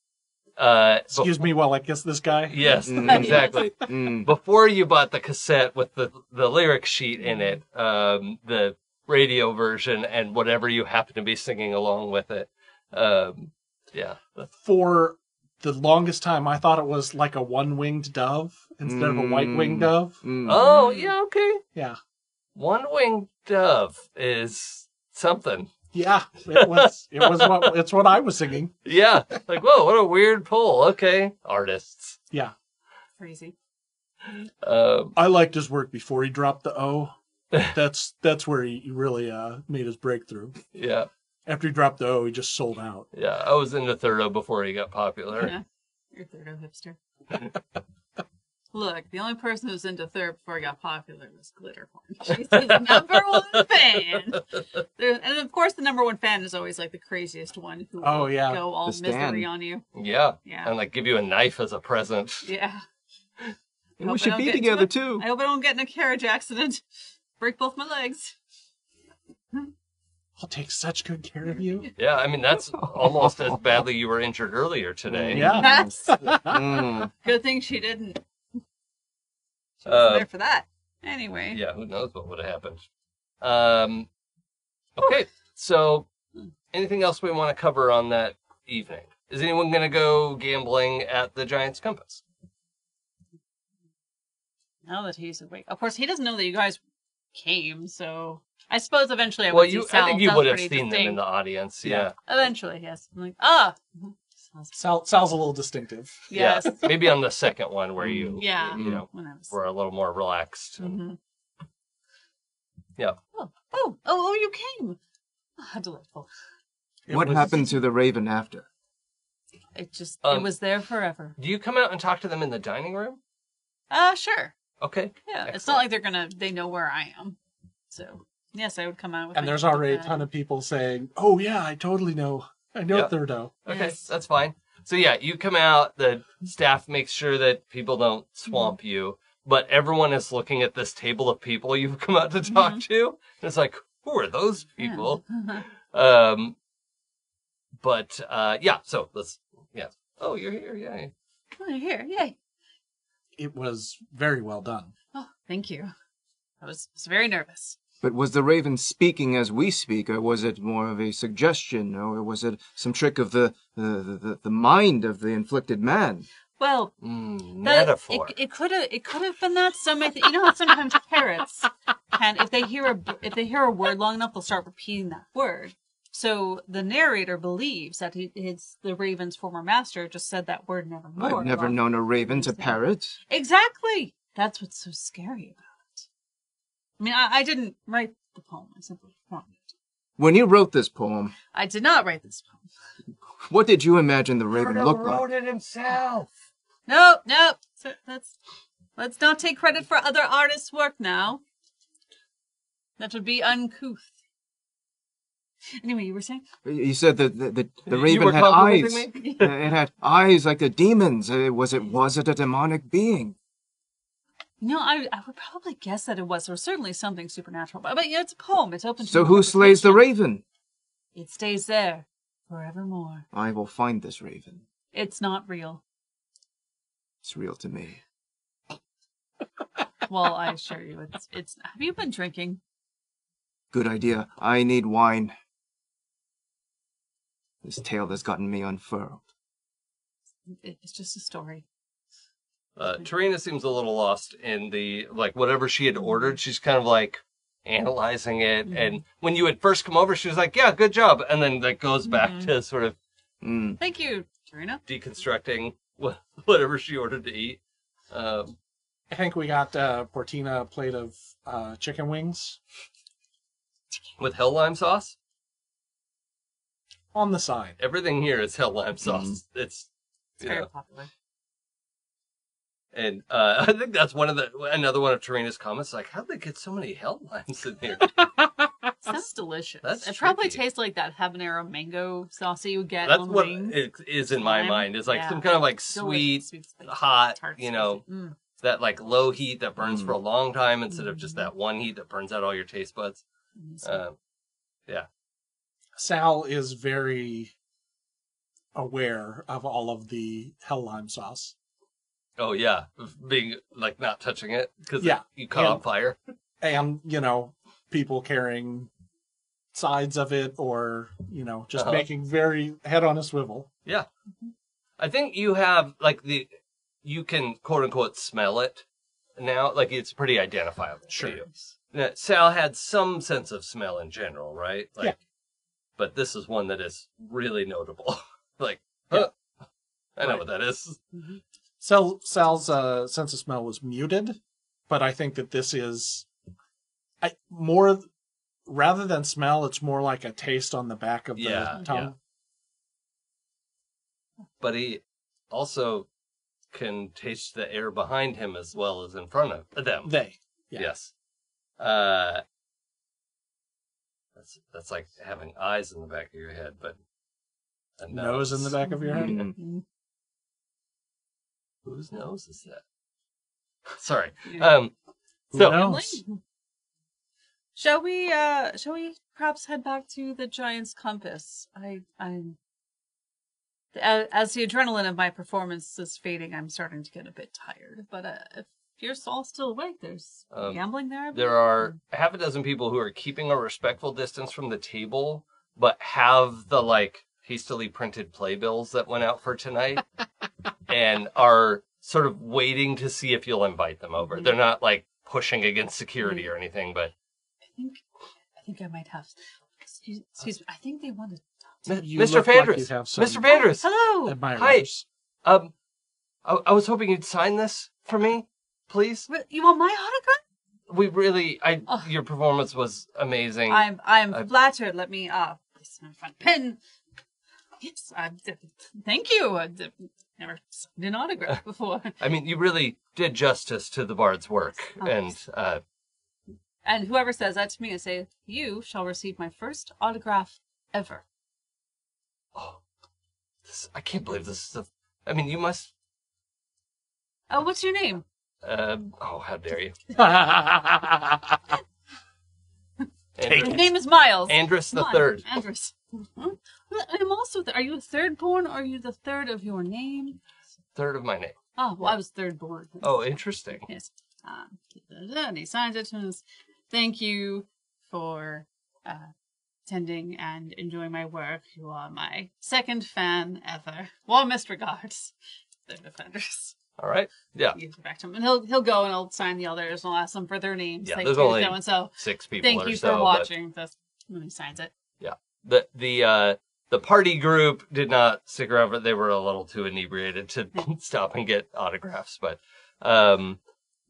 S2: uh, bef-
S5: Excuse me while I kiss this guy.
S2: Yes,
S3: Mm.
S2: <laughs> exactly.
S3: mm,
S2: Before you bought the cassette with the the lyric sheet in it, um, the radio version and whatever you happen to be singing along with it. Um, yeah,
S5: For the longest time, I thought it was like a one-winged dove instead of a white-winged
S3: Mm.
S5: dove.
S3: mm.
S2: Oh, yeah, okay.
S5: Yeah,
S2: One winged dove is something.
S5: yeah. It was. it was what. It's what I was singing.
S2: Yeah, like whoa, what a weird pull. Okay, artists.
S5: Yeah.
S4: Crazy.
S2: Um,
S5: I liked his work before he dropped the O. That's that's where he really uh, made his breakthrough.
S2: yeah,
S5: After he dropped the O, he just sold out.
S2: yeah. I was into Thurdo before he got popular.
S4: Yeah, you're a third O hipster. <laughs> Look, the only person who was into third before I got popular was Glitterhorn. <laughs> She's his number one fan. There, and of course, the number one fan is always like the craziest one who
S5: Oh,
S4: will
S5: yeah.
S4: go all
S3: The
S4: misery
S3: stan.
S4: on you.
S2: Yeah.
S4: Yeah.
S2: and like give you a knife as a present.
S4: Yeah.
S3: And
S4: Hope I
S3: we should
S4: don't
S3: be
S4: get too
S3: together
S4: much-
S3: too.
S4: I hope I don't get in a carriage accident. Break both my
S3: <laughs>
S4: legs.
S5: I'll take such good care of you.
S2: Yeah, I mean
S4: <laughs>
S2: that's almost as badly you were injured earlier today.
S5: Yeah.
S3: <laughs>
S4: That's
S3: Mm.
S4: good thing she didn't. She wasn't
S2: Uh,
S4: there for that. Anyway.
S2: yeah, who knows what would have happened. Um, okay, so anything else we want to cover on that evening? Is anyone going to go gambling at the Giants Compass?
S4: Now that he's awake, of course, he doesn't know that you guys came. So I suppose eventually I
S2: well,
S4: would
S2: you,
S4: see Sal.
S2: I think you
S4: Sal's
S2: would have
S4: pretty
S2: seen them in
S4: distinct.
S2: the audience.
S5: Yeah.
S2: Yeah.
S4: Eventually, yes. I'm like, ah, <laughs> Sal's-
S5: Sal, Sal's a little distinctive.
S4: yes.
S2: Yeah. Maybe on the second one where you,
S4: Mm-hmm. Yeah.
S2: you know,
S4: When I was.
S2: were a little more relaxed.
S4: Mhm.
S2: Yeah.
S4: Oh, oh, oh, oh, you came. Ah, delightful.
S5: It
S3: what
S5: was-
S3: happened to the raven after?
S4: It just, it
S2: Um,
S4: was there forever.
S2: Do you come out and talk to them in the dining room?
S4: Uh, sure.
S2: Okay.
S4: Yeah. It's not
S2: Excellent.
S4: like they're gonna, they know where I am. So, yes, I would come out with.
S5: And
S4: my
S5: there's already a
S4: bag.
S5: ton of people saying, "Oh yeah, I totally know. I know
S2: Yep.
S5: Thurdo."
S2: Okay,
S4: Yes.
S2: that's fine. So yeah, you come out. The staff makes sure that people don't swamp
S4: Mm-hmm.
S2: you, but everyone is looking at this table of people you've <laughs> come out to talk to. And it's like, who are those
S4: Mm-hmm. Yeah. <laughs>
S2: people? Um, but uh, yeah. So let's yeah. Oh, you're here. Yay.
S4: Oh, you're here. Yay.
S5: It was very well done.
S4: Oh, thank you. I was, was very nervous.
S3: But was the raven speaking as we speak, or was it more of a suggestion, or was it some trick of the the, the, the mind of the inflicted man?
S4: Well,
S2: Mm,
S4: That-
S2: metaphor.
S4: It could have. It could have been that. Some, I th- you know, how sometimes parrots can, if they hear a, b- if they hear a word long enough, they'll start repeating that word. So the narrator believes that he, his the raven's former master just said that word nevermore.
S3: I've never
S4: long-
S3: known a raven to
S4: Interesting.
S3: parrot.
S4: Exactly. That's what's so scary about it. I mean, I, I didn't write the poem. I simply performed it.
S3: When you wrote this poem,
S4: I did not write this poem.
S3: what did you imagine the raven
S2: Frodo
S3: looked
S2: wrote it
S3: like?
S2: himself.
S4: Nope, nope. So let's let's not take credit for other artists' work now. That would be uncouth. Anyway, you were saying
S3: You said that the, the, the
S2: You
S3: raven
S2: were
S3: had eyes.
S2: complimenting
S3: <laughs> Uh, it had eyes like the demons. Uh, was it was it a demonic being?
S4: no. I I would probably guess that it was. There was certainly something supernatural, but but yeah, it's a poem. It's open. to
S3: So who slays the
S4: interpretation.
S3: raven?
S4: It stays there forevermore.
S3: I will find this raven.
S4: It's not real.
S3: It's real to me.
S4: Well, I assure you, it's it's. Have you been drinking?
S3: Good idea. I need wine. This tale has gotten me unfurled.
S4: It- It's just a story.
S2: Uh, Tarina seems a little lost in the like whatever she had ordered. She's kind of like analyzing it.
S4: Mm-hmm.
S2: And when you had first come over, she was like, "Yeah, good job," and then that goes back
S4: Mm-hmm.
S2: to sort of
S3: Mm.
S4: Thank you, Tarina.
S2: deconstructing wha- <laughs> whatever she ordered to eat. Um,
S5: I think we got uh, Portina a plate of uh, chicken wings
S2: with hell lime sauce,
S5: on the side.
S2: everything here is hell lime sauce. It's
S4: Mm-hmm. It's very
S2: yeah.
S4: popular.
S2: and uh, <laughs> I think that's one of the another one of Tarina's comments. Like, how'd they get so many hell limes in
S4: <laughs>
S2: here?
S4: Sounds delicious.
S2: That's
S4: it probably
S2: tricky.
S4: tastes like that habanero mango sauce that you get
S2: that's
S4: on
S2: what
S4: wings.
S2: it is in my
S4: Lime?
S2: mind. It's like
S4: Yeah.
S2: some kind of like sweet,
S4: Delicious, spicy,
S2: hot,
S4: tart,
S2: you know,
S4: spicy. Mm.
S2: that like low heat that burns
S5: Hmm.
S2: for a long time instead of just
S4: Mhm.
S2: that one heat that burns out all your taste buds. Um,
S5: Sal is very aware of all of the hell lime sauce.
S2: oh yeah, being like not touching it because
S5: Yeah.
S2: you caught
S5: Yeah.
S2: on fire.
S5: and you know people carrying sides of it or you know just
S2: Uh-huh.
S5: making very head on a swivel
S2: I think you have like the you can quote unquote smell it now. Like it's pretty identifiable. to
S5: Sure.
S2: you. Now, Sal had some sense of smell in general, right? Like,
S5: Yeah.
S2: But this is one that is really notable. <laughs> like,
S5: Yeah.
S2: huh, I know
S5: Right.
S2: what that is.
S5: Sal, sal's uh, sense of smell was muted but i think that this is I, more rather than smell it's more like a taste on the back of the
S2: Yeah,
S5: tongue
S2: yeah. But he also can taste the air behind him as well as in front of them.
S5: they yeah.
S2: Yes. Uh, that's that's like having eyes in the back of your head, but a
S5: nose in the back of your head
S3: Mm.
S2: Whose nose is that? <laughs> Sorry.
S4: Yeah.
S2: Um,
S5: Who
S2: so
S5: knows?
S4: Shall we? uh Shall we perhaps head back to the giant's compass? I, I, a- as the adrenaline of my performance is fading, I'm starting to get a bit tired. But uh, if you're all still awake, there's
S2: Um,
S4: gambling there. I believe?
S2: there are half a dozen people who are keeping a respectful distance from the table, but have the like hastily printed playbills that went out for tonight, and are sort of waiting to see if you'll invite them over. They're not like pushing against security or anything, but
S4: I think I think I might have. Excuse, excuse me. I think they want to.
S2: M-
S5: You
S2: Mr.
S5: look like
S2: Vandrus,
S5: you have some
S2: Mr. Vandrus,
S4: Hello.
S5: Admirers.
S2: um, I, I was hoping you'd sign this for me, please.
S4: Re- You want my autograph?
S2: We really, I,
S4: Oh.
S2: your performance was amazing.
S4: I'm I'm
S2: I-
S4: flattered. Let me uh place my front pen. Yes, I thank you. I d- never signed an
S2: <laughs>
S4: autograph before,
S2: I mean, you really did justice to the bard's work,
S4: Oh.
S2: and uh,
S4: and whoever says that to me, I say you shall receive my first autograph ever.
S2: this, I can't believe this is. The, I mean, you must.
S4: Oh, what's your name?
S2: Uh, oh, how dare you,
S5: <laughs>
S4: My
S2: Andrus,
S4: name is Miles.
S2: Andrus the
S4: Miles
S2: Third.
S4: Andrus. Mhm. Well, I'm also. Th- are you a third born? Or are you the third of your name?
S2: Third of my name.
S4: Oh, well, I was third born.
S2: Oh, interesting.
S4: Yes. Um, and he signs it and says, Thank you for uh, attending and enjoying my work. You are my second fan ever. Warmest regards, the defenders.
S2: All right. Yeah.
S4: You go back to him, and he'll he'll go and I'll sign the others and I'll ask them for their names.
S2: Yeah,
S4: like,
S2: there's
S4: "Here's
S2: only
S4: so and so.
S2: Six people
S4: Thank
S2: or
S4: you
S2: so.
S4: for
S2: but-
S4: watching. That's when he signs it.
S2: the the uh the party group did not stick around but they were a little too inebriated
S4: <laughs>
S2: to <laughs> stop and get autographs but um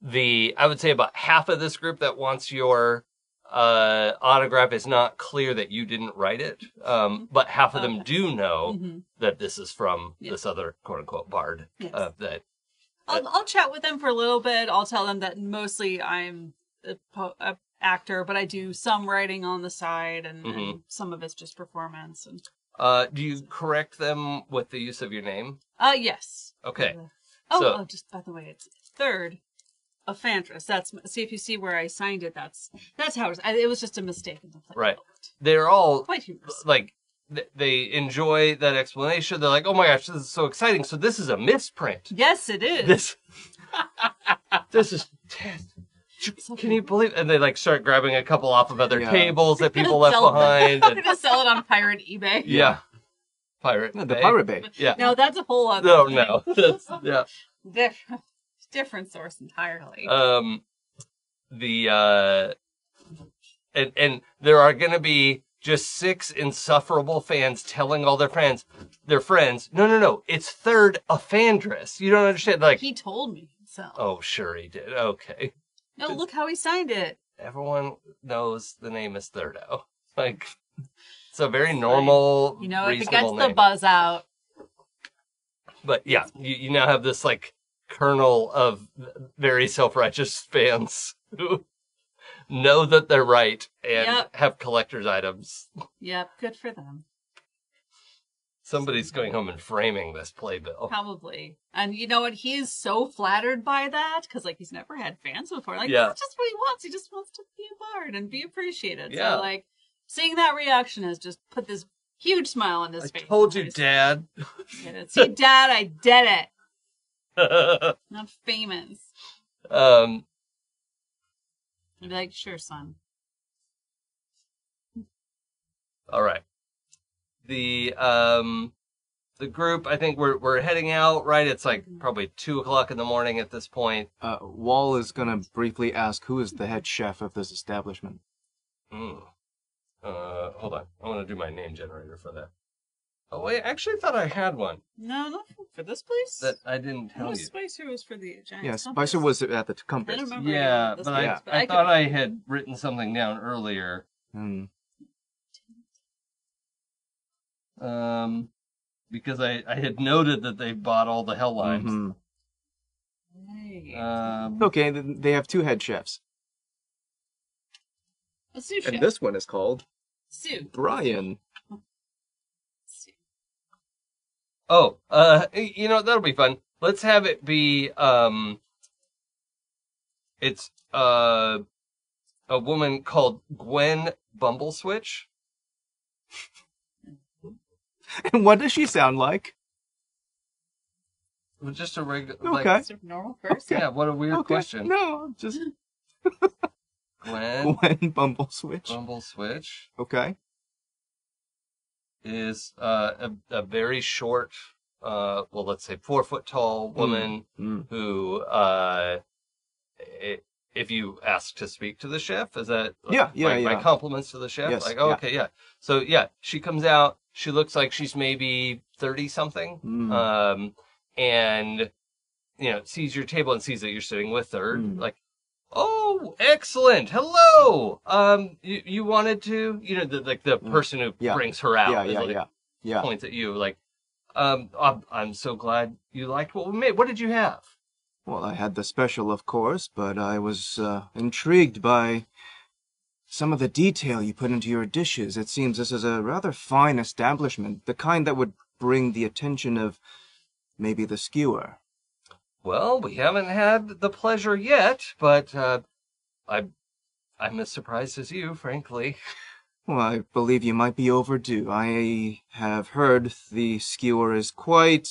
S2: the i would say about half of this group that wants your uh autograph is not clear that you didn't write it um but half of them
S4: Mm-hmm. Okay.
S2: do know
S4: Mhm.
S2: that this is from
S4: Yeah.
S2: this other quote-unquote bard
S4: Yes.
S2: uh, that
S4: I'll, I'll chat with them for a little bit. I'll tell them that mostly I'm a, po- a actor, but I do some writing on the side, and, and
S2: Mhm.
S4: some of it's just performance. And
S2: uh do you correct them with the use of your name
S4: uh, yes.
S2: okay
S4: Uh, Oh,
S2: So-
S4: oh, just by the way, it's third of Fantris. That's see if you see where I signed it. That's that's how it was. I, it was just a mistake in the play.
S2: Right. they're all
S4: Quite humorous.
S2: like th- they enjoy that explanation. They're like, "Oh my gosh, this is so exciting!" So this is a misprint.
S4: Yes, it is.
S2: This, this is. Can you believe? And they like start grabbing a couple off of other
S3: Yeah.
S2: tables that people left
S4: Sell
S2: behind.
S4: <laughs> I'm
S2: And,
S4: <laughs> gonna sell it on pirate eBay.
S2: yeah, pirate.
S3: No, the
S2: Bay.
S3: Pirate Bay.
S2: Yeah.
S4: No, that's a whole other.
S2: No,
S4: thing.
S2: no.
S4: <laughs>
S2: That's, yeah.
S4: Different, different source entirely.
S2: um the uh and and there are gonna be just six insufferable fans telling all their friends their friends no no no it's third Afandris. you don't understand like
S4: he told me himself.
S2: oh sure he did okay
S4: No, look how he signed it.
S2: everyone knows the name is thirdo like <laughs> it's a very normal
S4: You know, if it gets
S2: reasonable
S4: the
S2: name.
S4: buzz out,
S2: but yeah you, you now have this like kernel of very self-righteous <laughs> fans who know that they're right and
S4: Yep.
S2: have collector's items
S4: yep, good for them.
S2: somebody's going home and framing this playbill
S4: Probably. And you know what? He is so flattered by that because, like, he's never had fans before. Like,
S2: Yeah.
S4: that's just what he wants. He just wants to be a bard and be appreciated.
S2: Yeah.
S4: So, like, seeing that reaction has just put this huge smile on his
S2: i
S4: face.
S2: told you
S4: He's-
S2: dad
S4: Yeah, it's, See, Dad, I did it. I'm famous.
S2: <laughs> um
S4: I'd be like, sure, son.
S2: all right the um the group i think we're we're heading out right it's like probably two o'clock in the morning at this point
S3: Uh, Wall is gonna briefly ask who is the head chef of this establishment.
S2: Mm. Uh, hold on. I want to do my name generator for that. Oh, wait, I actually thought I had one
S4: No, not for- for this place.
S2: that I didn't
S4: No,
S2: tell you.
S4: Spicer was for the giant.
S3: yeah,
S4: compass.
S3: Spicer was at the
S4: I don't
S3: compass.
S4: remember.
S2: Yeah,
S4: this
S2: but I,
S4: place,
S2: I,
S4: could-
S2: thought I had written something down earlier.
S3: Hmm.
S2: Um, because I, I had noted that they bought all the hell limes.
S3: Mhm.
S4: Hey.
S2: Um,
S3: Okay, th- they have two head chefs,
S4: A sous
S3: and
S4: chef.
S3: this one is called
S4: Sous.
S3: Brian.
S4: Sous.
S2: Oh, uh, you know that'll be fun. Let's have it be um. It's uh, a woman called Gwen Bumbleswitch.
S3: <laughs> And what does she sound like?
S2: Just a regular.
S3: Okay.
S4: Sort of normal person.
S2: Yeah, what a weird
S3: okay.
S2: question.
S3: No, just <laughs>
S2: Gwen
S3: Gwen Bumble Switch.
S2: Bumble Switch
S3: Okay.
S2: is uh, a, a very short uh, well, let's say four foot tall woman
S3: Hmm.
S2: who, uh, i- if you ask to speak to the chef, is that like,
S3: Yeah, yeah,
S2: like, my
S3: yeah.
S2: compliments to the chef?
S3: Yes,
S2: like, oh,
S3: yeah.
S2: okay, yeah. So yeah, she comes out. She looks like she's maybe thirty something,
S3: Hmm.
S2: um, and you know sees your table and sees that you're sitting with her.
S3: Hmm.
S2: Like, oh, excellent. Hello. Um, you, you wanted to, you know, the, like the
S3: Hmm.
S2: person who
S3: Yeah.
S2: brings her out.
S3: yeah,
S2: is
S3: yeah,
S2: like,
S3: yeah, yeah.
S2: points at you like um I'm, I'm so glad you liked what we made what did you have
S3: Well, I had the special, of course, but I was uh, intrigued by some of the detail you put into your dishes. It seems this is a rather fine establishment, the kind that would bring the attention of maybe the skewer.
S2: well we haven't had the pleasure yet but uh i'm i'm as surprised as you frankly
S3: Well, I believe you might be overdue. I have heard the skewer is quite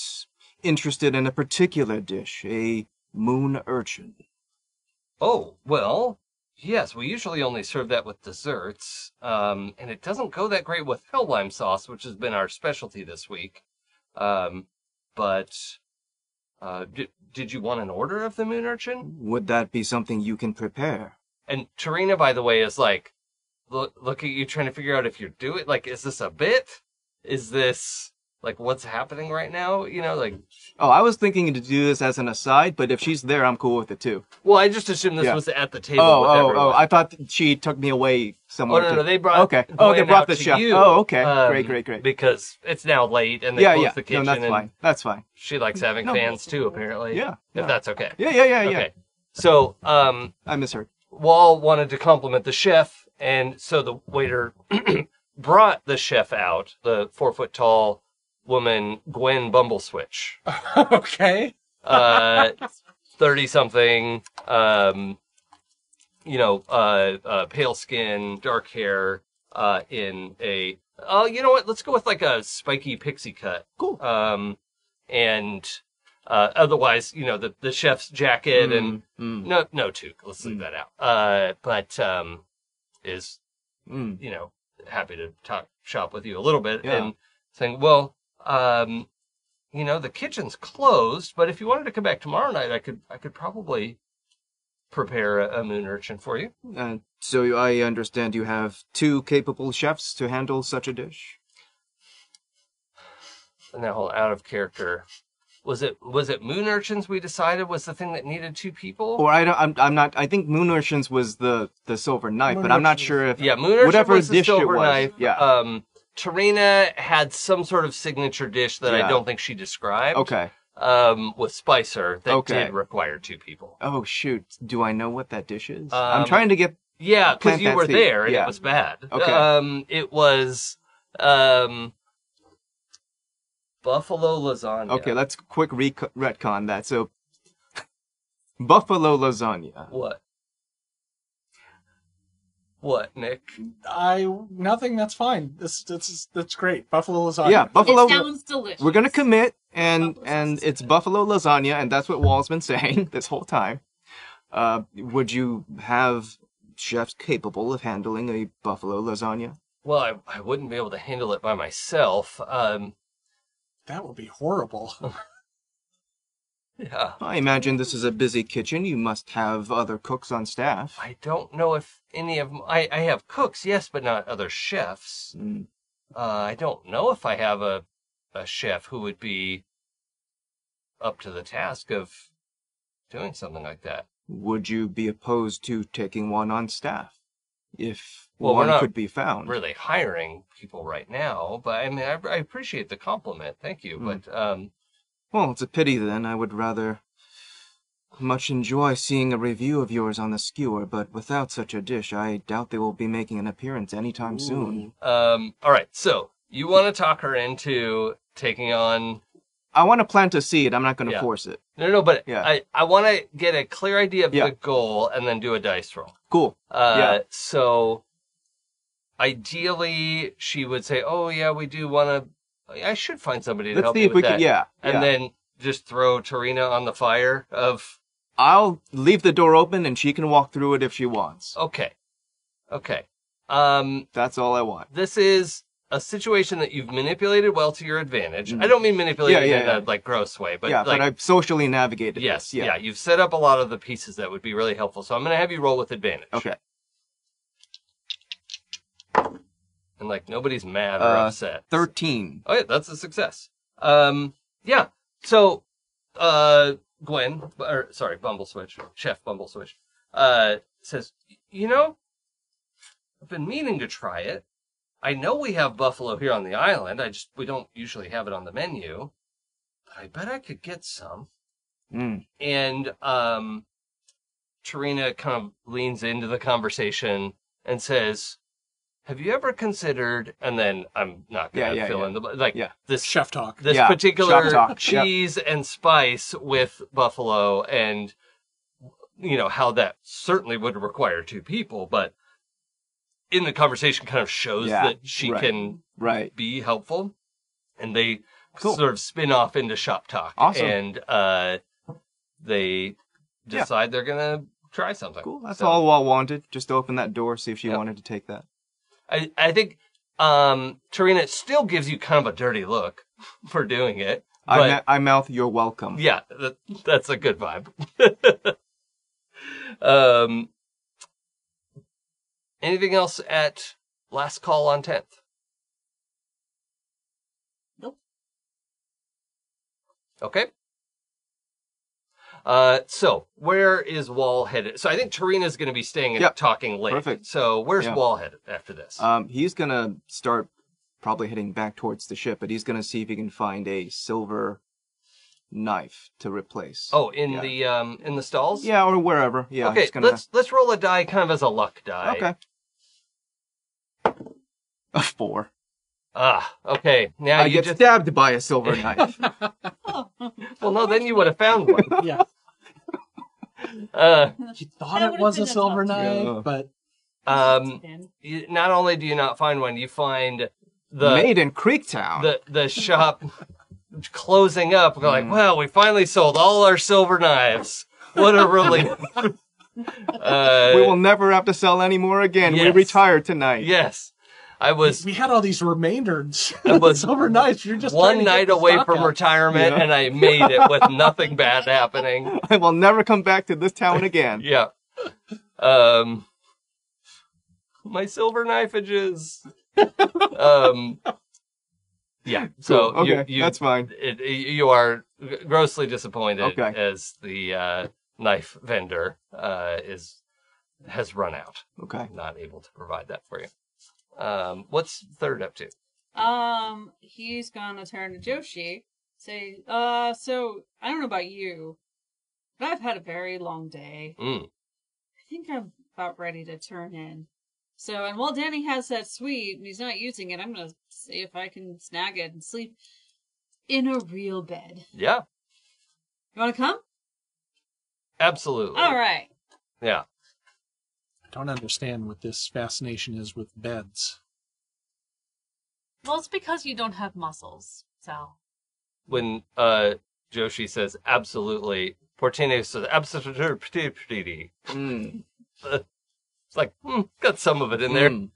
S3: interested in a particular dish, a moon urchin.
S2: oh well yes we usually only serve that with desserts um and it doesn't go that great with hell lime sauce which has been our specialty this week um but uh did, did you want an order of the moon urchin
S3: Would that be something you can prepare?
S2: And Tarina, by the way, is like, look, look at you trying to figure out if you're doing, like, is this a bit? Is this, like, what's happening right now? You know, like,
S3: Oh, I was thinking to do this as an aside, but if she's there, I'm cool with it too.
S2: well, I just assumed this
S3: Yeah.
S2: was at the table.
S3: Oh,
S2: with
S3: oh,
S2: everyone.
S3: oh! I thought that she took me away
S2: Oh,
S3: somewhere.
S2: no,
S3: too.
S2: no, they brought,
S3: Okay. Oh, they
S2: Gwen
S3: brought
S2: out
S3: the
S2: to
S3: chef.
S2: you,
S3: Oh, okay.
S2: um,
S3: great, great, great.
S2: Because it's now late and they
S3: Yeah,
S2: closed
S3: yeah.
S2: the kitchen.
S3: No, that's
S2: and
S3: fine. That's fine.
S2: She likes having
S3: No.
S2: fans too, apparently.
S3: Yeah,
S2: If
S3: yeah.
S2: that's okay.
S3: Yeah, yeah, yeah, yeah.
S2: Okay. So, um,
S3: I miss her.
S2: Wall wanted to compliment the chef, and so the waiter <clears throat> brought the chef out, the four foot tall woman, Gwen Bumbleswitch,
S5: okay.
S2: uh, 30 something, um, you know, uh, uh, pale skin, dark hair, uh, in a, oh, you know what? Let's go with like a spiky pixie cut.
S3: Cool.
S2: Um, and, uh, otherwise, you know, the, the chef's jacket and,
S3: Mm,
S2: no, no, Took. Let's leave
S3: Mm.
S2: that out. Uh, but um, is
S3: mm,
S2: you know happy to talk shop with you a little bit
S3: Yeah.
S2: and saying, well, um, you know, the kitchen's closed, but if you wanted to come back tomorrow night, I could I could probably prepare a, a moon urchin for you.
S3: mm. Uh, so I understand you have two capable chefs to handle such a dish.
S2: And that whole out of character. Was it was it moon urchins we decided was the thing that needed two people?
S3: Or I don't. I'm, I'm not. I think moon urchins was the the silver knife, but I'm not
S5: Moon
S3: sure if
S2: yeah, moon urchin
S3: whatever
S2: was the
S3: dish it
S2: silver
S3: was.
S2: knife.
S3: Yeah.
S2: Um, Tarina had some sort of signature dish that I
S3: Yeah.
S2: don't think she described.
S3: okay.
S2: um, with Spicer that
S3: Okay.
S2: did require two people.
S3: Oh shoot! Do I know what that dish is?
S2: Um,
S3: I'm trying to get.
S2: Yeah, because
S3: Plant
S2: you
S3: that
S2: were
S3: seed,
S2: there and it
S3: yeah.
S2: was bad.
S3: Okay.
S2: Um, it was um, buffalo lasagna.
S3: Okay, let's quick re- retcon that. So, <laughs> buffalo lasagna.
S2: What? What, Nick?
S5: I nothing. That's fine. This that's that's great. Buffalo lasagna.
S3: Yeah, buffalo.
S4: It sounds delicious.
S3: We're gonna commit, and
S4: Buffalo sauce
S3: and
S4: is
S3: it's
S4: good.
S3: buffalo lasagna, and that's what Wall's been <laughs> saying this whole time. Uh, would you have chefs capable of handling a buffalo lasagna?
S2: Well, I, I wouldn't be able to handle it by myself. Um,
S5: that would be horrible.
S2: Oh, yeah.
S3: I imagine this is a busy kitchen. You must have other cooks on staff.
S2: I don't know if any of 'em- I, I have cooks, yes, but not other chefs.
S3: Mm,
S2: Uh, I don't know if I have a a chef who would be up to the task of doing something like that.
S3: Would you be opposed to taking one on staff, if
S2: Well, we're
S3: one
S2: not
S3: could be found?
S2: Really hiring people right now, but I mean, I, I appreciate the compliment. Thank you,
S3: Mm.
S2: but um,
S3: Well, it's a pity then. I would rather much enjoy seeing a review of yours on the skewer, but without such a dish, I doubt they will be making an appearance anytime soon.
S2: um, all right. So you want to talk her into taking on?
S3: I want to plant a seed. I'm not going to
S2: Yeah.
S3: force it.
S2: No, no, but
S3: Yeah.
S2: I I want to get a clear idea of
S3: Yeah.
S2: the goal and then do a dice roll.
S3: Cool.
S2: Uh
S3: Yeah.
S2: so ideally she would say, "Oh yeah, we do want to I should find somebody to
S3: Let's
S2: help
S3: see
S2: me
S3: if
S2: with
S3: we
S2: that."
S3: can. Yeah.
S2: And
S3: yeah.
S2: then just throw Tarina on the fire of
S3: I'll leave the door open, and she can walk
S2: Oh.
S3: through it if she wants.
S2: okay. Okay. Um
S3: That's all I want.
S2: this is a situation that you've manipulated well to your advantage. I don't mean manipulated
S3: Mm-hmm. Yeah, yeah,
S2: in
S3: yeah.
S2: a like gross way, but
S3: yeah,
S2: like
S3: but I've socially navigated.
S2: yes,
S3: this,
S2: yeah. you've set up a lot of the pieces that would be really helpful. So I'm gonna have you roll with advantage.
S3: Okay.
S2: And like nobody's mad or
S3: Uh,
S2: upset.
S3: Thirteen.
S2: Oh yeah, that's a success. Um, yeah. So, uh, Gwen, or sorry, Bumble Switch, Chef Bumble Switch, uh, says, you know, I've been meaning to try it. I know we have buffalo here on the island. I just we don't usually have it on the menu, but I bet I could get some.
S3: Mm.
S2: And um, Tarina kind of leans into the conversation and says. Have you ever considered? And then I'm not gonna
S3: Yeah, yeah,
S2: fill
S3: yeah.
S2: in the bl- like
S3: Yeah.
S2: this
S5: Chef talk.
S2: this
S3: Yeah,
S2: particular
S3: shop talk, yeah.
S2: cheese and spice with buffalo and you know how that certainly would require two people but in the conversation kind of shows
S3: Yeah,
S2: that she
S3: right.
S2: can
S3: Right.
S2: be helpful and they
S3: Cool.
S2: sort of spin off into shop talk
S3: Awesome.
S2: and uh they
S3: Yeah.
S2: decide they're gonna try something
S3: Cool. That's
S2: So-
S3: all I wanted. Just to open that door, see if she
S2: Yep.
S3: wanted to take that.
S2: I, I think um Tarina it still gives you kind of a dirty look <laughs> for doing it
S3: I,
S2: but-
S3: ma- I mouth, "You're welcome."
S2: Yeah, that, that's a good vibe. <laughs> um, anything else at last call on 10th?
S4: Nope.
S2: Okay. Uh, so where is Wall headed? So I think Tarina's going to be staying and
S3: Yep.
S2: talking late.
S3: Perfect.
S2: So where's
S3: Yeah.
S2: Wall headed after this?
S3: Um, he's gonna start probably heading back towards the ship, but he's gonna see if he can find a silver knife to replace.
S2: oh, in
S3: yeah.
S2: the um in the stalls.
S3: Yeah, or wherever. Yeah.
S2: okay.
S3: he's gonna-
S2: Let's let's roll a die, kind of as a luck die.
S3: Okay. A four.
S2: Ah, okay. Now
S3: I
S2: you
S3: get
S2: just
S3: stabbed by a silver
S2: <laughs>
S3: knife.
S2: well, no, then you would have found
S5: <laughs>
S2: one.
S4: <laughs>
S5: yeah.
S2: Uh,
S5: You thought
S4: That
S5: it
S4: would've
S5: was a
S4: been a
S5: silver
S4: tough
S5: knife,
S3: Yeah.
S5: but
S2: um,
S4: Ten.
S2: you, not only do you not find one, you find the
S3: Made in Creektown.
S2: the the shop closing up. We're
S5: Hmm.
S2: like, wow, we finally sold all our silver knives. What a
S5: <laughs>
S2: relief! uh,
S3: we will never have to sell any more again. We
S2: Yes.
S3: retire tonight. <laughs>
S2: yes, I was
S5: we had all these remainders <laughs>
S2: It was
S5: silver knives. You're just trying
S2: one
S5: to get
S2: night
S5: the
S2: away
S5: stock
S2: from
S5: out.
S2: retirement,
S3: Yeah.
S2: and I made it with nothing bad happening.
S3: I will never come back to this town again.
S2: Yeah. Um, my silver knifeages. um, yeah. <laughs> So
S3: Cool. okay,
S2: you, you, <laughs>
S3: that's fine.
S2: it, you are grossly disappointed
S3: Okay.
S2: as the uh, knife vendor uh, is has run out,
S3: Okay.
S2: not able to provide that for you. Um, what's third up to?
S4: Um, he's gonna turn to Joshi, say, "Uh, so I don't know about you, but I've had a very long day.
S2: Mm.
S4: I think I'm about ready to turn in. So, and while Danny has that suite and he's not using it, I'm gonna see if I can snag it and sleep in a real bed.
S2: Yeah,
S4: You wanna come?
S2: absolutely.
S4: All right.
S2: Yeah.
S5: I don't understand what this fascination is with beds.
S4: Well, it's because you don't have muscles, so
S2: When uh, Joshi says absolutely, Portino says absolutely.
S3: Mm,
S2: It's like hmm, got some of it in
S4: Hmm.
S2: there.
S3: mm.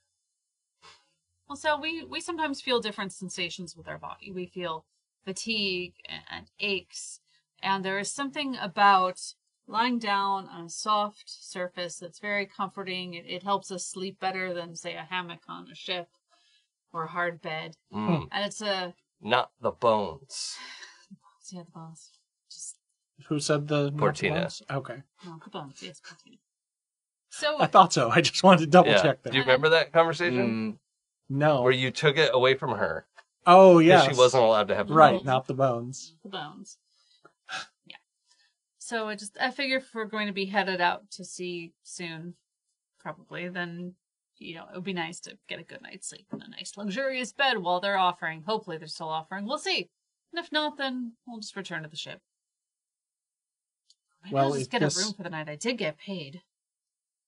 S4: Well, so we we sometimes feel different sensations with our body. We feel fatigue and aches, and there is something about lying down on a soft surface that's very comforting. It, it helps us sleep better than say a hammock on a ship or a hard bed.
S2: Mm,
S4: And it's a
S2: Not the bones.
S4: see the bones, just
S5: Who said the not the
S2: Portina.
S5: bones? Okay,
S4: no the bones. Yes, continue. So
S5: I thought so. <laughs> I just wanted to double
S2: Yeah.
S5: check that.
S2: Do you remember that conversation
S3: Mm,
S5: no.
S2: where you took it away from her?
S5: oh
S2: because
S5: yeah.
S2: She wasn't allowed to have the
S5: right.
S2: bones.
S5: Not the bones.
S4: the bones. Yeah. So I just I figure if we're going to be headed out to sea soon, probably, then you know, it would be nice to get a good night's sleep in a nice luxurious bed while they're offering. Hopefully they're still offering. We'll see. And if not, then we'll just return to the ship. Maybe
S5: Well,
S4: I'll just
S5: if
S4: get
S5: this-
S4: a room for the night. I did get paid.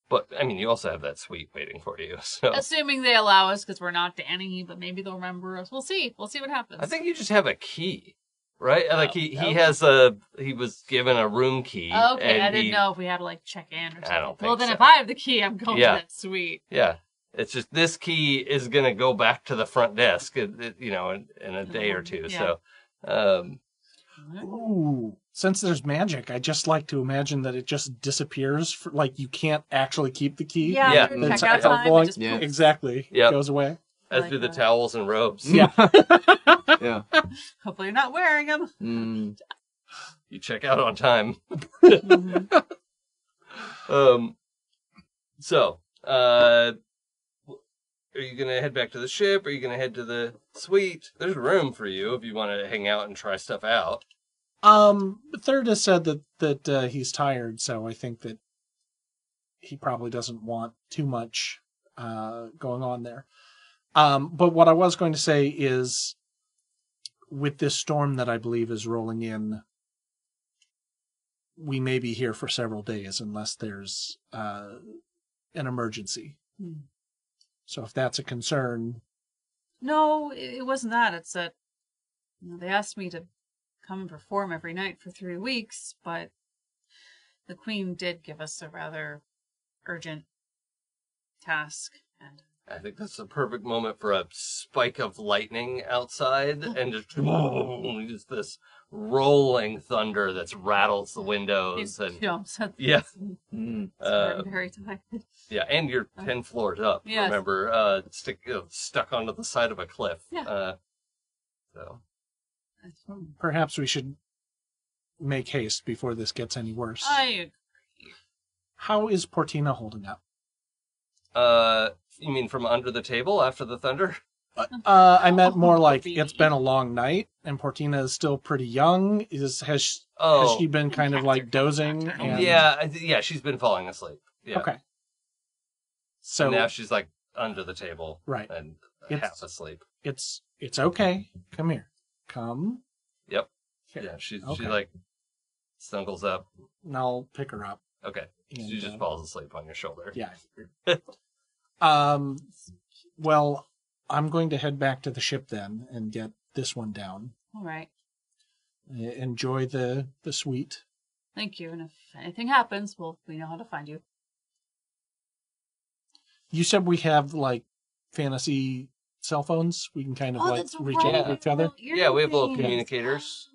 S2: But I mean, you also have that suite waiting for you. <laughs> So
S4: Assuming they allow us because we're not Danny, but maybe they'll remember us. We'll see. We'll see what happens.
S2: I think you just have a key, right?
S4: Oh,
S2: like he, he
S4: okay.
S2: has a he was given a room key.
S4: Oh, Okay,
S2: and
S4: I didn't
S2: he-
S4: know if we had to like check in or something.
S2: I don't
S4: well,
S2: think
S4: then
S2: so.
S4: if I have the key, I'm going
S2: Yeah.
S4: to that suite.
S2: Yeah, It's just this key is going to go back to the front desk, it- it- you know, in, in a day or two.
S4: Oh, Yeah.
S2: So, um,
S5: Ooh. Since there's magic, I just like to imagine that it just disappears. For, like you can't actually keep the key.
S4: Yeah,
S2: Yeah.
S4: after the
S5: That's
S4: checkout
S5: how
S4: time,
S5: long-
S4: it just
S3: Yeah.
S4: poof.
S5: Exactly.
S2: Yep.
S5: Goes away.
S4: I
S2: as
S4: like
S2: do the
S4: that.
S2: towels and robes.
S5: Yeah.
S3: Yeah.
S4: hopefully you're not wearing them.
S2: <laughs>
S3: Mm.
S2: You check out on time. <laughs> Um, so, uh, are you gonna head back to the ship? Are you gonna head to the suite? There's room for you if you want to hang out and try stuff out.
S5: Um, Third has said that that uh, he's tired, so I think that he probably doesn't want too much uh, going on there. Um, but what I was going to say is, with this storm that I believe is rolling in, we may be here for several days unless there's uh, an emergency.
S4: Hmm.
S5: So if that's a concern,
S4: No, it, it wasn't that. It's that you know, they asked me to come and perform every night for three weeks, but the Queen did give us a rather urgent task, and
S2: I think that's the perfect moment for a spike of lightning outside and just, just this rolling thunder that's rattles the windows
S4: <laughs> it
S2: and
S4: jumps at the
S2: yeah,
S3: Mm.
S2: uh,
S4: very tight.
S2: yeah, and you're ten floors up.
S4: Oh. Yes.
S2: Remember, uh, stick uh, stuck onto the side of a cliff.
S4: Yeah.
S2: Uh, so
S5: perhaps we should make haste before this gets any worse.
S4: <laughs> I
S5: How is Portina holding up?
S2: Uh, you mean from under the table after the thunder?
S5: Uh, I meant more like
S4: Baby.
S5: it's been a long night, and Portina is still pretty young. Is has sh- has
S2: Oh,
S5: she been kind of like dozing? And,
S2: yeah, I th- yeah. She's been falling asleep. Yeah.
S5: Okay. So
S2: now she's like under the table,
S5: Right.
S2: and
S5: It's-
S2: half asleep.
S5: it's it's okay. Come here. Come.
S2: Yep.
S5: Here.
S2: Yeah, she
S5: Okay.
S2: she like snuggles up.
S5: And I'll pick her up.
S2: Okay,
S5: And,
S2: she just
S5: uh,
S2: falls asleep on your shoulder.
S5: Yeah.
S2: <laughs>
S5: um. Well, I'm going to head back to the ship then and get this one down.
S4: all right.
S5: E- Enjoy the the suite.
S4: Thank you, and if anything happens, well, we know how to find you.
S5: You said we have like fantasy cell phones. We can
S4: Oh,
S5: kind of like reach out to each other.
S2: Yeah, we have little
S4: Earrings.
S2: communicators.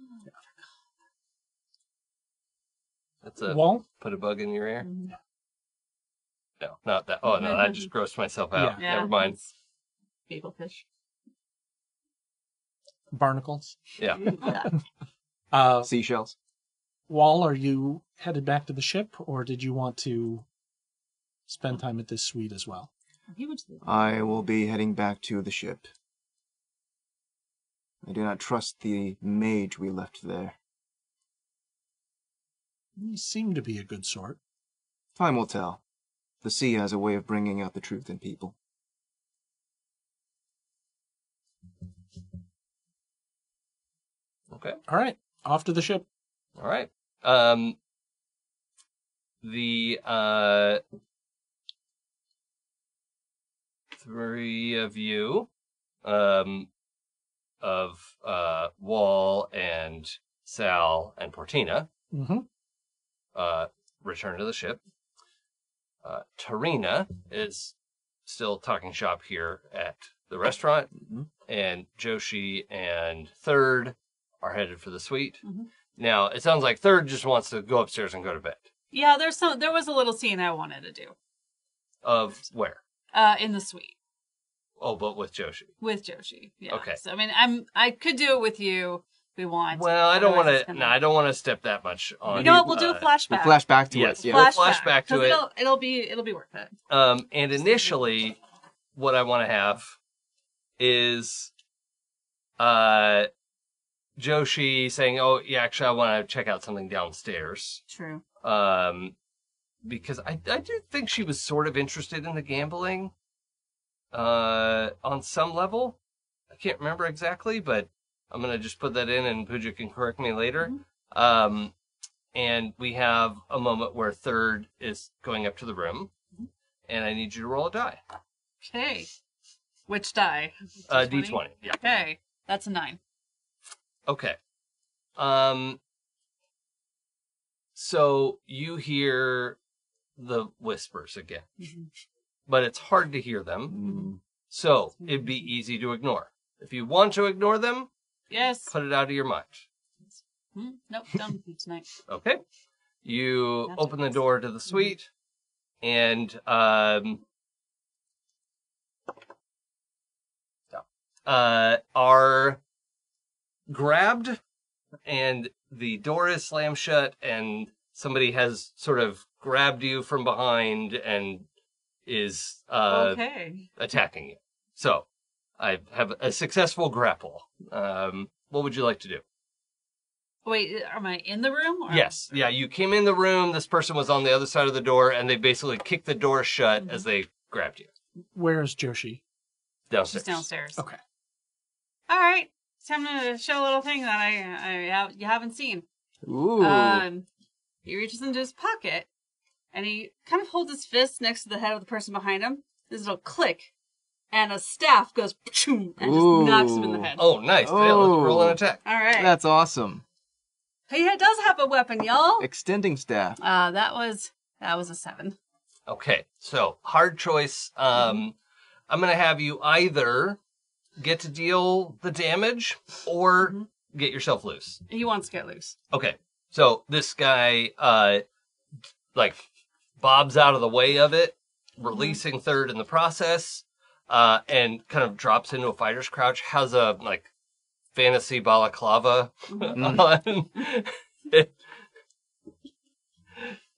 S2: That's a
S5: Well,
S2: put a bug in your ear.
S4: Mhm.
S2: No, not that. Oh no, I just grossed myself out.
S4: Mm-hmm. Yeah.
S2: Never mind.
S4: Beagle fish.
S5: barnacles.
S2: Yeah.
S5: Uh,
S3: Seashells.
S5: Wall, are you headed back to the ship, or did you want to spend time at this suite as well?
S4: <laughs> He went to the
S3: I will be heading back to the ship. I do not trust the mage we left there.
S5: You seem to be a good sort.
S3: Time will tell. The sea has a way of bringing out the truth in people.
S2: Okay.
S5: All right, off to the ship.
S2: All right. Um, the uh, three of you, um, of uh, Wall and Sal and Portina,
S5: hmm
S2: uh, return to the ship. Uh, Tarina is still talking shop here at the restaurant,
S3: Mhm.
S2: and Joshi and Third are headed for the suite.
S4: Mhm.
S2: Now it sounds like Third just wants to go upstairs and go to bed.
S4: Yeah, there's some. There was a little scene I wanted to do
S2: Of where?
S4: uh, in the suite
S2: Oh, but with Joshi.
S4: with Joshi. Yeah.
S2: Okay.
S4: So I mean, I'm I could do it with you. If we want.
S2: Well, I don't want
S4: Otherwise, it's
S2: to.
S4: gonna-
S2: No, I don't want to step that much on.
S4: You know what? We'll do a
S2: uh,
S3: We
S4: flashback.
S3: flash back to
S2: Yes.
S3: it.
S2: We'll
S3: Yeah.
S2: Flash- flashback to
S4: 'cause
S2: it.
S4: It'll, it'll be it'll be worth it.
S2: Um, and initially, what I want to have is, uh, Joshi saying, "Oh, yeah, actually, I want to check out something downstairs."
S4: True.
S2: Um, because I I do think she was sort of interested in the gambling, uh, on some level. I can't remember exactly, but I'm gonna just put that in, and Pooja can correct me later. Um, and we have a moment where third is going up to the room, and I need you to roll a die.
S4: Okay. Which die?
S2: Uh, D20. Yeah.
S4: Okay, that's a nine.
S2: Okay. Um. So you hear the whispers again. but it's hard to hear them.
S3: Mm.
S2: So it'd be easy to ignore. If you want to ignore them,
S4: Yes.
S2: put it out of your mind.
S4: Hmm? Nope, done with you tonight.
S2: Okay. You
S4: That's
S2: open the
S4: nice. Mm-hmm.
S2: door to the suite, and um, uh, are grabbed, and the door is slammed shut, and somebody has sort of grabbed you from behind and is
S4: Oh,
S2: uh,
S4: okay.
S2: attacking you. So I have a successful grapple. Um, what would you like to do?
S4: Wait, uh, am I in the room? Or
S2: Yes. Yeah, you came in the room. This person was on the other side of the door, and they basically kicked the door shut as they grabbed you
S5: Where's Joshi?
S2: downstairs.
S4: She's downstairs.
S5: Okay.
S4: All right. It's time to show a little thing that I, I have, you haven't seen.
S3: Ooh.
S4: Um, he reaches into his pocket and he kind of holds his fist next to the head of the person behind him. There's a little click, and a staff goes pchoom, and
S3: Ooh.
S4: just knocks him in the head.
S2: Oh, nice. Yeah, let's roll an
S3: Oh.
S2: attack.
S4: All right.
S3: That's awesome.
S4: He ha- does have a weapon, y'all.
S3: Extending staff.
S4: Uh, that was that was a seven.
S2: Okay. So hard choice. Um, I'm gonna have you either get to deal the damage or
S4: Mhm.
S2: get yourself loose.
S4: He wants to get loose.
S2: Okay. So this guy, uh, like, bobs out of the way of it,
S4: Mm-hmm.
S2: releasing third in the process, uh, and kind of drops into a fighter's crouch. Has a like fantasy balaclava
S4: Mm-hmm.
S2: <laughs> on,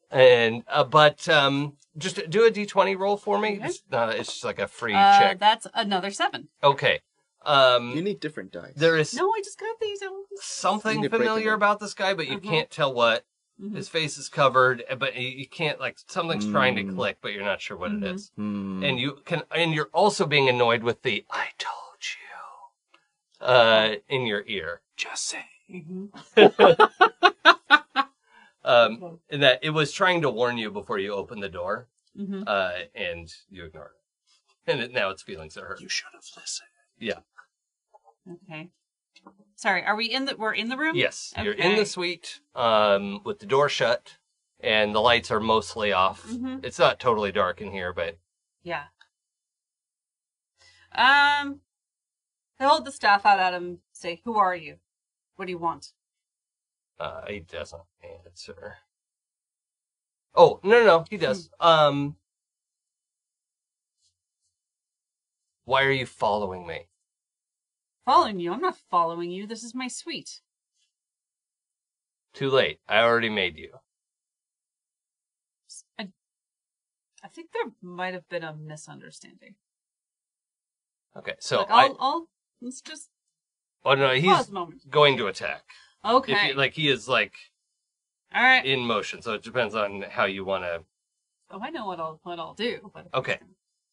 S2: and uh, but um, just do a d20 roll for me.
S4: Okay.
S2: It's not. It's just like a free
S4: Uh,
S2: check.
S4: that's another seven.
S2: okay. Um,
S3: You need different dice.
S2: there is
S4: No, I just got these. out.
S2: something
S3: You could break it
S2: familiar
S3: up.
S2: about this guy, but you
S4: Uh-huh.
S2: can't tell what.
S4: Mhm.
S2: His face is covered, but you- you can't like something's trying to
S3: Mm.
S2: click, but you're not sure what it
S4: Mhm.
S2: is.
S3: Hmm.
S2: And you can, and you're also being annoyed with the "I told you" uh, in your ear,
S3: just say.
S2: um, and that it was trying to warn you before you opened the door,
S4: Mhm.
S2: uh, and you ignored it. And it, now its feelings are hurt.
S5: You should have listened.
S4: Okay. Sorry, are we in the? We're in the room.
S2: Yes, you're in
S4: Okay.
S2: the suite um, with the door shut, and the lights are mostly off.
S4: Mhm.
S2: It's not totally dark in here, but
S4: Yeah. Um, they hold the staff out at him. Say, "Who are you? What do you want?"
S2: Uh, he doesn't answer. Oh no, no, no, he does. Um, why are you following me?
S4: Following you? I'm not following you. This is my suite.
S2: Too late. I already made you.
S4: I, I think there might have been a misunderstanding.
S2: Okay, so
S4: like,
S2: I.
S4: I'll, I'll let's just
S2: Oh no,
S4: pause
S2: he's
S4: a moment.
S2: going to attack.
S4: Okay.
S2: If you, like he is like
S4: All right.
S2: in motion, so it depends on how you want to.
S4: oh, I know what I'll what I'll do. But
S2: Okay.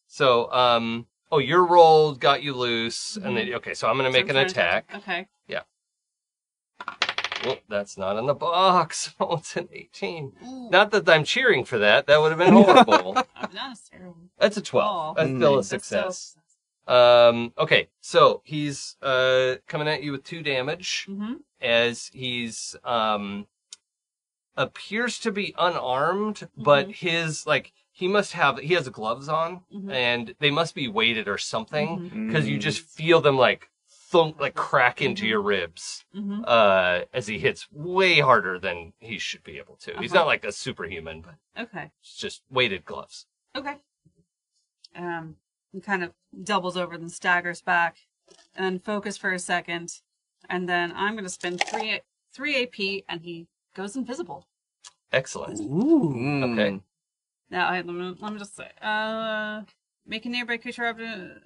S2: So um. Oh, your roll got you loose, and
S4: Mm-hmm.
S2: then okay. So I'm gonna make
S4: So
S2: an
S4: I'm trying to-
S2: attack.
S4: Okay.
S2: Well, that's not in the box. <laughs> Oh, it's an 18. Not that I'm cheering for that. That would have been horrible.
S4: I'm not a terrible.
S2: that's a 12.
S4: Oh.
S2: that's still a
S4: that's
S2: <laughs>
S4: still-
S2: success. Um, okay, so he's uh, coming at you with two damage
S4: Mhm.
S2: as he's um, appears to be unarmed, but his like he must have he has gloves on
S4: Mhm.
S2: and they must be weighted or something
S3: Mhm.
S2: because you
S3: Mm.
S2: just feel them like thunk like crack into your ribs
S4: Mhm.
S2: uh, as he hits way harder than he should be able to. He's
S4: Uh-huh.
S2: not like a superhuman, but
S4: Okay.
S2: it's just weighted gloves.
S4: Okay. Um, he kind of doubles over and staggers back, and then focus for a second, and then I'm gonna spend three three AP, and he goes invisible.
S2: Excellent.
S5: Ooh.
S3: Mm.
S2: Okay.
S4: Now, I, let, me, let me just say, uh, make a nearby creature object.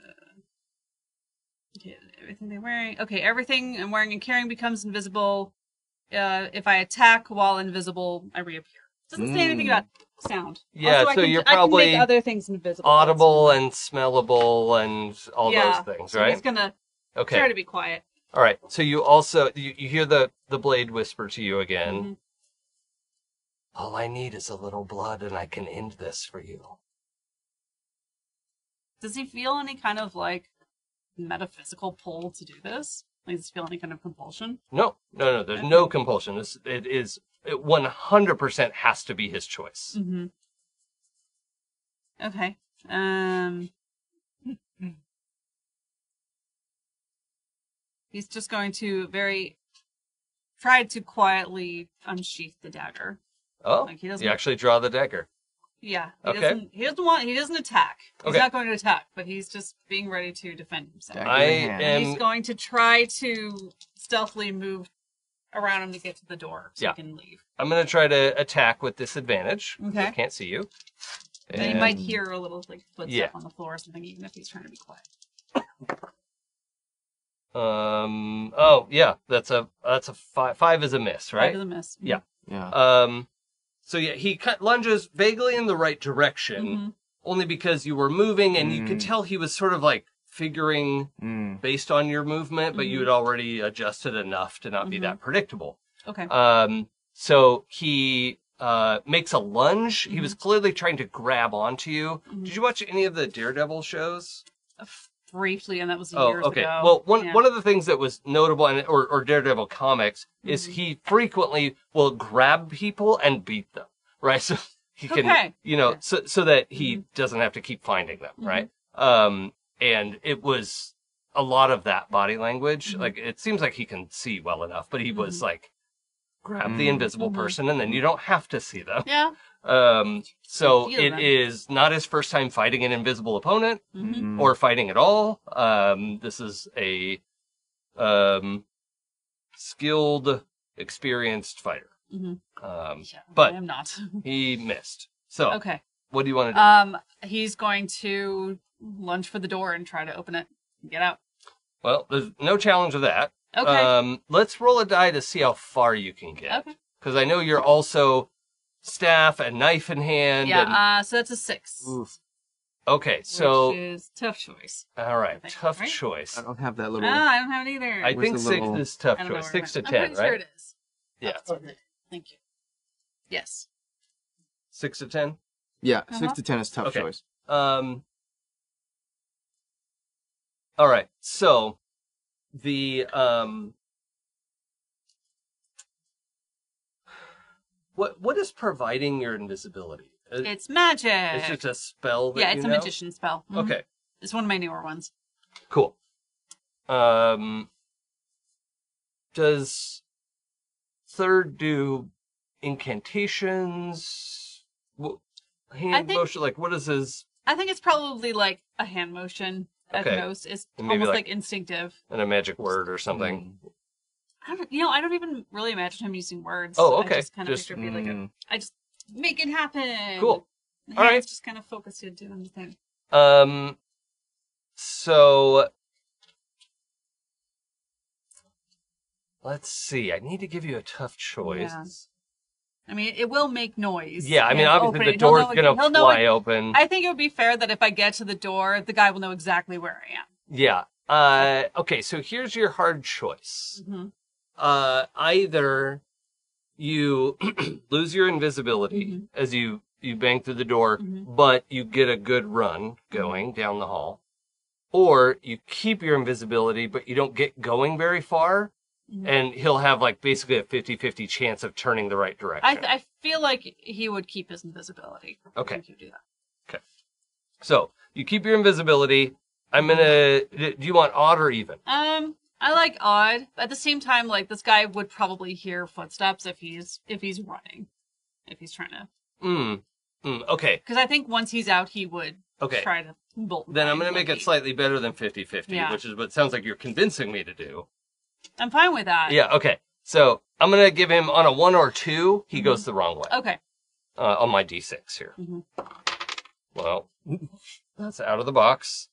S4: Okay, everything they're wearing. Okay, everything I'm wearing and carrying becomes invisible. Uh, if I attack while invisible, I reappear. Doesn't say anything
S3: Mm.
S4: about sound.
S2: Hmm. Yeah,
S4: Also, I
S2: so
S4: can-
S2: you're
S4: I can
S2: probably
S4: make other things invisible.
S2: Audible and smellable and all
S4: Yeah,
S2: those things,
S4: So he's
S2: right?
S4: gonna
S2: Okay.
S4: try to be quiet.
S2: All right. So you also you, you hear the the blade whisper to you again.
S4: Mhm.
S2: All I need is a little blood, and I can end this for you.
S4: Does he feel any kind of like metaphysical pull to do this? Like, does he feel any kind of compulsion?
S2: No, no, no. There's no compulsion. This it is it 100% has to be his choice.
S4: Mm-hmm. Okay. Um, <laughs> he's just going to very try to quietly unsheath the dagger.
S2: Oh,
S4: Mm-hmm. Like, he doesn't-
S2: you actually draw the dagger.
S4: Yeah, he
S2: Okay.
S4: doesn't. He doesn't want. He doesn't attack. He's
S2: Okay.
S4: not going to attack, but he's just being ready to defend himself.
S3: Dagger
S2: I
S3: in hand.
S2: am.
S4: he's going to try to stealthily move around him to get to the door so
S2: Yeah.
S4: he can leave.
S2: I'm gonna try to attack with disadvantage.
S4: Okay.
S2: I can't see you.
S3: Hmm.
S4: And, he might
S3: And
S4: hear a little like footstep
S2: Yeah.
S4: on the floor or something, even if he's trying to be quiet.
S2: Um. Oh, yeah. That's a that's a five. Five is a miss,
S4: Right.
S2: right?
S4: the miss.
S2: Yeah.
S3: Yeah.
S2: Um. So yeah, he cut lunges vaguely in the right direction,
S4: Mhm.
S2: only because you were moving, and you could
S3: Mm.
S2: tell he was sort of like figuring
S3: Mm.
S2: based on your movement, but you had already adjusted enough to not be
S4: Mhm.
S2: that predictable.
S4: Okay.
S2: Um, so he uh, makes a lunge. He was clearly trying to grab onto you.
S4: Mhm.
S2: Did you watch any of the Daredevil shows?
S4: Uh, Briefly, and that was
S2: Oh,
S4: years
S2: okay.
S4: ago.
S2: Well, one
S4: Yeah.
S2: one of the things that was notable, in, or or Daredevil comics, is
S4: Mm-hmm.
S2: he frequently will grab people and beat them, right? <laughs> So he can,
S4: Okay.
S2: you know,
S4: Yeah. Mm-hmm.
S2: so so that he doesn't have to keep finding them, right? Um, and it was a lot of that body language.
S4: Mm-hmm.
S2: Like it seems like he can see well enough, but he was like, grab the
S3: Mhm.
S2: invisible
S4: Mhm.
S2: person, and then you don't have to see them.
S4: Yeah.
S2: Um, so
S4: Feel
S2: it
S4: them.
S2: is not his first time fighting an invisible opponent
S4: Mm-hmm.
S3: Mm.
S2: or fighting at all. Um, this is a um, skilled, experienced fighter.
S4: Mhm.
S2: Um,
S4: Yeah,
S2: but- Oh.
S4: I am not.
S2: he missed. So,
S4: <laughs> okay.
S2: what do you want to do?
S4: Um, he's going to lunge for the door and try to open it. and Get out.
S2: well, there's no challenge of that.
S4: Okay.
S2: Um, let's roll a die to see how far you can get.
S4: okay.
S2: Because I know you're also staff and knife in hand.
S4: yeah.
S2: and-
S4: uh, so that's a six.
S3: Oof.
S2: okay, so
S4: which is tough choice.
S2: all right,
S4: think,
S2: tough
S4: right?
S2: choice.
S3: I don't have that little.
S4: Ah, I don't have it either.
S2: I
S3: Where's
S2: think
S3: the
S2: six
S3: little-
S2: is tough
S4: I don't know
S2: choice.
S4: where it
S2: Six to
S4: went. I'm
S2: ten,
S4: pretty Sure
S2: right?
S4: it is.
S2: Yeah,
S5: Okay.
S4: Thank you. Yes.
S2: six to ten.
S3: yeah,
S4: Uh-huh.
S3: six to ten is tough
S2: Okay.
S3: choice.
S2: Um. All right. So the um. What what is providing your invisibility? Uh,
S4: It's magic.
S2: it's just a spell. That
S4: yeah,
S2: you
S4: it's a
S2: know?
S4: magician spell. Mhm.
S2: Okay.
S4: It's one of my newer ones.
S2: Cool. Um. Does third do incantations? Wh- Hand
S4: think-
S2: motion, like what is his?
S4: I think it's probably like a hand motion at
S2: Okay.
S4: most. It's
S2: And maybe
S4: almost
S2: like-
S4: like instinctive.
S2: And a magic word or something.
S3: Hmm.
S4: I don't, you know, I don't even really imagine him using words.
S2: Oh, okay.
S4: I just kind of
S2: Just-
S4: picture it being like, a,
S3: Mm.
S4: I just make it happen.
S2: Cool.
S4: The
S2: All
S4: hand's
S2: right.
S4: Just kind of focused on doing the thing.
S2: Um. So let's see. I need to give you a tough choice.
S4: Yeah. I mean, it will make noise.
S2: Yeah, I mean,
S4: He'll
S2: obviously
S4: open
S2: the
S4: it. He'll
S2: door's
S4: know-
S2: gonna
S4: he'll know
S2: fly
S4: it-
S2: open.
S4: I think it would be fair that if I get to the door, the guy will know exactly where I am.
S2: Yeah. Uh. Okay. So here's your hard choice.
S4: Mhm.
S2: Uh. Either you <clears throat> lose your invisibility
S4: Mm-hmm.
S2: as you you bang through the door,
S4: Mhm.
S2: but you get a good run going
S4: Mm-hmm.
S2: down the hall. Or you keep your invisibility, but you don't get going very far,
S4: Mhm.
S2: and he'll have like basically a 50-50 chance of turning the right direction.
S4: I, I feel like he would keep his invisibility. I
S2: Okay.
S4: think he'd do that.
S2: so you keep your invisibility. I'm gonna. d- Do you want odd or even?
S4: Um, I like odd. At the same time, like this guy would probably hear footsteps if he's if he's running, if he's trying to.
S2: Mm. mm okay.
S4: Because I think once he's out, he would
S2: Okay.
S4: try to bolt. and
S2: Then I'm
S4: find
S2: gonna make it
S4: Lucky.
S2: slightly better than 50-50,
S4: Yeah.
S2: which is what it sounds like you're convincing me to do.
S4: I'm fine with that.
S2: Yeah. Okay. So I'm gonna give him on a one or two. He goes the wrong way
S4: Mm-hmm. Okay.
S2: uh, on my d6 here.
S4: Mhm.
S2: Well, <laughs> that's out of the box.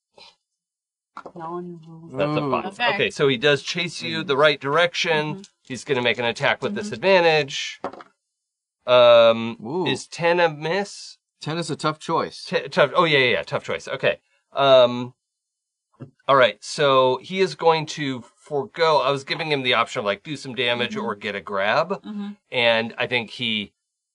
S4: No new rules.
S2: That's a
S3: Ooh.
S2: five. Okay.
S4: Okay. Mm-hmm.
S2: so he does chase you the right direction. He's going to make an attack with disadvantage. Um,
S3: Ooh.
S2: is ten a miss?
S3: Ten is a tough choice.
S2: T- tough. Oh yeah, yeah, yeah, tough choice. Okay. Um, all right. So he is going to forego. I was giving him the option of like do some damage
S4: Mm-hmm.
S2: or get a grab,
S4: Mhm.
S2: and I think he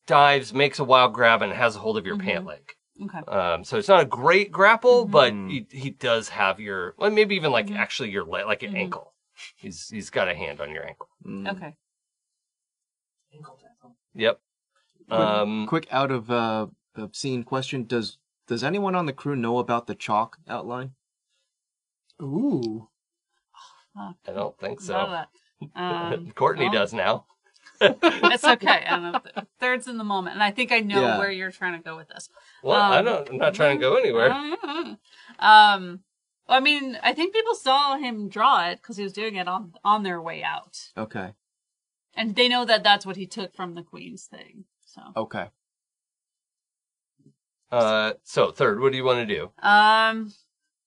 S2: dives, makes a wild grab, and has a hold of your
S4: Mm-hmm.
S2: pant leg.
S4: Okay.
S2: Um, so it's not a great grapple, but he, he does have your, well, maybe even
S4: Mm-hmm.
S2: like actually your leg, like an ankle. He's he's got a hand on your ankle.
S3: Mm.
S4: Okay.
S2: Yep. Um,
S3: Quick out of uh, obscene question: Does Does anyone on the crew know about the chalk outline?
S5: Ooh.
S4: Fuck,
S2: I don't think so.
S4: none of that. Um,
S2: <laughs> Courtney
S4: well,
S2: does now.
S4: That's okay. I don't know. Third's in the moment, and I think I know
S3: Yeah.
S4: where you're trying to go with this.
S2: Well, I
S4: Um,
S2: don't. I'm not trying to go anywhere.
S4: Um, I mean, I think people saw him draw it because he was doing it on on their way out,
S3: Okay.
S4: and they know that that's what he took from the Queen's thing. So,
S3: Okay.
S2: Uh, so third, what do you want to do?
S4: um,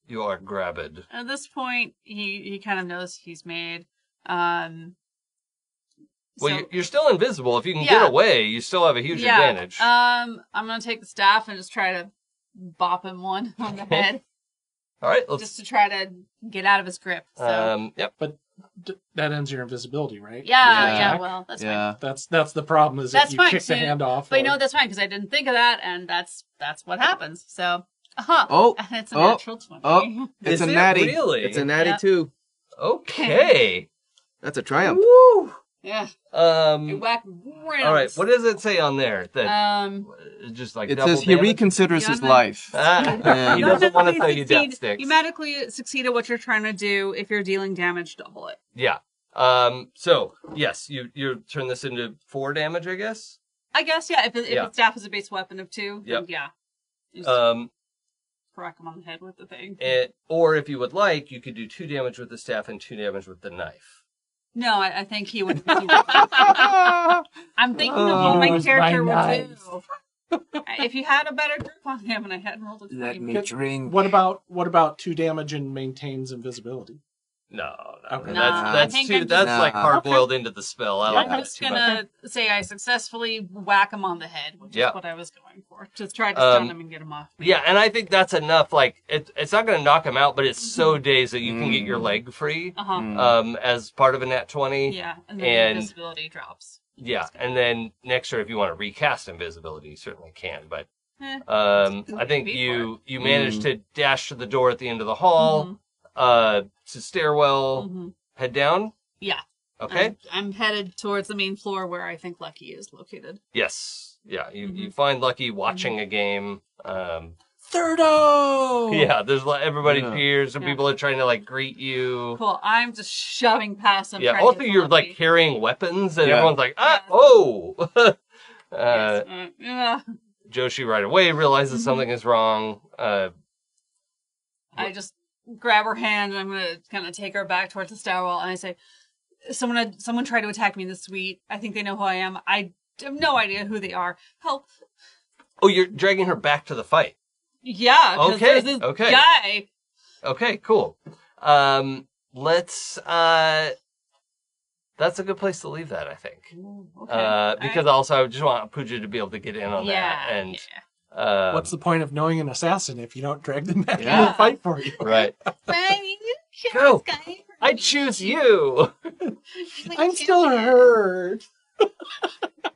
S2: You are grabbed.
S4: at this point, he he kind of knows he's made. Um,
S2: Well,
S4: so-
S2: you- you're still invisible. If you can
S4: Yeah.
S2: get away, you still have a huge advantage.
S4: Um, I'm gonna take the staff and just try to bop him one <laughs> on
S2: <laughs>
S4: the head,
S2: All right, let's.
S4: just to try to get out of his grip. So,
S2: um,
S4: <laughs>
S2: yep.
S5: D- that ends your invisibility, right?
S4: yeah,
S3: yeah.
S4: yeah, Well, that's fine.
S3: yeah.
S5: That's that's the problem. Is
S4: That's
S5: if you
S4: fine,
S5: kick the
S4: too.
S5: hand off.
S4: But
S5: or-
S4: you know that's fine because I didn't think of that, and that's that's what happens. So, uh-huh.
S3: Oh,
S4: and <laughs> it's a
S3: oh,
S4: natural twenty.
S3: oh. It's
S2: Is
S3: a
S2: it
S3: natty.
S2: really?
S3: It's a natty
S4: Yep.
S3: too.
S2: Okay.
S3: That's a triumph.
S2: Woo.
S4: <laughs> yeah, you
S2: Um.
S4: whack right.
S2: All
S4: on
S2: right.
S4: this.
S2: What does it say on there? That
S4: Um,
S2: just like
S3: It
S2: double
S3: says he
S2: damage?
S3: reconsiders his
S4: Beyond
S3: life.
S4: <laughs>
S3: <laughs>
S2: Ah, <laughs> he
S3: You
S2: doesn't want to
S4: automatically
S2: throw you death
S4: succeed-
S2: sticks.
S4: You medically succeed at what you're trying to do. If you're dealing damage, double it.
S2: yeah. Um. So yes, you you turn this into four damage, I guess.
S4: I guess yeah. If it, if
S2: Yeah.
S4: the staff is a base weapon of two, then
S2: Yep.
S4: yeah. You just
S2: Um.
S4: crack him on the head with the thing.
S2: And, or if you would like, you could do two damage with the staff and two damage with the knife.
S4: No, I, I think
S2: <laughs>
S4: he would. he would- I'm thinking of what my
S5: Use my
S4: character would
S5: knife.
S4: do. <laughs> if you had a better grip on him, and I hadn't rolled a
S3: Let
S4: twenty,
S3: me drink.
S5: What about what about two damage and maintains invisibility?
S2: No, no,
S5: Okay.
S2: no,
S4: Nah, I
S2: that's that's
S4: think
S2: too
S4: I'm
S2: that's
S3: just-
S2: like
S3: Nah.
S2: hard boiled into the spell. I like
S4: I'm
S2: that
S4: just
S2: too much.
S4: gonna say I successfully whack him on the head, which
S2: Yeah.
S4: is what I was going for. Just try to
S2: Um,
S4: stun him and get him off. me.
S2: Yeah, and I think that's enough. Like it, it's not gonna knock him out, but it's
S4: Mm-hmm.
S2: so dazed that you can get your leg free
S4: Uh huh.
S3: Mm.
S2: um as part of a nat twenty.
S4: Yeah. And then
S2: And-
S4: the invisibility drops.
S2: Yeah, and then next year, if you want to recast invisibility, you certainly can. But
S4: Eh.
S2: um, I think
S4: Go for
S2: you you managed to
S3: Mm-hmm.
S2: dash to the door at the end of the hall,
S4: Mhm,
S2: uh, to stairwell,
S4: mhm.
S2: head down.
S4: Yeah.
S2: Okay.
S4: I'm, I'm headed towards the main floor where I think Lucky is located.
S2: yes. Yeah. You you
S4: Mhm.
S2: find Lucky watching a game. Um,
S5: Thirdo.
S2: Yeah. There's like everybody
S3: Yeah.
S2: cheers and
S4: Yeah.
S2: people are trying to like greet you.
S4: Cool. I'm just shoving past him.
S2: yeah.
S4: trying to
S2: Also,
S4: get to
S2: you're like
S4: Lucky.
S2: carrying weapons and
S3: Yeah.
S2: everyone's like, ah,
S4: Yeah.
S2: oh. <laughs> uh,
S4: Yes, uh, yeah.
S2: Joshi right away realizes
S4: Mhm.
S2: something is wrong. Uh,
S4: I just grab her hand and I'm gonna kind of take her back towards the stairwell and I say, "Someone, someone tried to attack me in the suite. I think they know who I am. I have no idea who they are. Help!"
S2: oh, you're dragging her back to the fight.
S4: Yeah, 'cause
S2: Okay,
S4: there's this
S2: okay.
S4: guy.
S2: Okay, cool. Um, let's. Uh, that's a good place to leave that, I think.
S4: Okay.
S2: Uh,
S4: all
S2: because
S4: right.
S2: also I just want Pooja to be able to get in on that.
S4: yeah,
S2: And
S4: yeah.
S2: uh,
S5: What's the point of knowing an assassin if you don't drag them back
S2: Yeah.
S5: to fight for <laughs> you?
S2: right?
S4: Well, you chose
S2: Go.
S4: guy for
S2: I
S4: me.
S2: choose you. <laughs>
S4: Like,
S5: I'm
S4: you
S5: still
S4: did.
S5: hurt.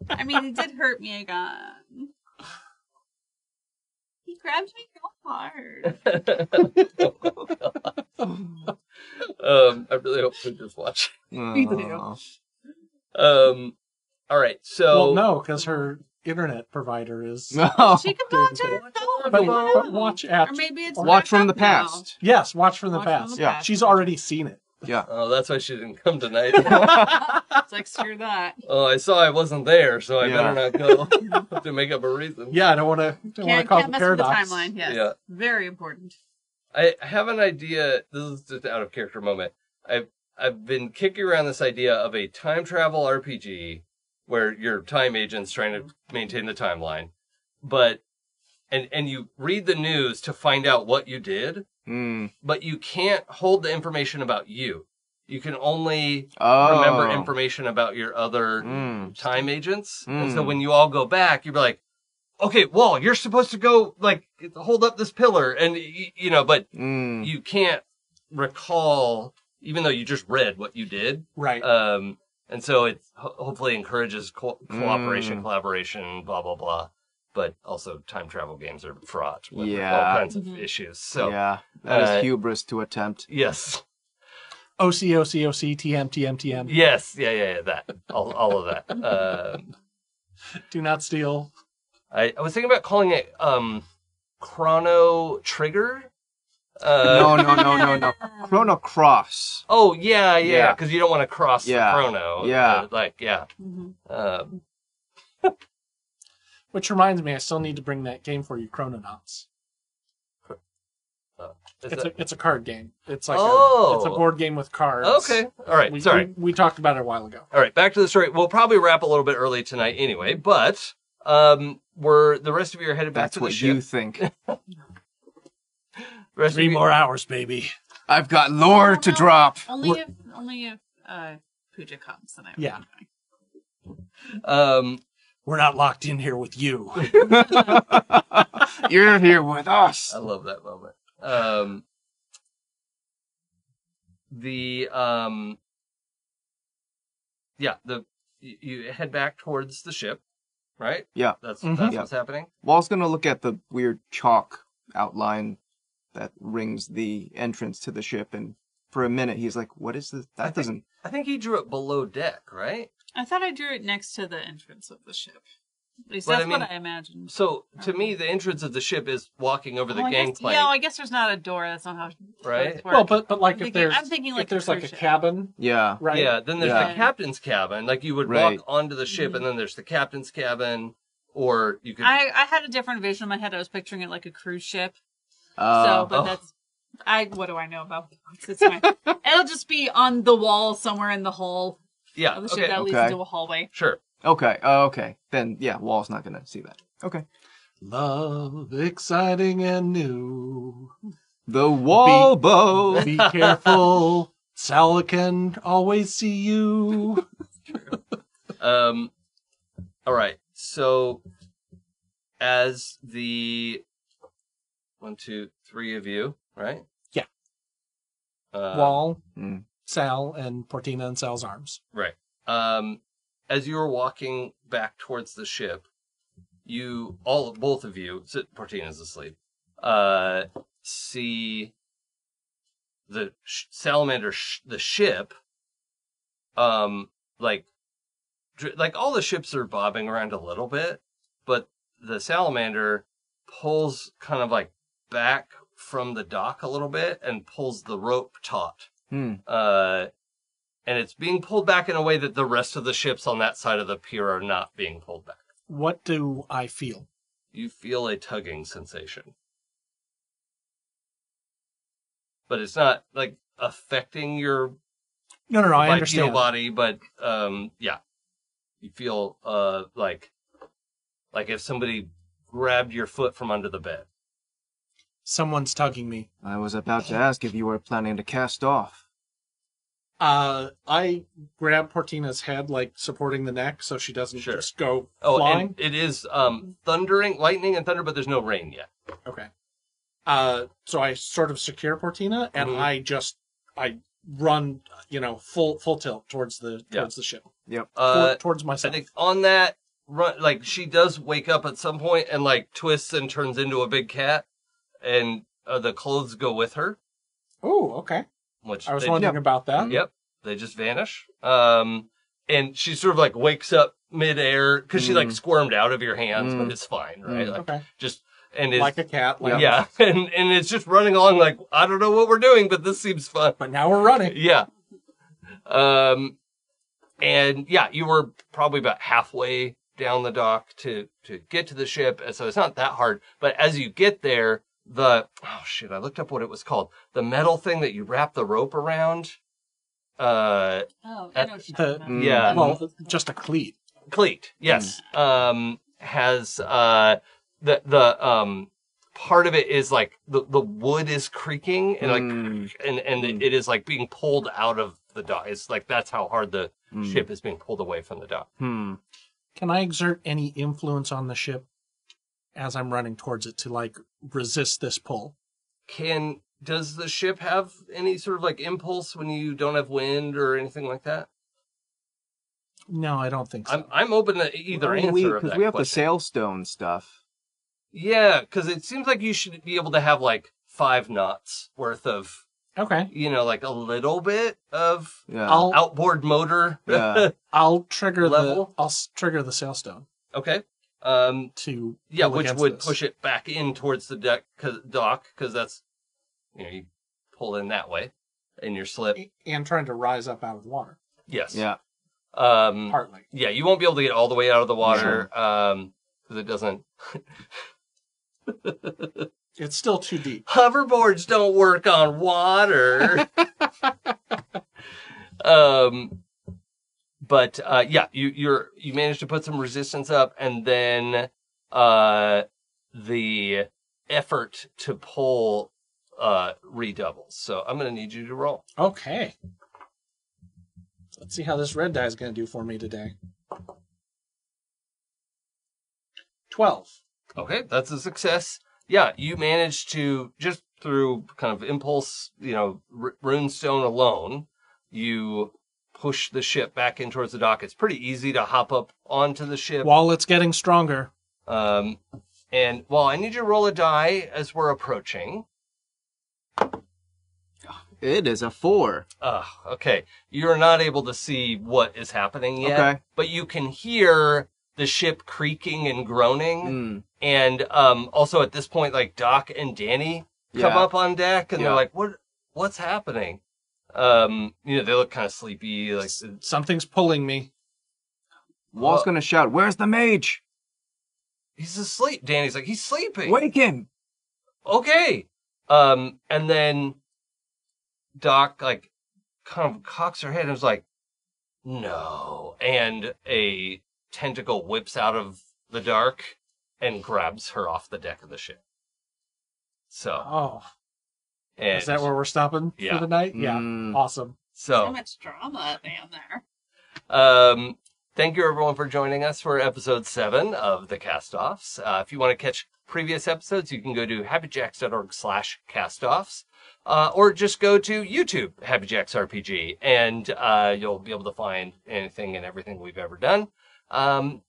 S4: I mean, he did hurt me again. He grabbed me real hard.
S2: um, I really hope Pooja's watching.
S4: <laughs>
S3: <laughs>
S4: Me too.
S3: Oh.
S2: Um, all right, so
S5: well, no, because her internet provider <laughs> is.
S3: No.
S4: She could blow to her phone.
S5: But,
S4: you know?
S5: but watch at.
S4: Or maybe it's
S3: Watch
S4: back
S3: from the
S4: up now.
S3: past.
S5: Yes, watch from the
S4: Watch
S5: past.
S3: Yeah.
S5: She's already seen it.
S2: oh, that's why she didn't come tonight. <laughs>
S4: It's like screw
S5: <laughs>
S4: that.
S2: oh, I saw I wasn't there, so I
S3: Yeah.
S2: better not go.
S5: <laughs>
S2: <laughs> have to make up a reason.
S5: Yeah, I don't want to. Don't want
S4: Can't,
S5: to cause
S4: can't
S5: a
S4: mess with the
S5: paradox.
S4: timeline. Yes.
S2: Yeah.
S4: Very important.
S2: I have an idea. This is just out of character moment. I've I've been kicking around this idea of a time travel RPG where your time agent's trying
S3: Mm-hmm.
S2: to maintain the timeline, but and and you read the news to find out what you did,
S3: Mm.
S2: but you can't hold the information about you. You can only
S3: Oh.
S2: remember information about your other
S3: Mm.
S2: time agents. And so
S3: Mm.
S2: when you all go back, you're like, okay, Wall, you're supposed to go like hold up this pillar, and y- you know, but
S3: Mm.
S2: you can't recall even though you just read what you did
S5: Right.
S2: um and so it ho- hopefully encourages co- cooperation
S3: Mm.
S2: collaboration blah blah blah but also time travel games are fraught with
S3: Yeah.
S2: all kinds of
S5: Mm-hmm.
S4: Mhm.
S2: issues so
S3: yeah, that is
S2: uh,
S3: hubris to attempt.
S2: yes
S5: OC, OC, OC, TM, TM, TM.
S2: yes yeah yeah, yeah that all, all of
S5: <laughs>
S2: that um
S5: Do not steal.
S2: I, I was thinking about calling it um Chrono Trigger. Uh,
S3: No, no, no, no,
S4: <laughs>
S3: no. Chrono Cross.
S2: Oh yeah, yeah,
S3: Yeah.
S2: because you don't want to cross
S3: Yeah.
S2: the chrono.
S3: Yeah.
S2: Uh, like yeah.
S4: Mhm.
S2: Um,
S5: Which reminds me, I still need to bring that game for you, Chrononauts.
S2: is
S5: It's
S2: that-
S5: a it's a card game. It's like
S2: Oh.
S5: a, it's a board game with cards.
S2: okay. All right.
S5: We,
S2: sorry.
S5: We, we talked about it a while ago.
S2: All right. Back to the story. We'll probably wrap a little bit early tonight anyway, but um, we're the rest of you are headed back
S3: That's
S2: to the
S3: what
S2: ship.
S3: you think.
S2: The rest
S5: Three
S2: of you-
S5: more hours, baby.
S3: I've got lore to drop.
S4: Only if only if uh, Pooja comes and I.
S5: Yeah.
S2: Um,
S5: We're not locked in here with you.
S3: <laughs> You're here with us.
S2: I love that moment. Um, the um, yeah, the you, you head back towards the ship, right?
S3: Yeah.
S2: That's
S5: Mhm.
S2: that's
S3: Yeah.
S2: what's happening.
S3: Wall's gonna look at the weird chalk outline that rings the entrance to the ship, and for a minute he's like, "What is
S2: I
S3: this? That
S2: think-
S3: doesn't."
S2: I think he drew it below deck, right?
S4: I thought I drew it next to the entrance of the ship. At least
S2: But I
S4: that's
S2: mean-
S4: what I imagined.
S2: So to me, the entrance of the ship is walking over the
S4: Oh, I guess-
S2: gangplank.
S4: yeah, well, I guess there's not a door. That's not how
S2: Right?
S4: boats work.
S5: well, but but like
S4: I'm
S5: if
S4: thinking-
S5: there's
S4: I'm thinking like
S5: if there's
S4: a
S5: like a
S4: cruise ship.
S5: cabin,
S3: Yeah.
S5: right?
S2: Yeah, then there's
S3: Yeah.
S2: the captain's cabin. Like you would
S3: Right.
S2: walk onto the ship, and then there's the captain's cabin, or you could.
S4: Mm-hmm. I, I had a different vision in my head. I was picturing it like a cruise ship. so,
S3: Uh,
S4: but
S2: oh.
S4: that's I. What do I know about boats? It's fine. <laughs> It'll just be on the wall somewhere in the hall
S2: yeah,
S4: of the
S2: okay,
S4: ship that leads
S3: okay.
S4: into a hallway.
S2: sure.
S3: okay. Uh, okay. Then yeah, Wall's not gonna see that. Okay.
S5: Love, exciting and new.
S3: The wall
S2: Oh.
S3: bow.
S5: Be careful. Sal can always see you.
S2: Um, all right. So, as the one, two, three of you, right?
S5: Yeah.
S2: Uh,
S5: Wall,
S3: Mm.
S5: Sal, and Portina and Sal's arms.
S2: Right. Um, as you were walking back towards the ship, you all, both of you, so Portina's asleep. Uh, see the sh- salamander, sh- the ship. Um, like, dr- like all the ships are bobbing around a little bit, but the salamander pulls kind of like back from the dock a little bit and pulls the rope taut
S3: <laughs> Hmm.
S2: uh, and it's being pulled back in a way that the rest of the ships on that side of the pier are not being pulled back.
S5: What do I feel?
S2: You feel a tugging sensation, but it's not like affecting your
S5: No, no, no. I
S2: bipedal
S5: understand.
S2: body. But um, yeah, you feel uh like like if somebody grabbed your foot from under the bed.
S5: Someone's tugging me.
S3: I was about to ask if you were planning to cast off.
S5: Uh, I grab Portina's head, like supporting the neck, so she doesn't
S2: Sure.
S5: just go
S2: Oh,
S5: flying.
S2: and it is um thundering, lightning, and thunder, but there's no rain yet.
S5: Okay. Uh, so I sort of secure Portina, and
S2: Mhm.
S5: I just I run, you know, full full tilt towards the
S2: Yeah.
S5: towards the ship,
S3: Yep.
S2: Uh,
S5: Toward- towards
S2: I
S5: myself.
S2: think on that run, like she does wake up at some point and like twists and turns into a big cat, and uh, the clothes go with her,
S5: Oh, okay.
S2: which
S5: I was
S2: they,
S5: wondering about that.
S2: Yep, they just vanish. Um, and she sort of like wakes up midair because she like
S3: Mm.
S2: squirmed out of your hands, but
S3: Mm.
S2: it's fine, right?
S3: Mm.
S2: Like,
S5: Okay.
S2: just and it's
S5: Like a cat. Like,
S2: yeah, <laughs> and and it's just running along like I don't know what we're doing, but this seems fun.
S5: But now we're running.
S2: Yeah. Um, and yeah, you were probably about halfway down the dock to to get to the ship, and so it's not that hard. But as you get there, the oh shit, I looked up what it was called. The metal thing that you wrap the rope around. Uh,
S4: Oh,
S2: I
S4: I
S2: know
S4: don't.
S5: you're talking
S3: about.
S2: yeah,
S5: Well, just a cleat.
S2: cleat. Yes. Um, has uh the the um part of it is like the the wood is creaking and like
S3: Mm.
S2: and and it- it is like being pulled out of the dock. It's like that's how hard the
S3: Mm.
S2: ship is being pulled away from the dock.
S3: Hmm.
S5: Can I exert any influence on the ship as I'm running towards it to like resist this pull?
S2: Can does the ship have any sort of like impulse when you don't have wind or anything like that?
S5: No, I don't think so.
S2: I'm I'm open to either
S3: Well,
S2: answer
S3: we,
S2: of
S3: 'cause
S2: that
S3: we have the
S2: question.
S3: sailstone stuff.
S2: yeah, because it seems like you should be able to have like five knots worth of
S5: okay.
S2: you know like a little bit of
S3: Yeah.
S5: I'll
S2: outboard motor.
S3: Yeah.
S5: I'll trigger
S2: Level?
S5: the I'll s- trigger the sailstone.
S2: <laughs> okay. Um,
S5: to
S2: yeah,
S5: pull
S2: which
S5: against
S2: would
S5: this.
S2: push it back in towards the deck cause, dock because that's you know you pull in that way in your slip.
S5: and trying to rise up out of the water
S2: Yes.
S3: Yeah.
S2: Um,
S5: partly.
S2: yeah, you won't be able to get all the way out of the water um, because it doesn't.
S5: It's still too deep.
S2: Hoverboards don't work on water. um, but uh, yeah, you you're you manage to put some resistance up, and then uh, the effort to pull uh, redoubles. So I'm gonna need you to roll.
S5: Okay. Let's see how this red die is going to do for me today. 12.
S2: Okay, that's a success. Yeah, you managed to just through kind of impulse, you know, r- runestone alone, you push the ship back in towards the dock. It's pretty easy to hop up onto the ship.
S5: While it's getting stronger,
S2: Um, and well, I need you to roll a die as we're approaching.
S3: It is a four.
S2: Uh, okay, you're not able to see what is happening yet,
S3: Okay.
S2: but you can hear the ship creaking and groaning.
S3: Mm,
S2: and um also at this point like doc and danny come
S3: Yeah.
S2: up on deck and they're
S3: Yeah.
S2: like what what's happening um you know they look kind of sleepy like
S5: something's pulling me.
S3: Wall's
S2: Uh,
S3: gonna shout, "Where's the mage?
S2: he's asleep danny's like he's sleeping
S3: Wake him!"
S2: okay um and then doc like kind of cocks her head and is like no and a tentacle whips out of the dark and grabs her off the deck of the ship so
S5: Oh,
S2: and
S5: is that where we're stopping
S2: Yeah.
S5: for the night?
S3: Mm.
S5: Yeah. Awesome.
S2: so
S4: So much drama down there.
S2: Um, thank you everyone for joining us for episode seven of the castoffs. Uh, if you want to catch previous episodes, you can go to happyjacks.org slash castoffs. Uh, or just go to YouTube, Happy Jacks RPG, and uh, you'll be able to find anything and everything we've ever done, um,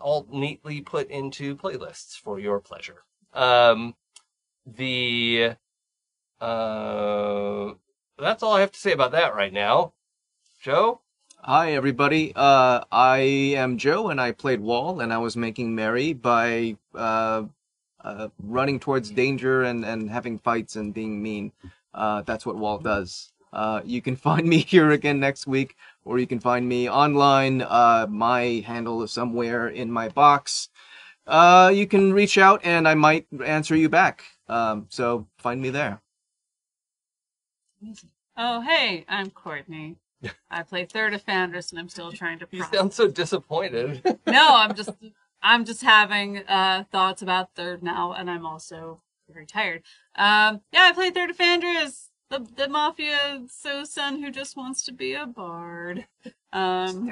S2: all neatly put into playlists for your pleasure. Um, the uh, that's all I have to say about that right now. Joe,
S3: Hi, everybody. Uh, I am Joe, and I played Wall, and I was making merry by uh, uh, running towards danger and, and having fights and being mean. Uh, that's what Wall does. Uh, you can <laughs> find me here again next week, or you can find me online. Uh, my handle is somewhere in my box. Uh, you can reach out, and I might answer you back. Um, so find me there.
S4: Oh, hey, I'm Courtney. I play third of Foundress, and I'm still trying to.
S2: <laughs> you
S4: process-
S2: sound so <laughs> disappointed.
S4: no, I'm just I'm just having uh thoughts about third now, and I'm also very tired. Um, yeah, I played third Defenders, the the mafia so son who just wants to be a bard. Um,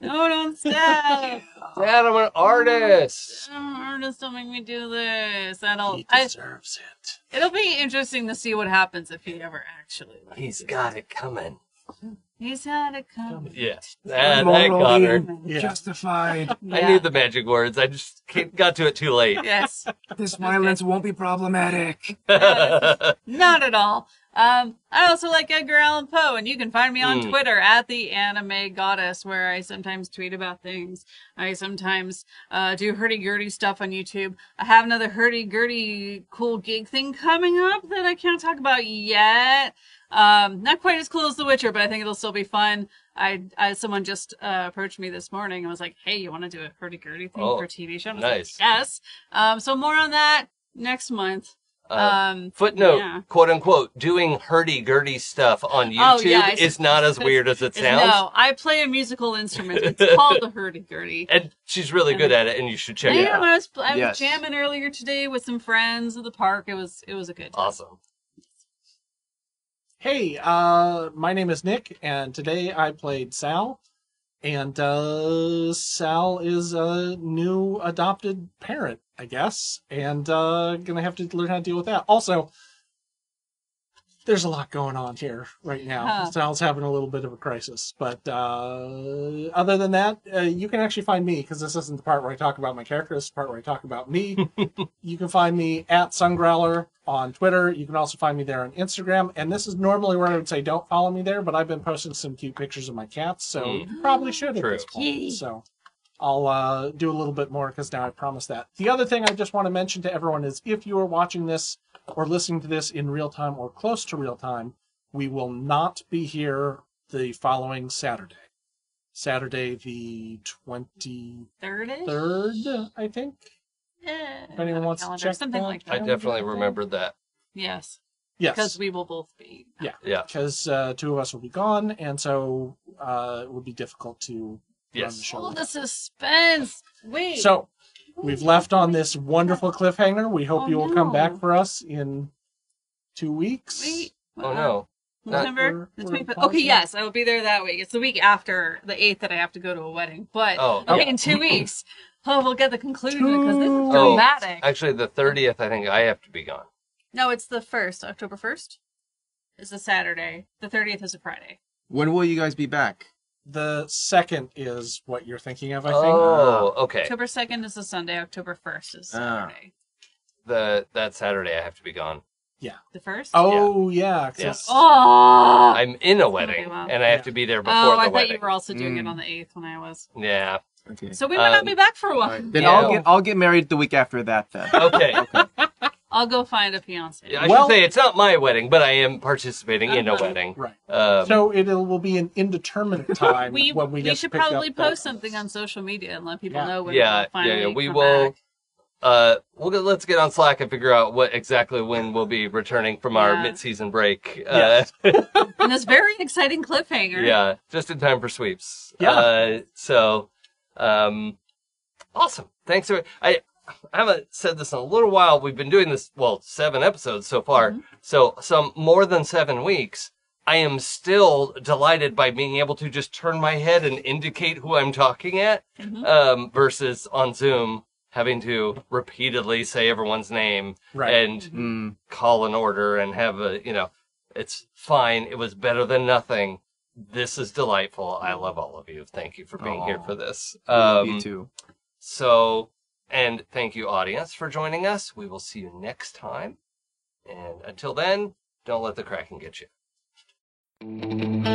S4: no, don't stab.
S2: Dad, I'm an artist.
S4: Oh, Ernest, don't make me do this. That'll
S5: He
S4: I,
S5: deserves it.
S4: it'll be interesting to see what happens if he ever actually. like,
S2: He's got it coming.
S4: He's had a come.
S2: Yeah, that, that got her.
S5: Yeah.
S3: Justified.
S2: I knew the magic words. I just ca- got to it too
S4: <laughs>
S2: late.
S4: Yes.
S3: This
S4: violence
S3: won't be problematic.
S4: Not at all. Um, I also like Edgar Allan Poe, and you can find me on
S2: Mm.
S4: Twitter at the Anime Goddess, where I sometimes tweet about things. I sometimes uh, do hurdy gurdy stuff on YouTube. I have another hurdy gurdy cool gig thing coming up that I can't talk about yet. Um, not quite as cool as The Witcher, but I think it'll still be fun. I, I someone just uh, approached me this morning and was like, "Hey, you want to do a hurdy gurdy thing
S2: Oh,
S4: for TV show?" And I was
S2: nice.
S4: like, yes. Um, so more on that next month.
S2: <laughs> Uh,
S4: um,
S2: footnote,
S4: yeah.
S2: quote unquote, doing hurdy-gurdy stuff on YouTube
S4: Oh, yeah, I see.
S2: is not as weird as it
S4: Is-
S2: sounds.
S4: No, I play a musical instrument. It's called the hurdy-gurdy.
S2: And she's really good at it, and you should <laughs> check it
S4: Yeah,
S2: out.
S4: I was, I was
S3: Yes.
S4: jamming earlier today with some friends at the park. It was it was a good time.
S2: Awesome.
S5: Hey, uh, my name is Nick, and today I played Sal. And uh, Sal is a new adopted parent, I guess, and uh, gonna have to learn how to deal with that. Also, there's a lot going on here right now.
S4: Huh.
S5: Sal's having a little bit of a crisis, but uh, other than that, uh, you can actually find me because this isn't the part where I talk about my character. This is the part where I talk about me. You can find me at Sungrowler on Twitter. You can also find me there on Instagram. And this is normally where I would say don't follow me there, but I've been posting some cute pictures of my cats, so
S2: Mm.
S5: you probably should at
S2: True.
S5: this point.
S4: Yay.
S5: So I'll uh, do a little bit more because now I promised that. The other thing I just want to mention to everyone is if you are watching this or listening to this in real time or close to real time, we will not be here the following Saturday. Saturday, the 23rd,
S4: Third ish?
S5: I think.
S4: Yeah.
S5: If anyone wants to check
S4: Something
S5: that
S4: like
S2: I
S4: that.
S2: definitely remembered that.
S4: Yes.
S5: Yes.
S4: Because we will both be.
S2: Yeah.
S5: because uh, two of us will be gone, and so uh, it would be difficult to run the
S2: Yes.
S5: show.
S4: All Oh,
S5: without
S4: the suspense. Wait.
S5: So we've left on this wonderful cliffhanger. We hope
S4: Oh,
S5: you will come
S4: no.
S5: back for us in two weeks.
S4: Wait.
S2: Oh no. Not-
S5: we're-
S4: November? The
S5: we're
S4: 25th.
S5: pausing.
S4: Okay, yes, I will be there that week. It's the week after the 8th that I have to go to a wedding. But
S2: Oh,
S4: okay,
S2: yeah. <laughs>
S4: in two weeks, oh, we'll get the conclusion because this
S5: Two
S4: is
S2: Oh.
S4: dramatic.
S2: Actually, the thirtieth, I think I have to be gone.
S4: No, it's the 1st. October 1st is a Saturday. The 30th is a Friday.
S3: When will you guys be back?
S5: The second is what you're thinking of, I think.
S2: Oh, okay.
S4: October 2nd is a Sunday. October 1st is
S3: Ah.
S4: Saturday.
S2: The that Saturday, I have to be gone.
S4: The 1st?
S5: Oh, yeah. 'cause
S2: Yeah.
S5: it's-
S4: Oh!
S2: I'm in a
S4: gonna be
S2: wedding,
S4: wild.
S2: and I have
S5: Yeah.
S2: to be there before
S4: Oh, I
S2: the
S4: thought
S2: wedding.
S4: you were also doing it
S3: Mm.
S4: on the 8th when I was.
S2: Yeah.
S3: Okay.
S4: So we might not
S2: Um,
S4: be back for a
S3: All
S4: while.
S3: right. Then
S2: Yeah.
S3: I'll get I'll get married the week after that
S2: <laughs>
S3: then.
S2: Okay.
S4: <laughs> I'll go find a fiance.
S2: Yeah, I
S5: Well-
S2: should say it's not my wedding, but I am participating in a
S4: Uh-huh.
S2: wedding.
S5: Right.
S2: Um,
S5: So it will be an indeterminate
S4: <laughs>
S5: time
S4: we
S5: when we
S4: we,
S5: get to
S4: should
S5: pick up
S4: probably
S5: the-
S4: post something on social media and let people
S5: Yeah.
S4: know when
S2: Yeah,
S4: we'll finally
S2: yeah, yeah, we
S4: come
S2: will-
S4: back.
S2: uh, we'll go, let's get on Slack and figure out what exactly when we'll be returning from our
S4: Yeah.
S2: mid-season break.
S5: Yes.
S2: Uh,
S4: And this very <laughs> exciting cliffhanger.
S2: yeah, just in time for sweeps.
S5: Yeah.
S2: Uh, so, um, awesome. Thanks for I. I haven't said this in a little while. We've been doing this well seven episodes so far,
S5: Mm-hmm.
S2: so some more than seven weeks. I am still delighted by being able to just turn my head and indicate who I'm talking at.
S5: Mm-hmm.
S4: Mhm.
S2: um, versus on Zoom having to repeatedly say everyone's name
S5: Right.
S2: and
S3: Mm.
S2: call an order and have a, you know, it's fine. It was better than nothing. This is delightful. I love all of you. Thank you for being here
S3: Aw.
S2: for this.
S3: We love you
S2: Um,
S3: too.
S2: so, and thank you, audience, for joining us. We will see you next time. And until then, don't let the Kraken get you.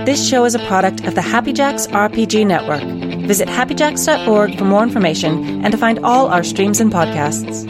S1: This show is a product of the Happy Jacks RPG Network. Visit happyjacks.org for more information and to find all our streams and podcasts.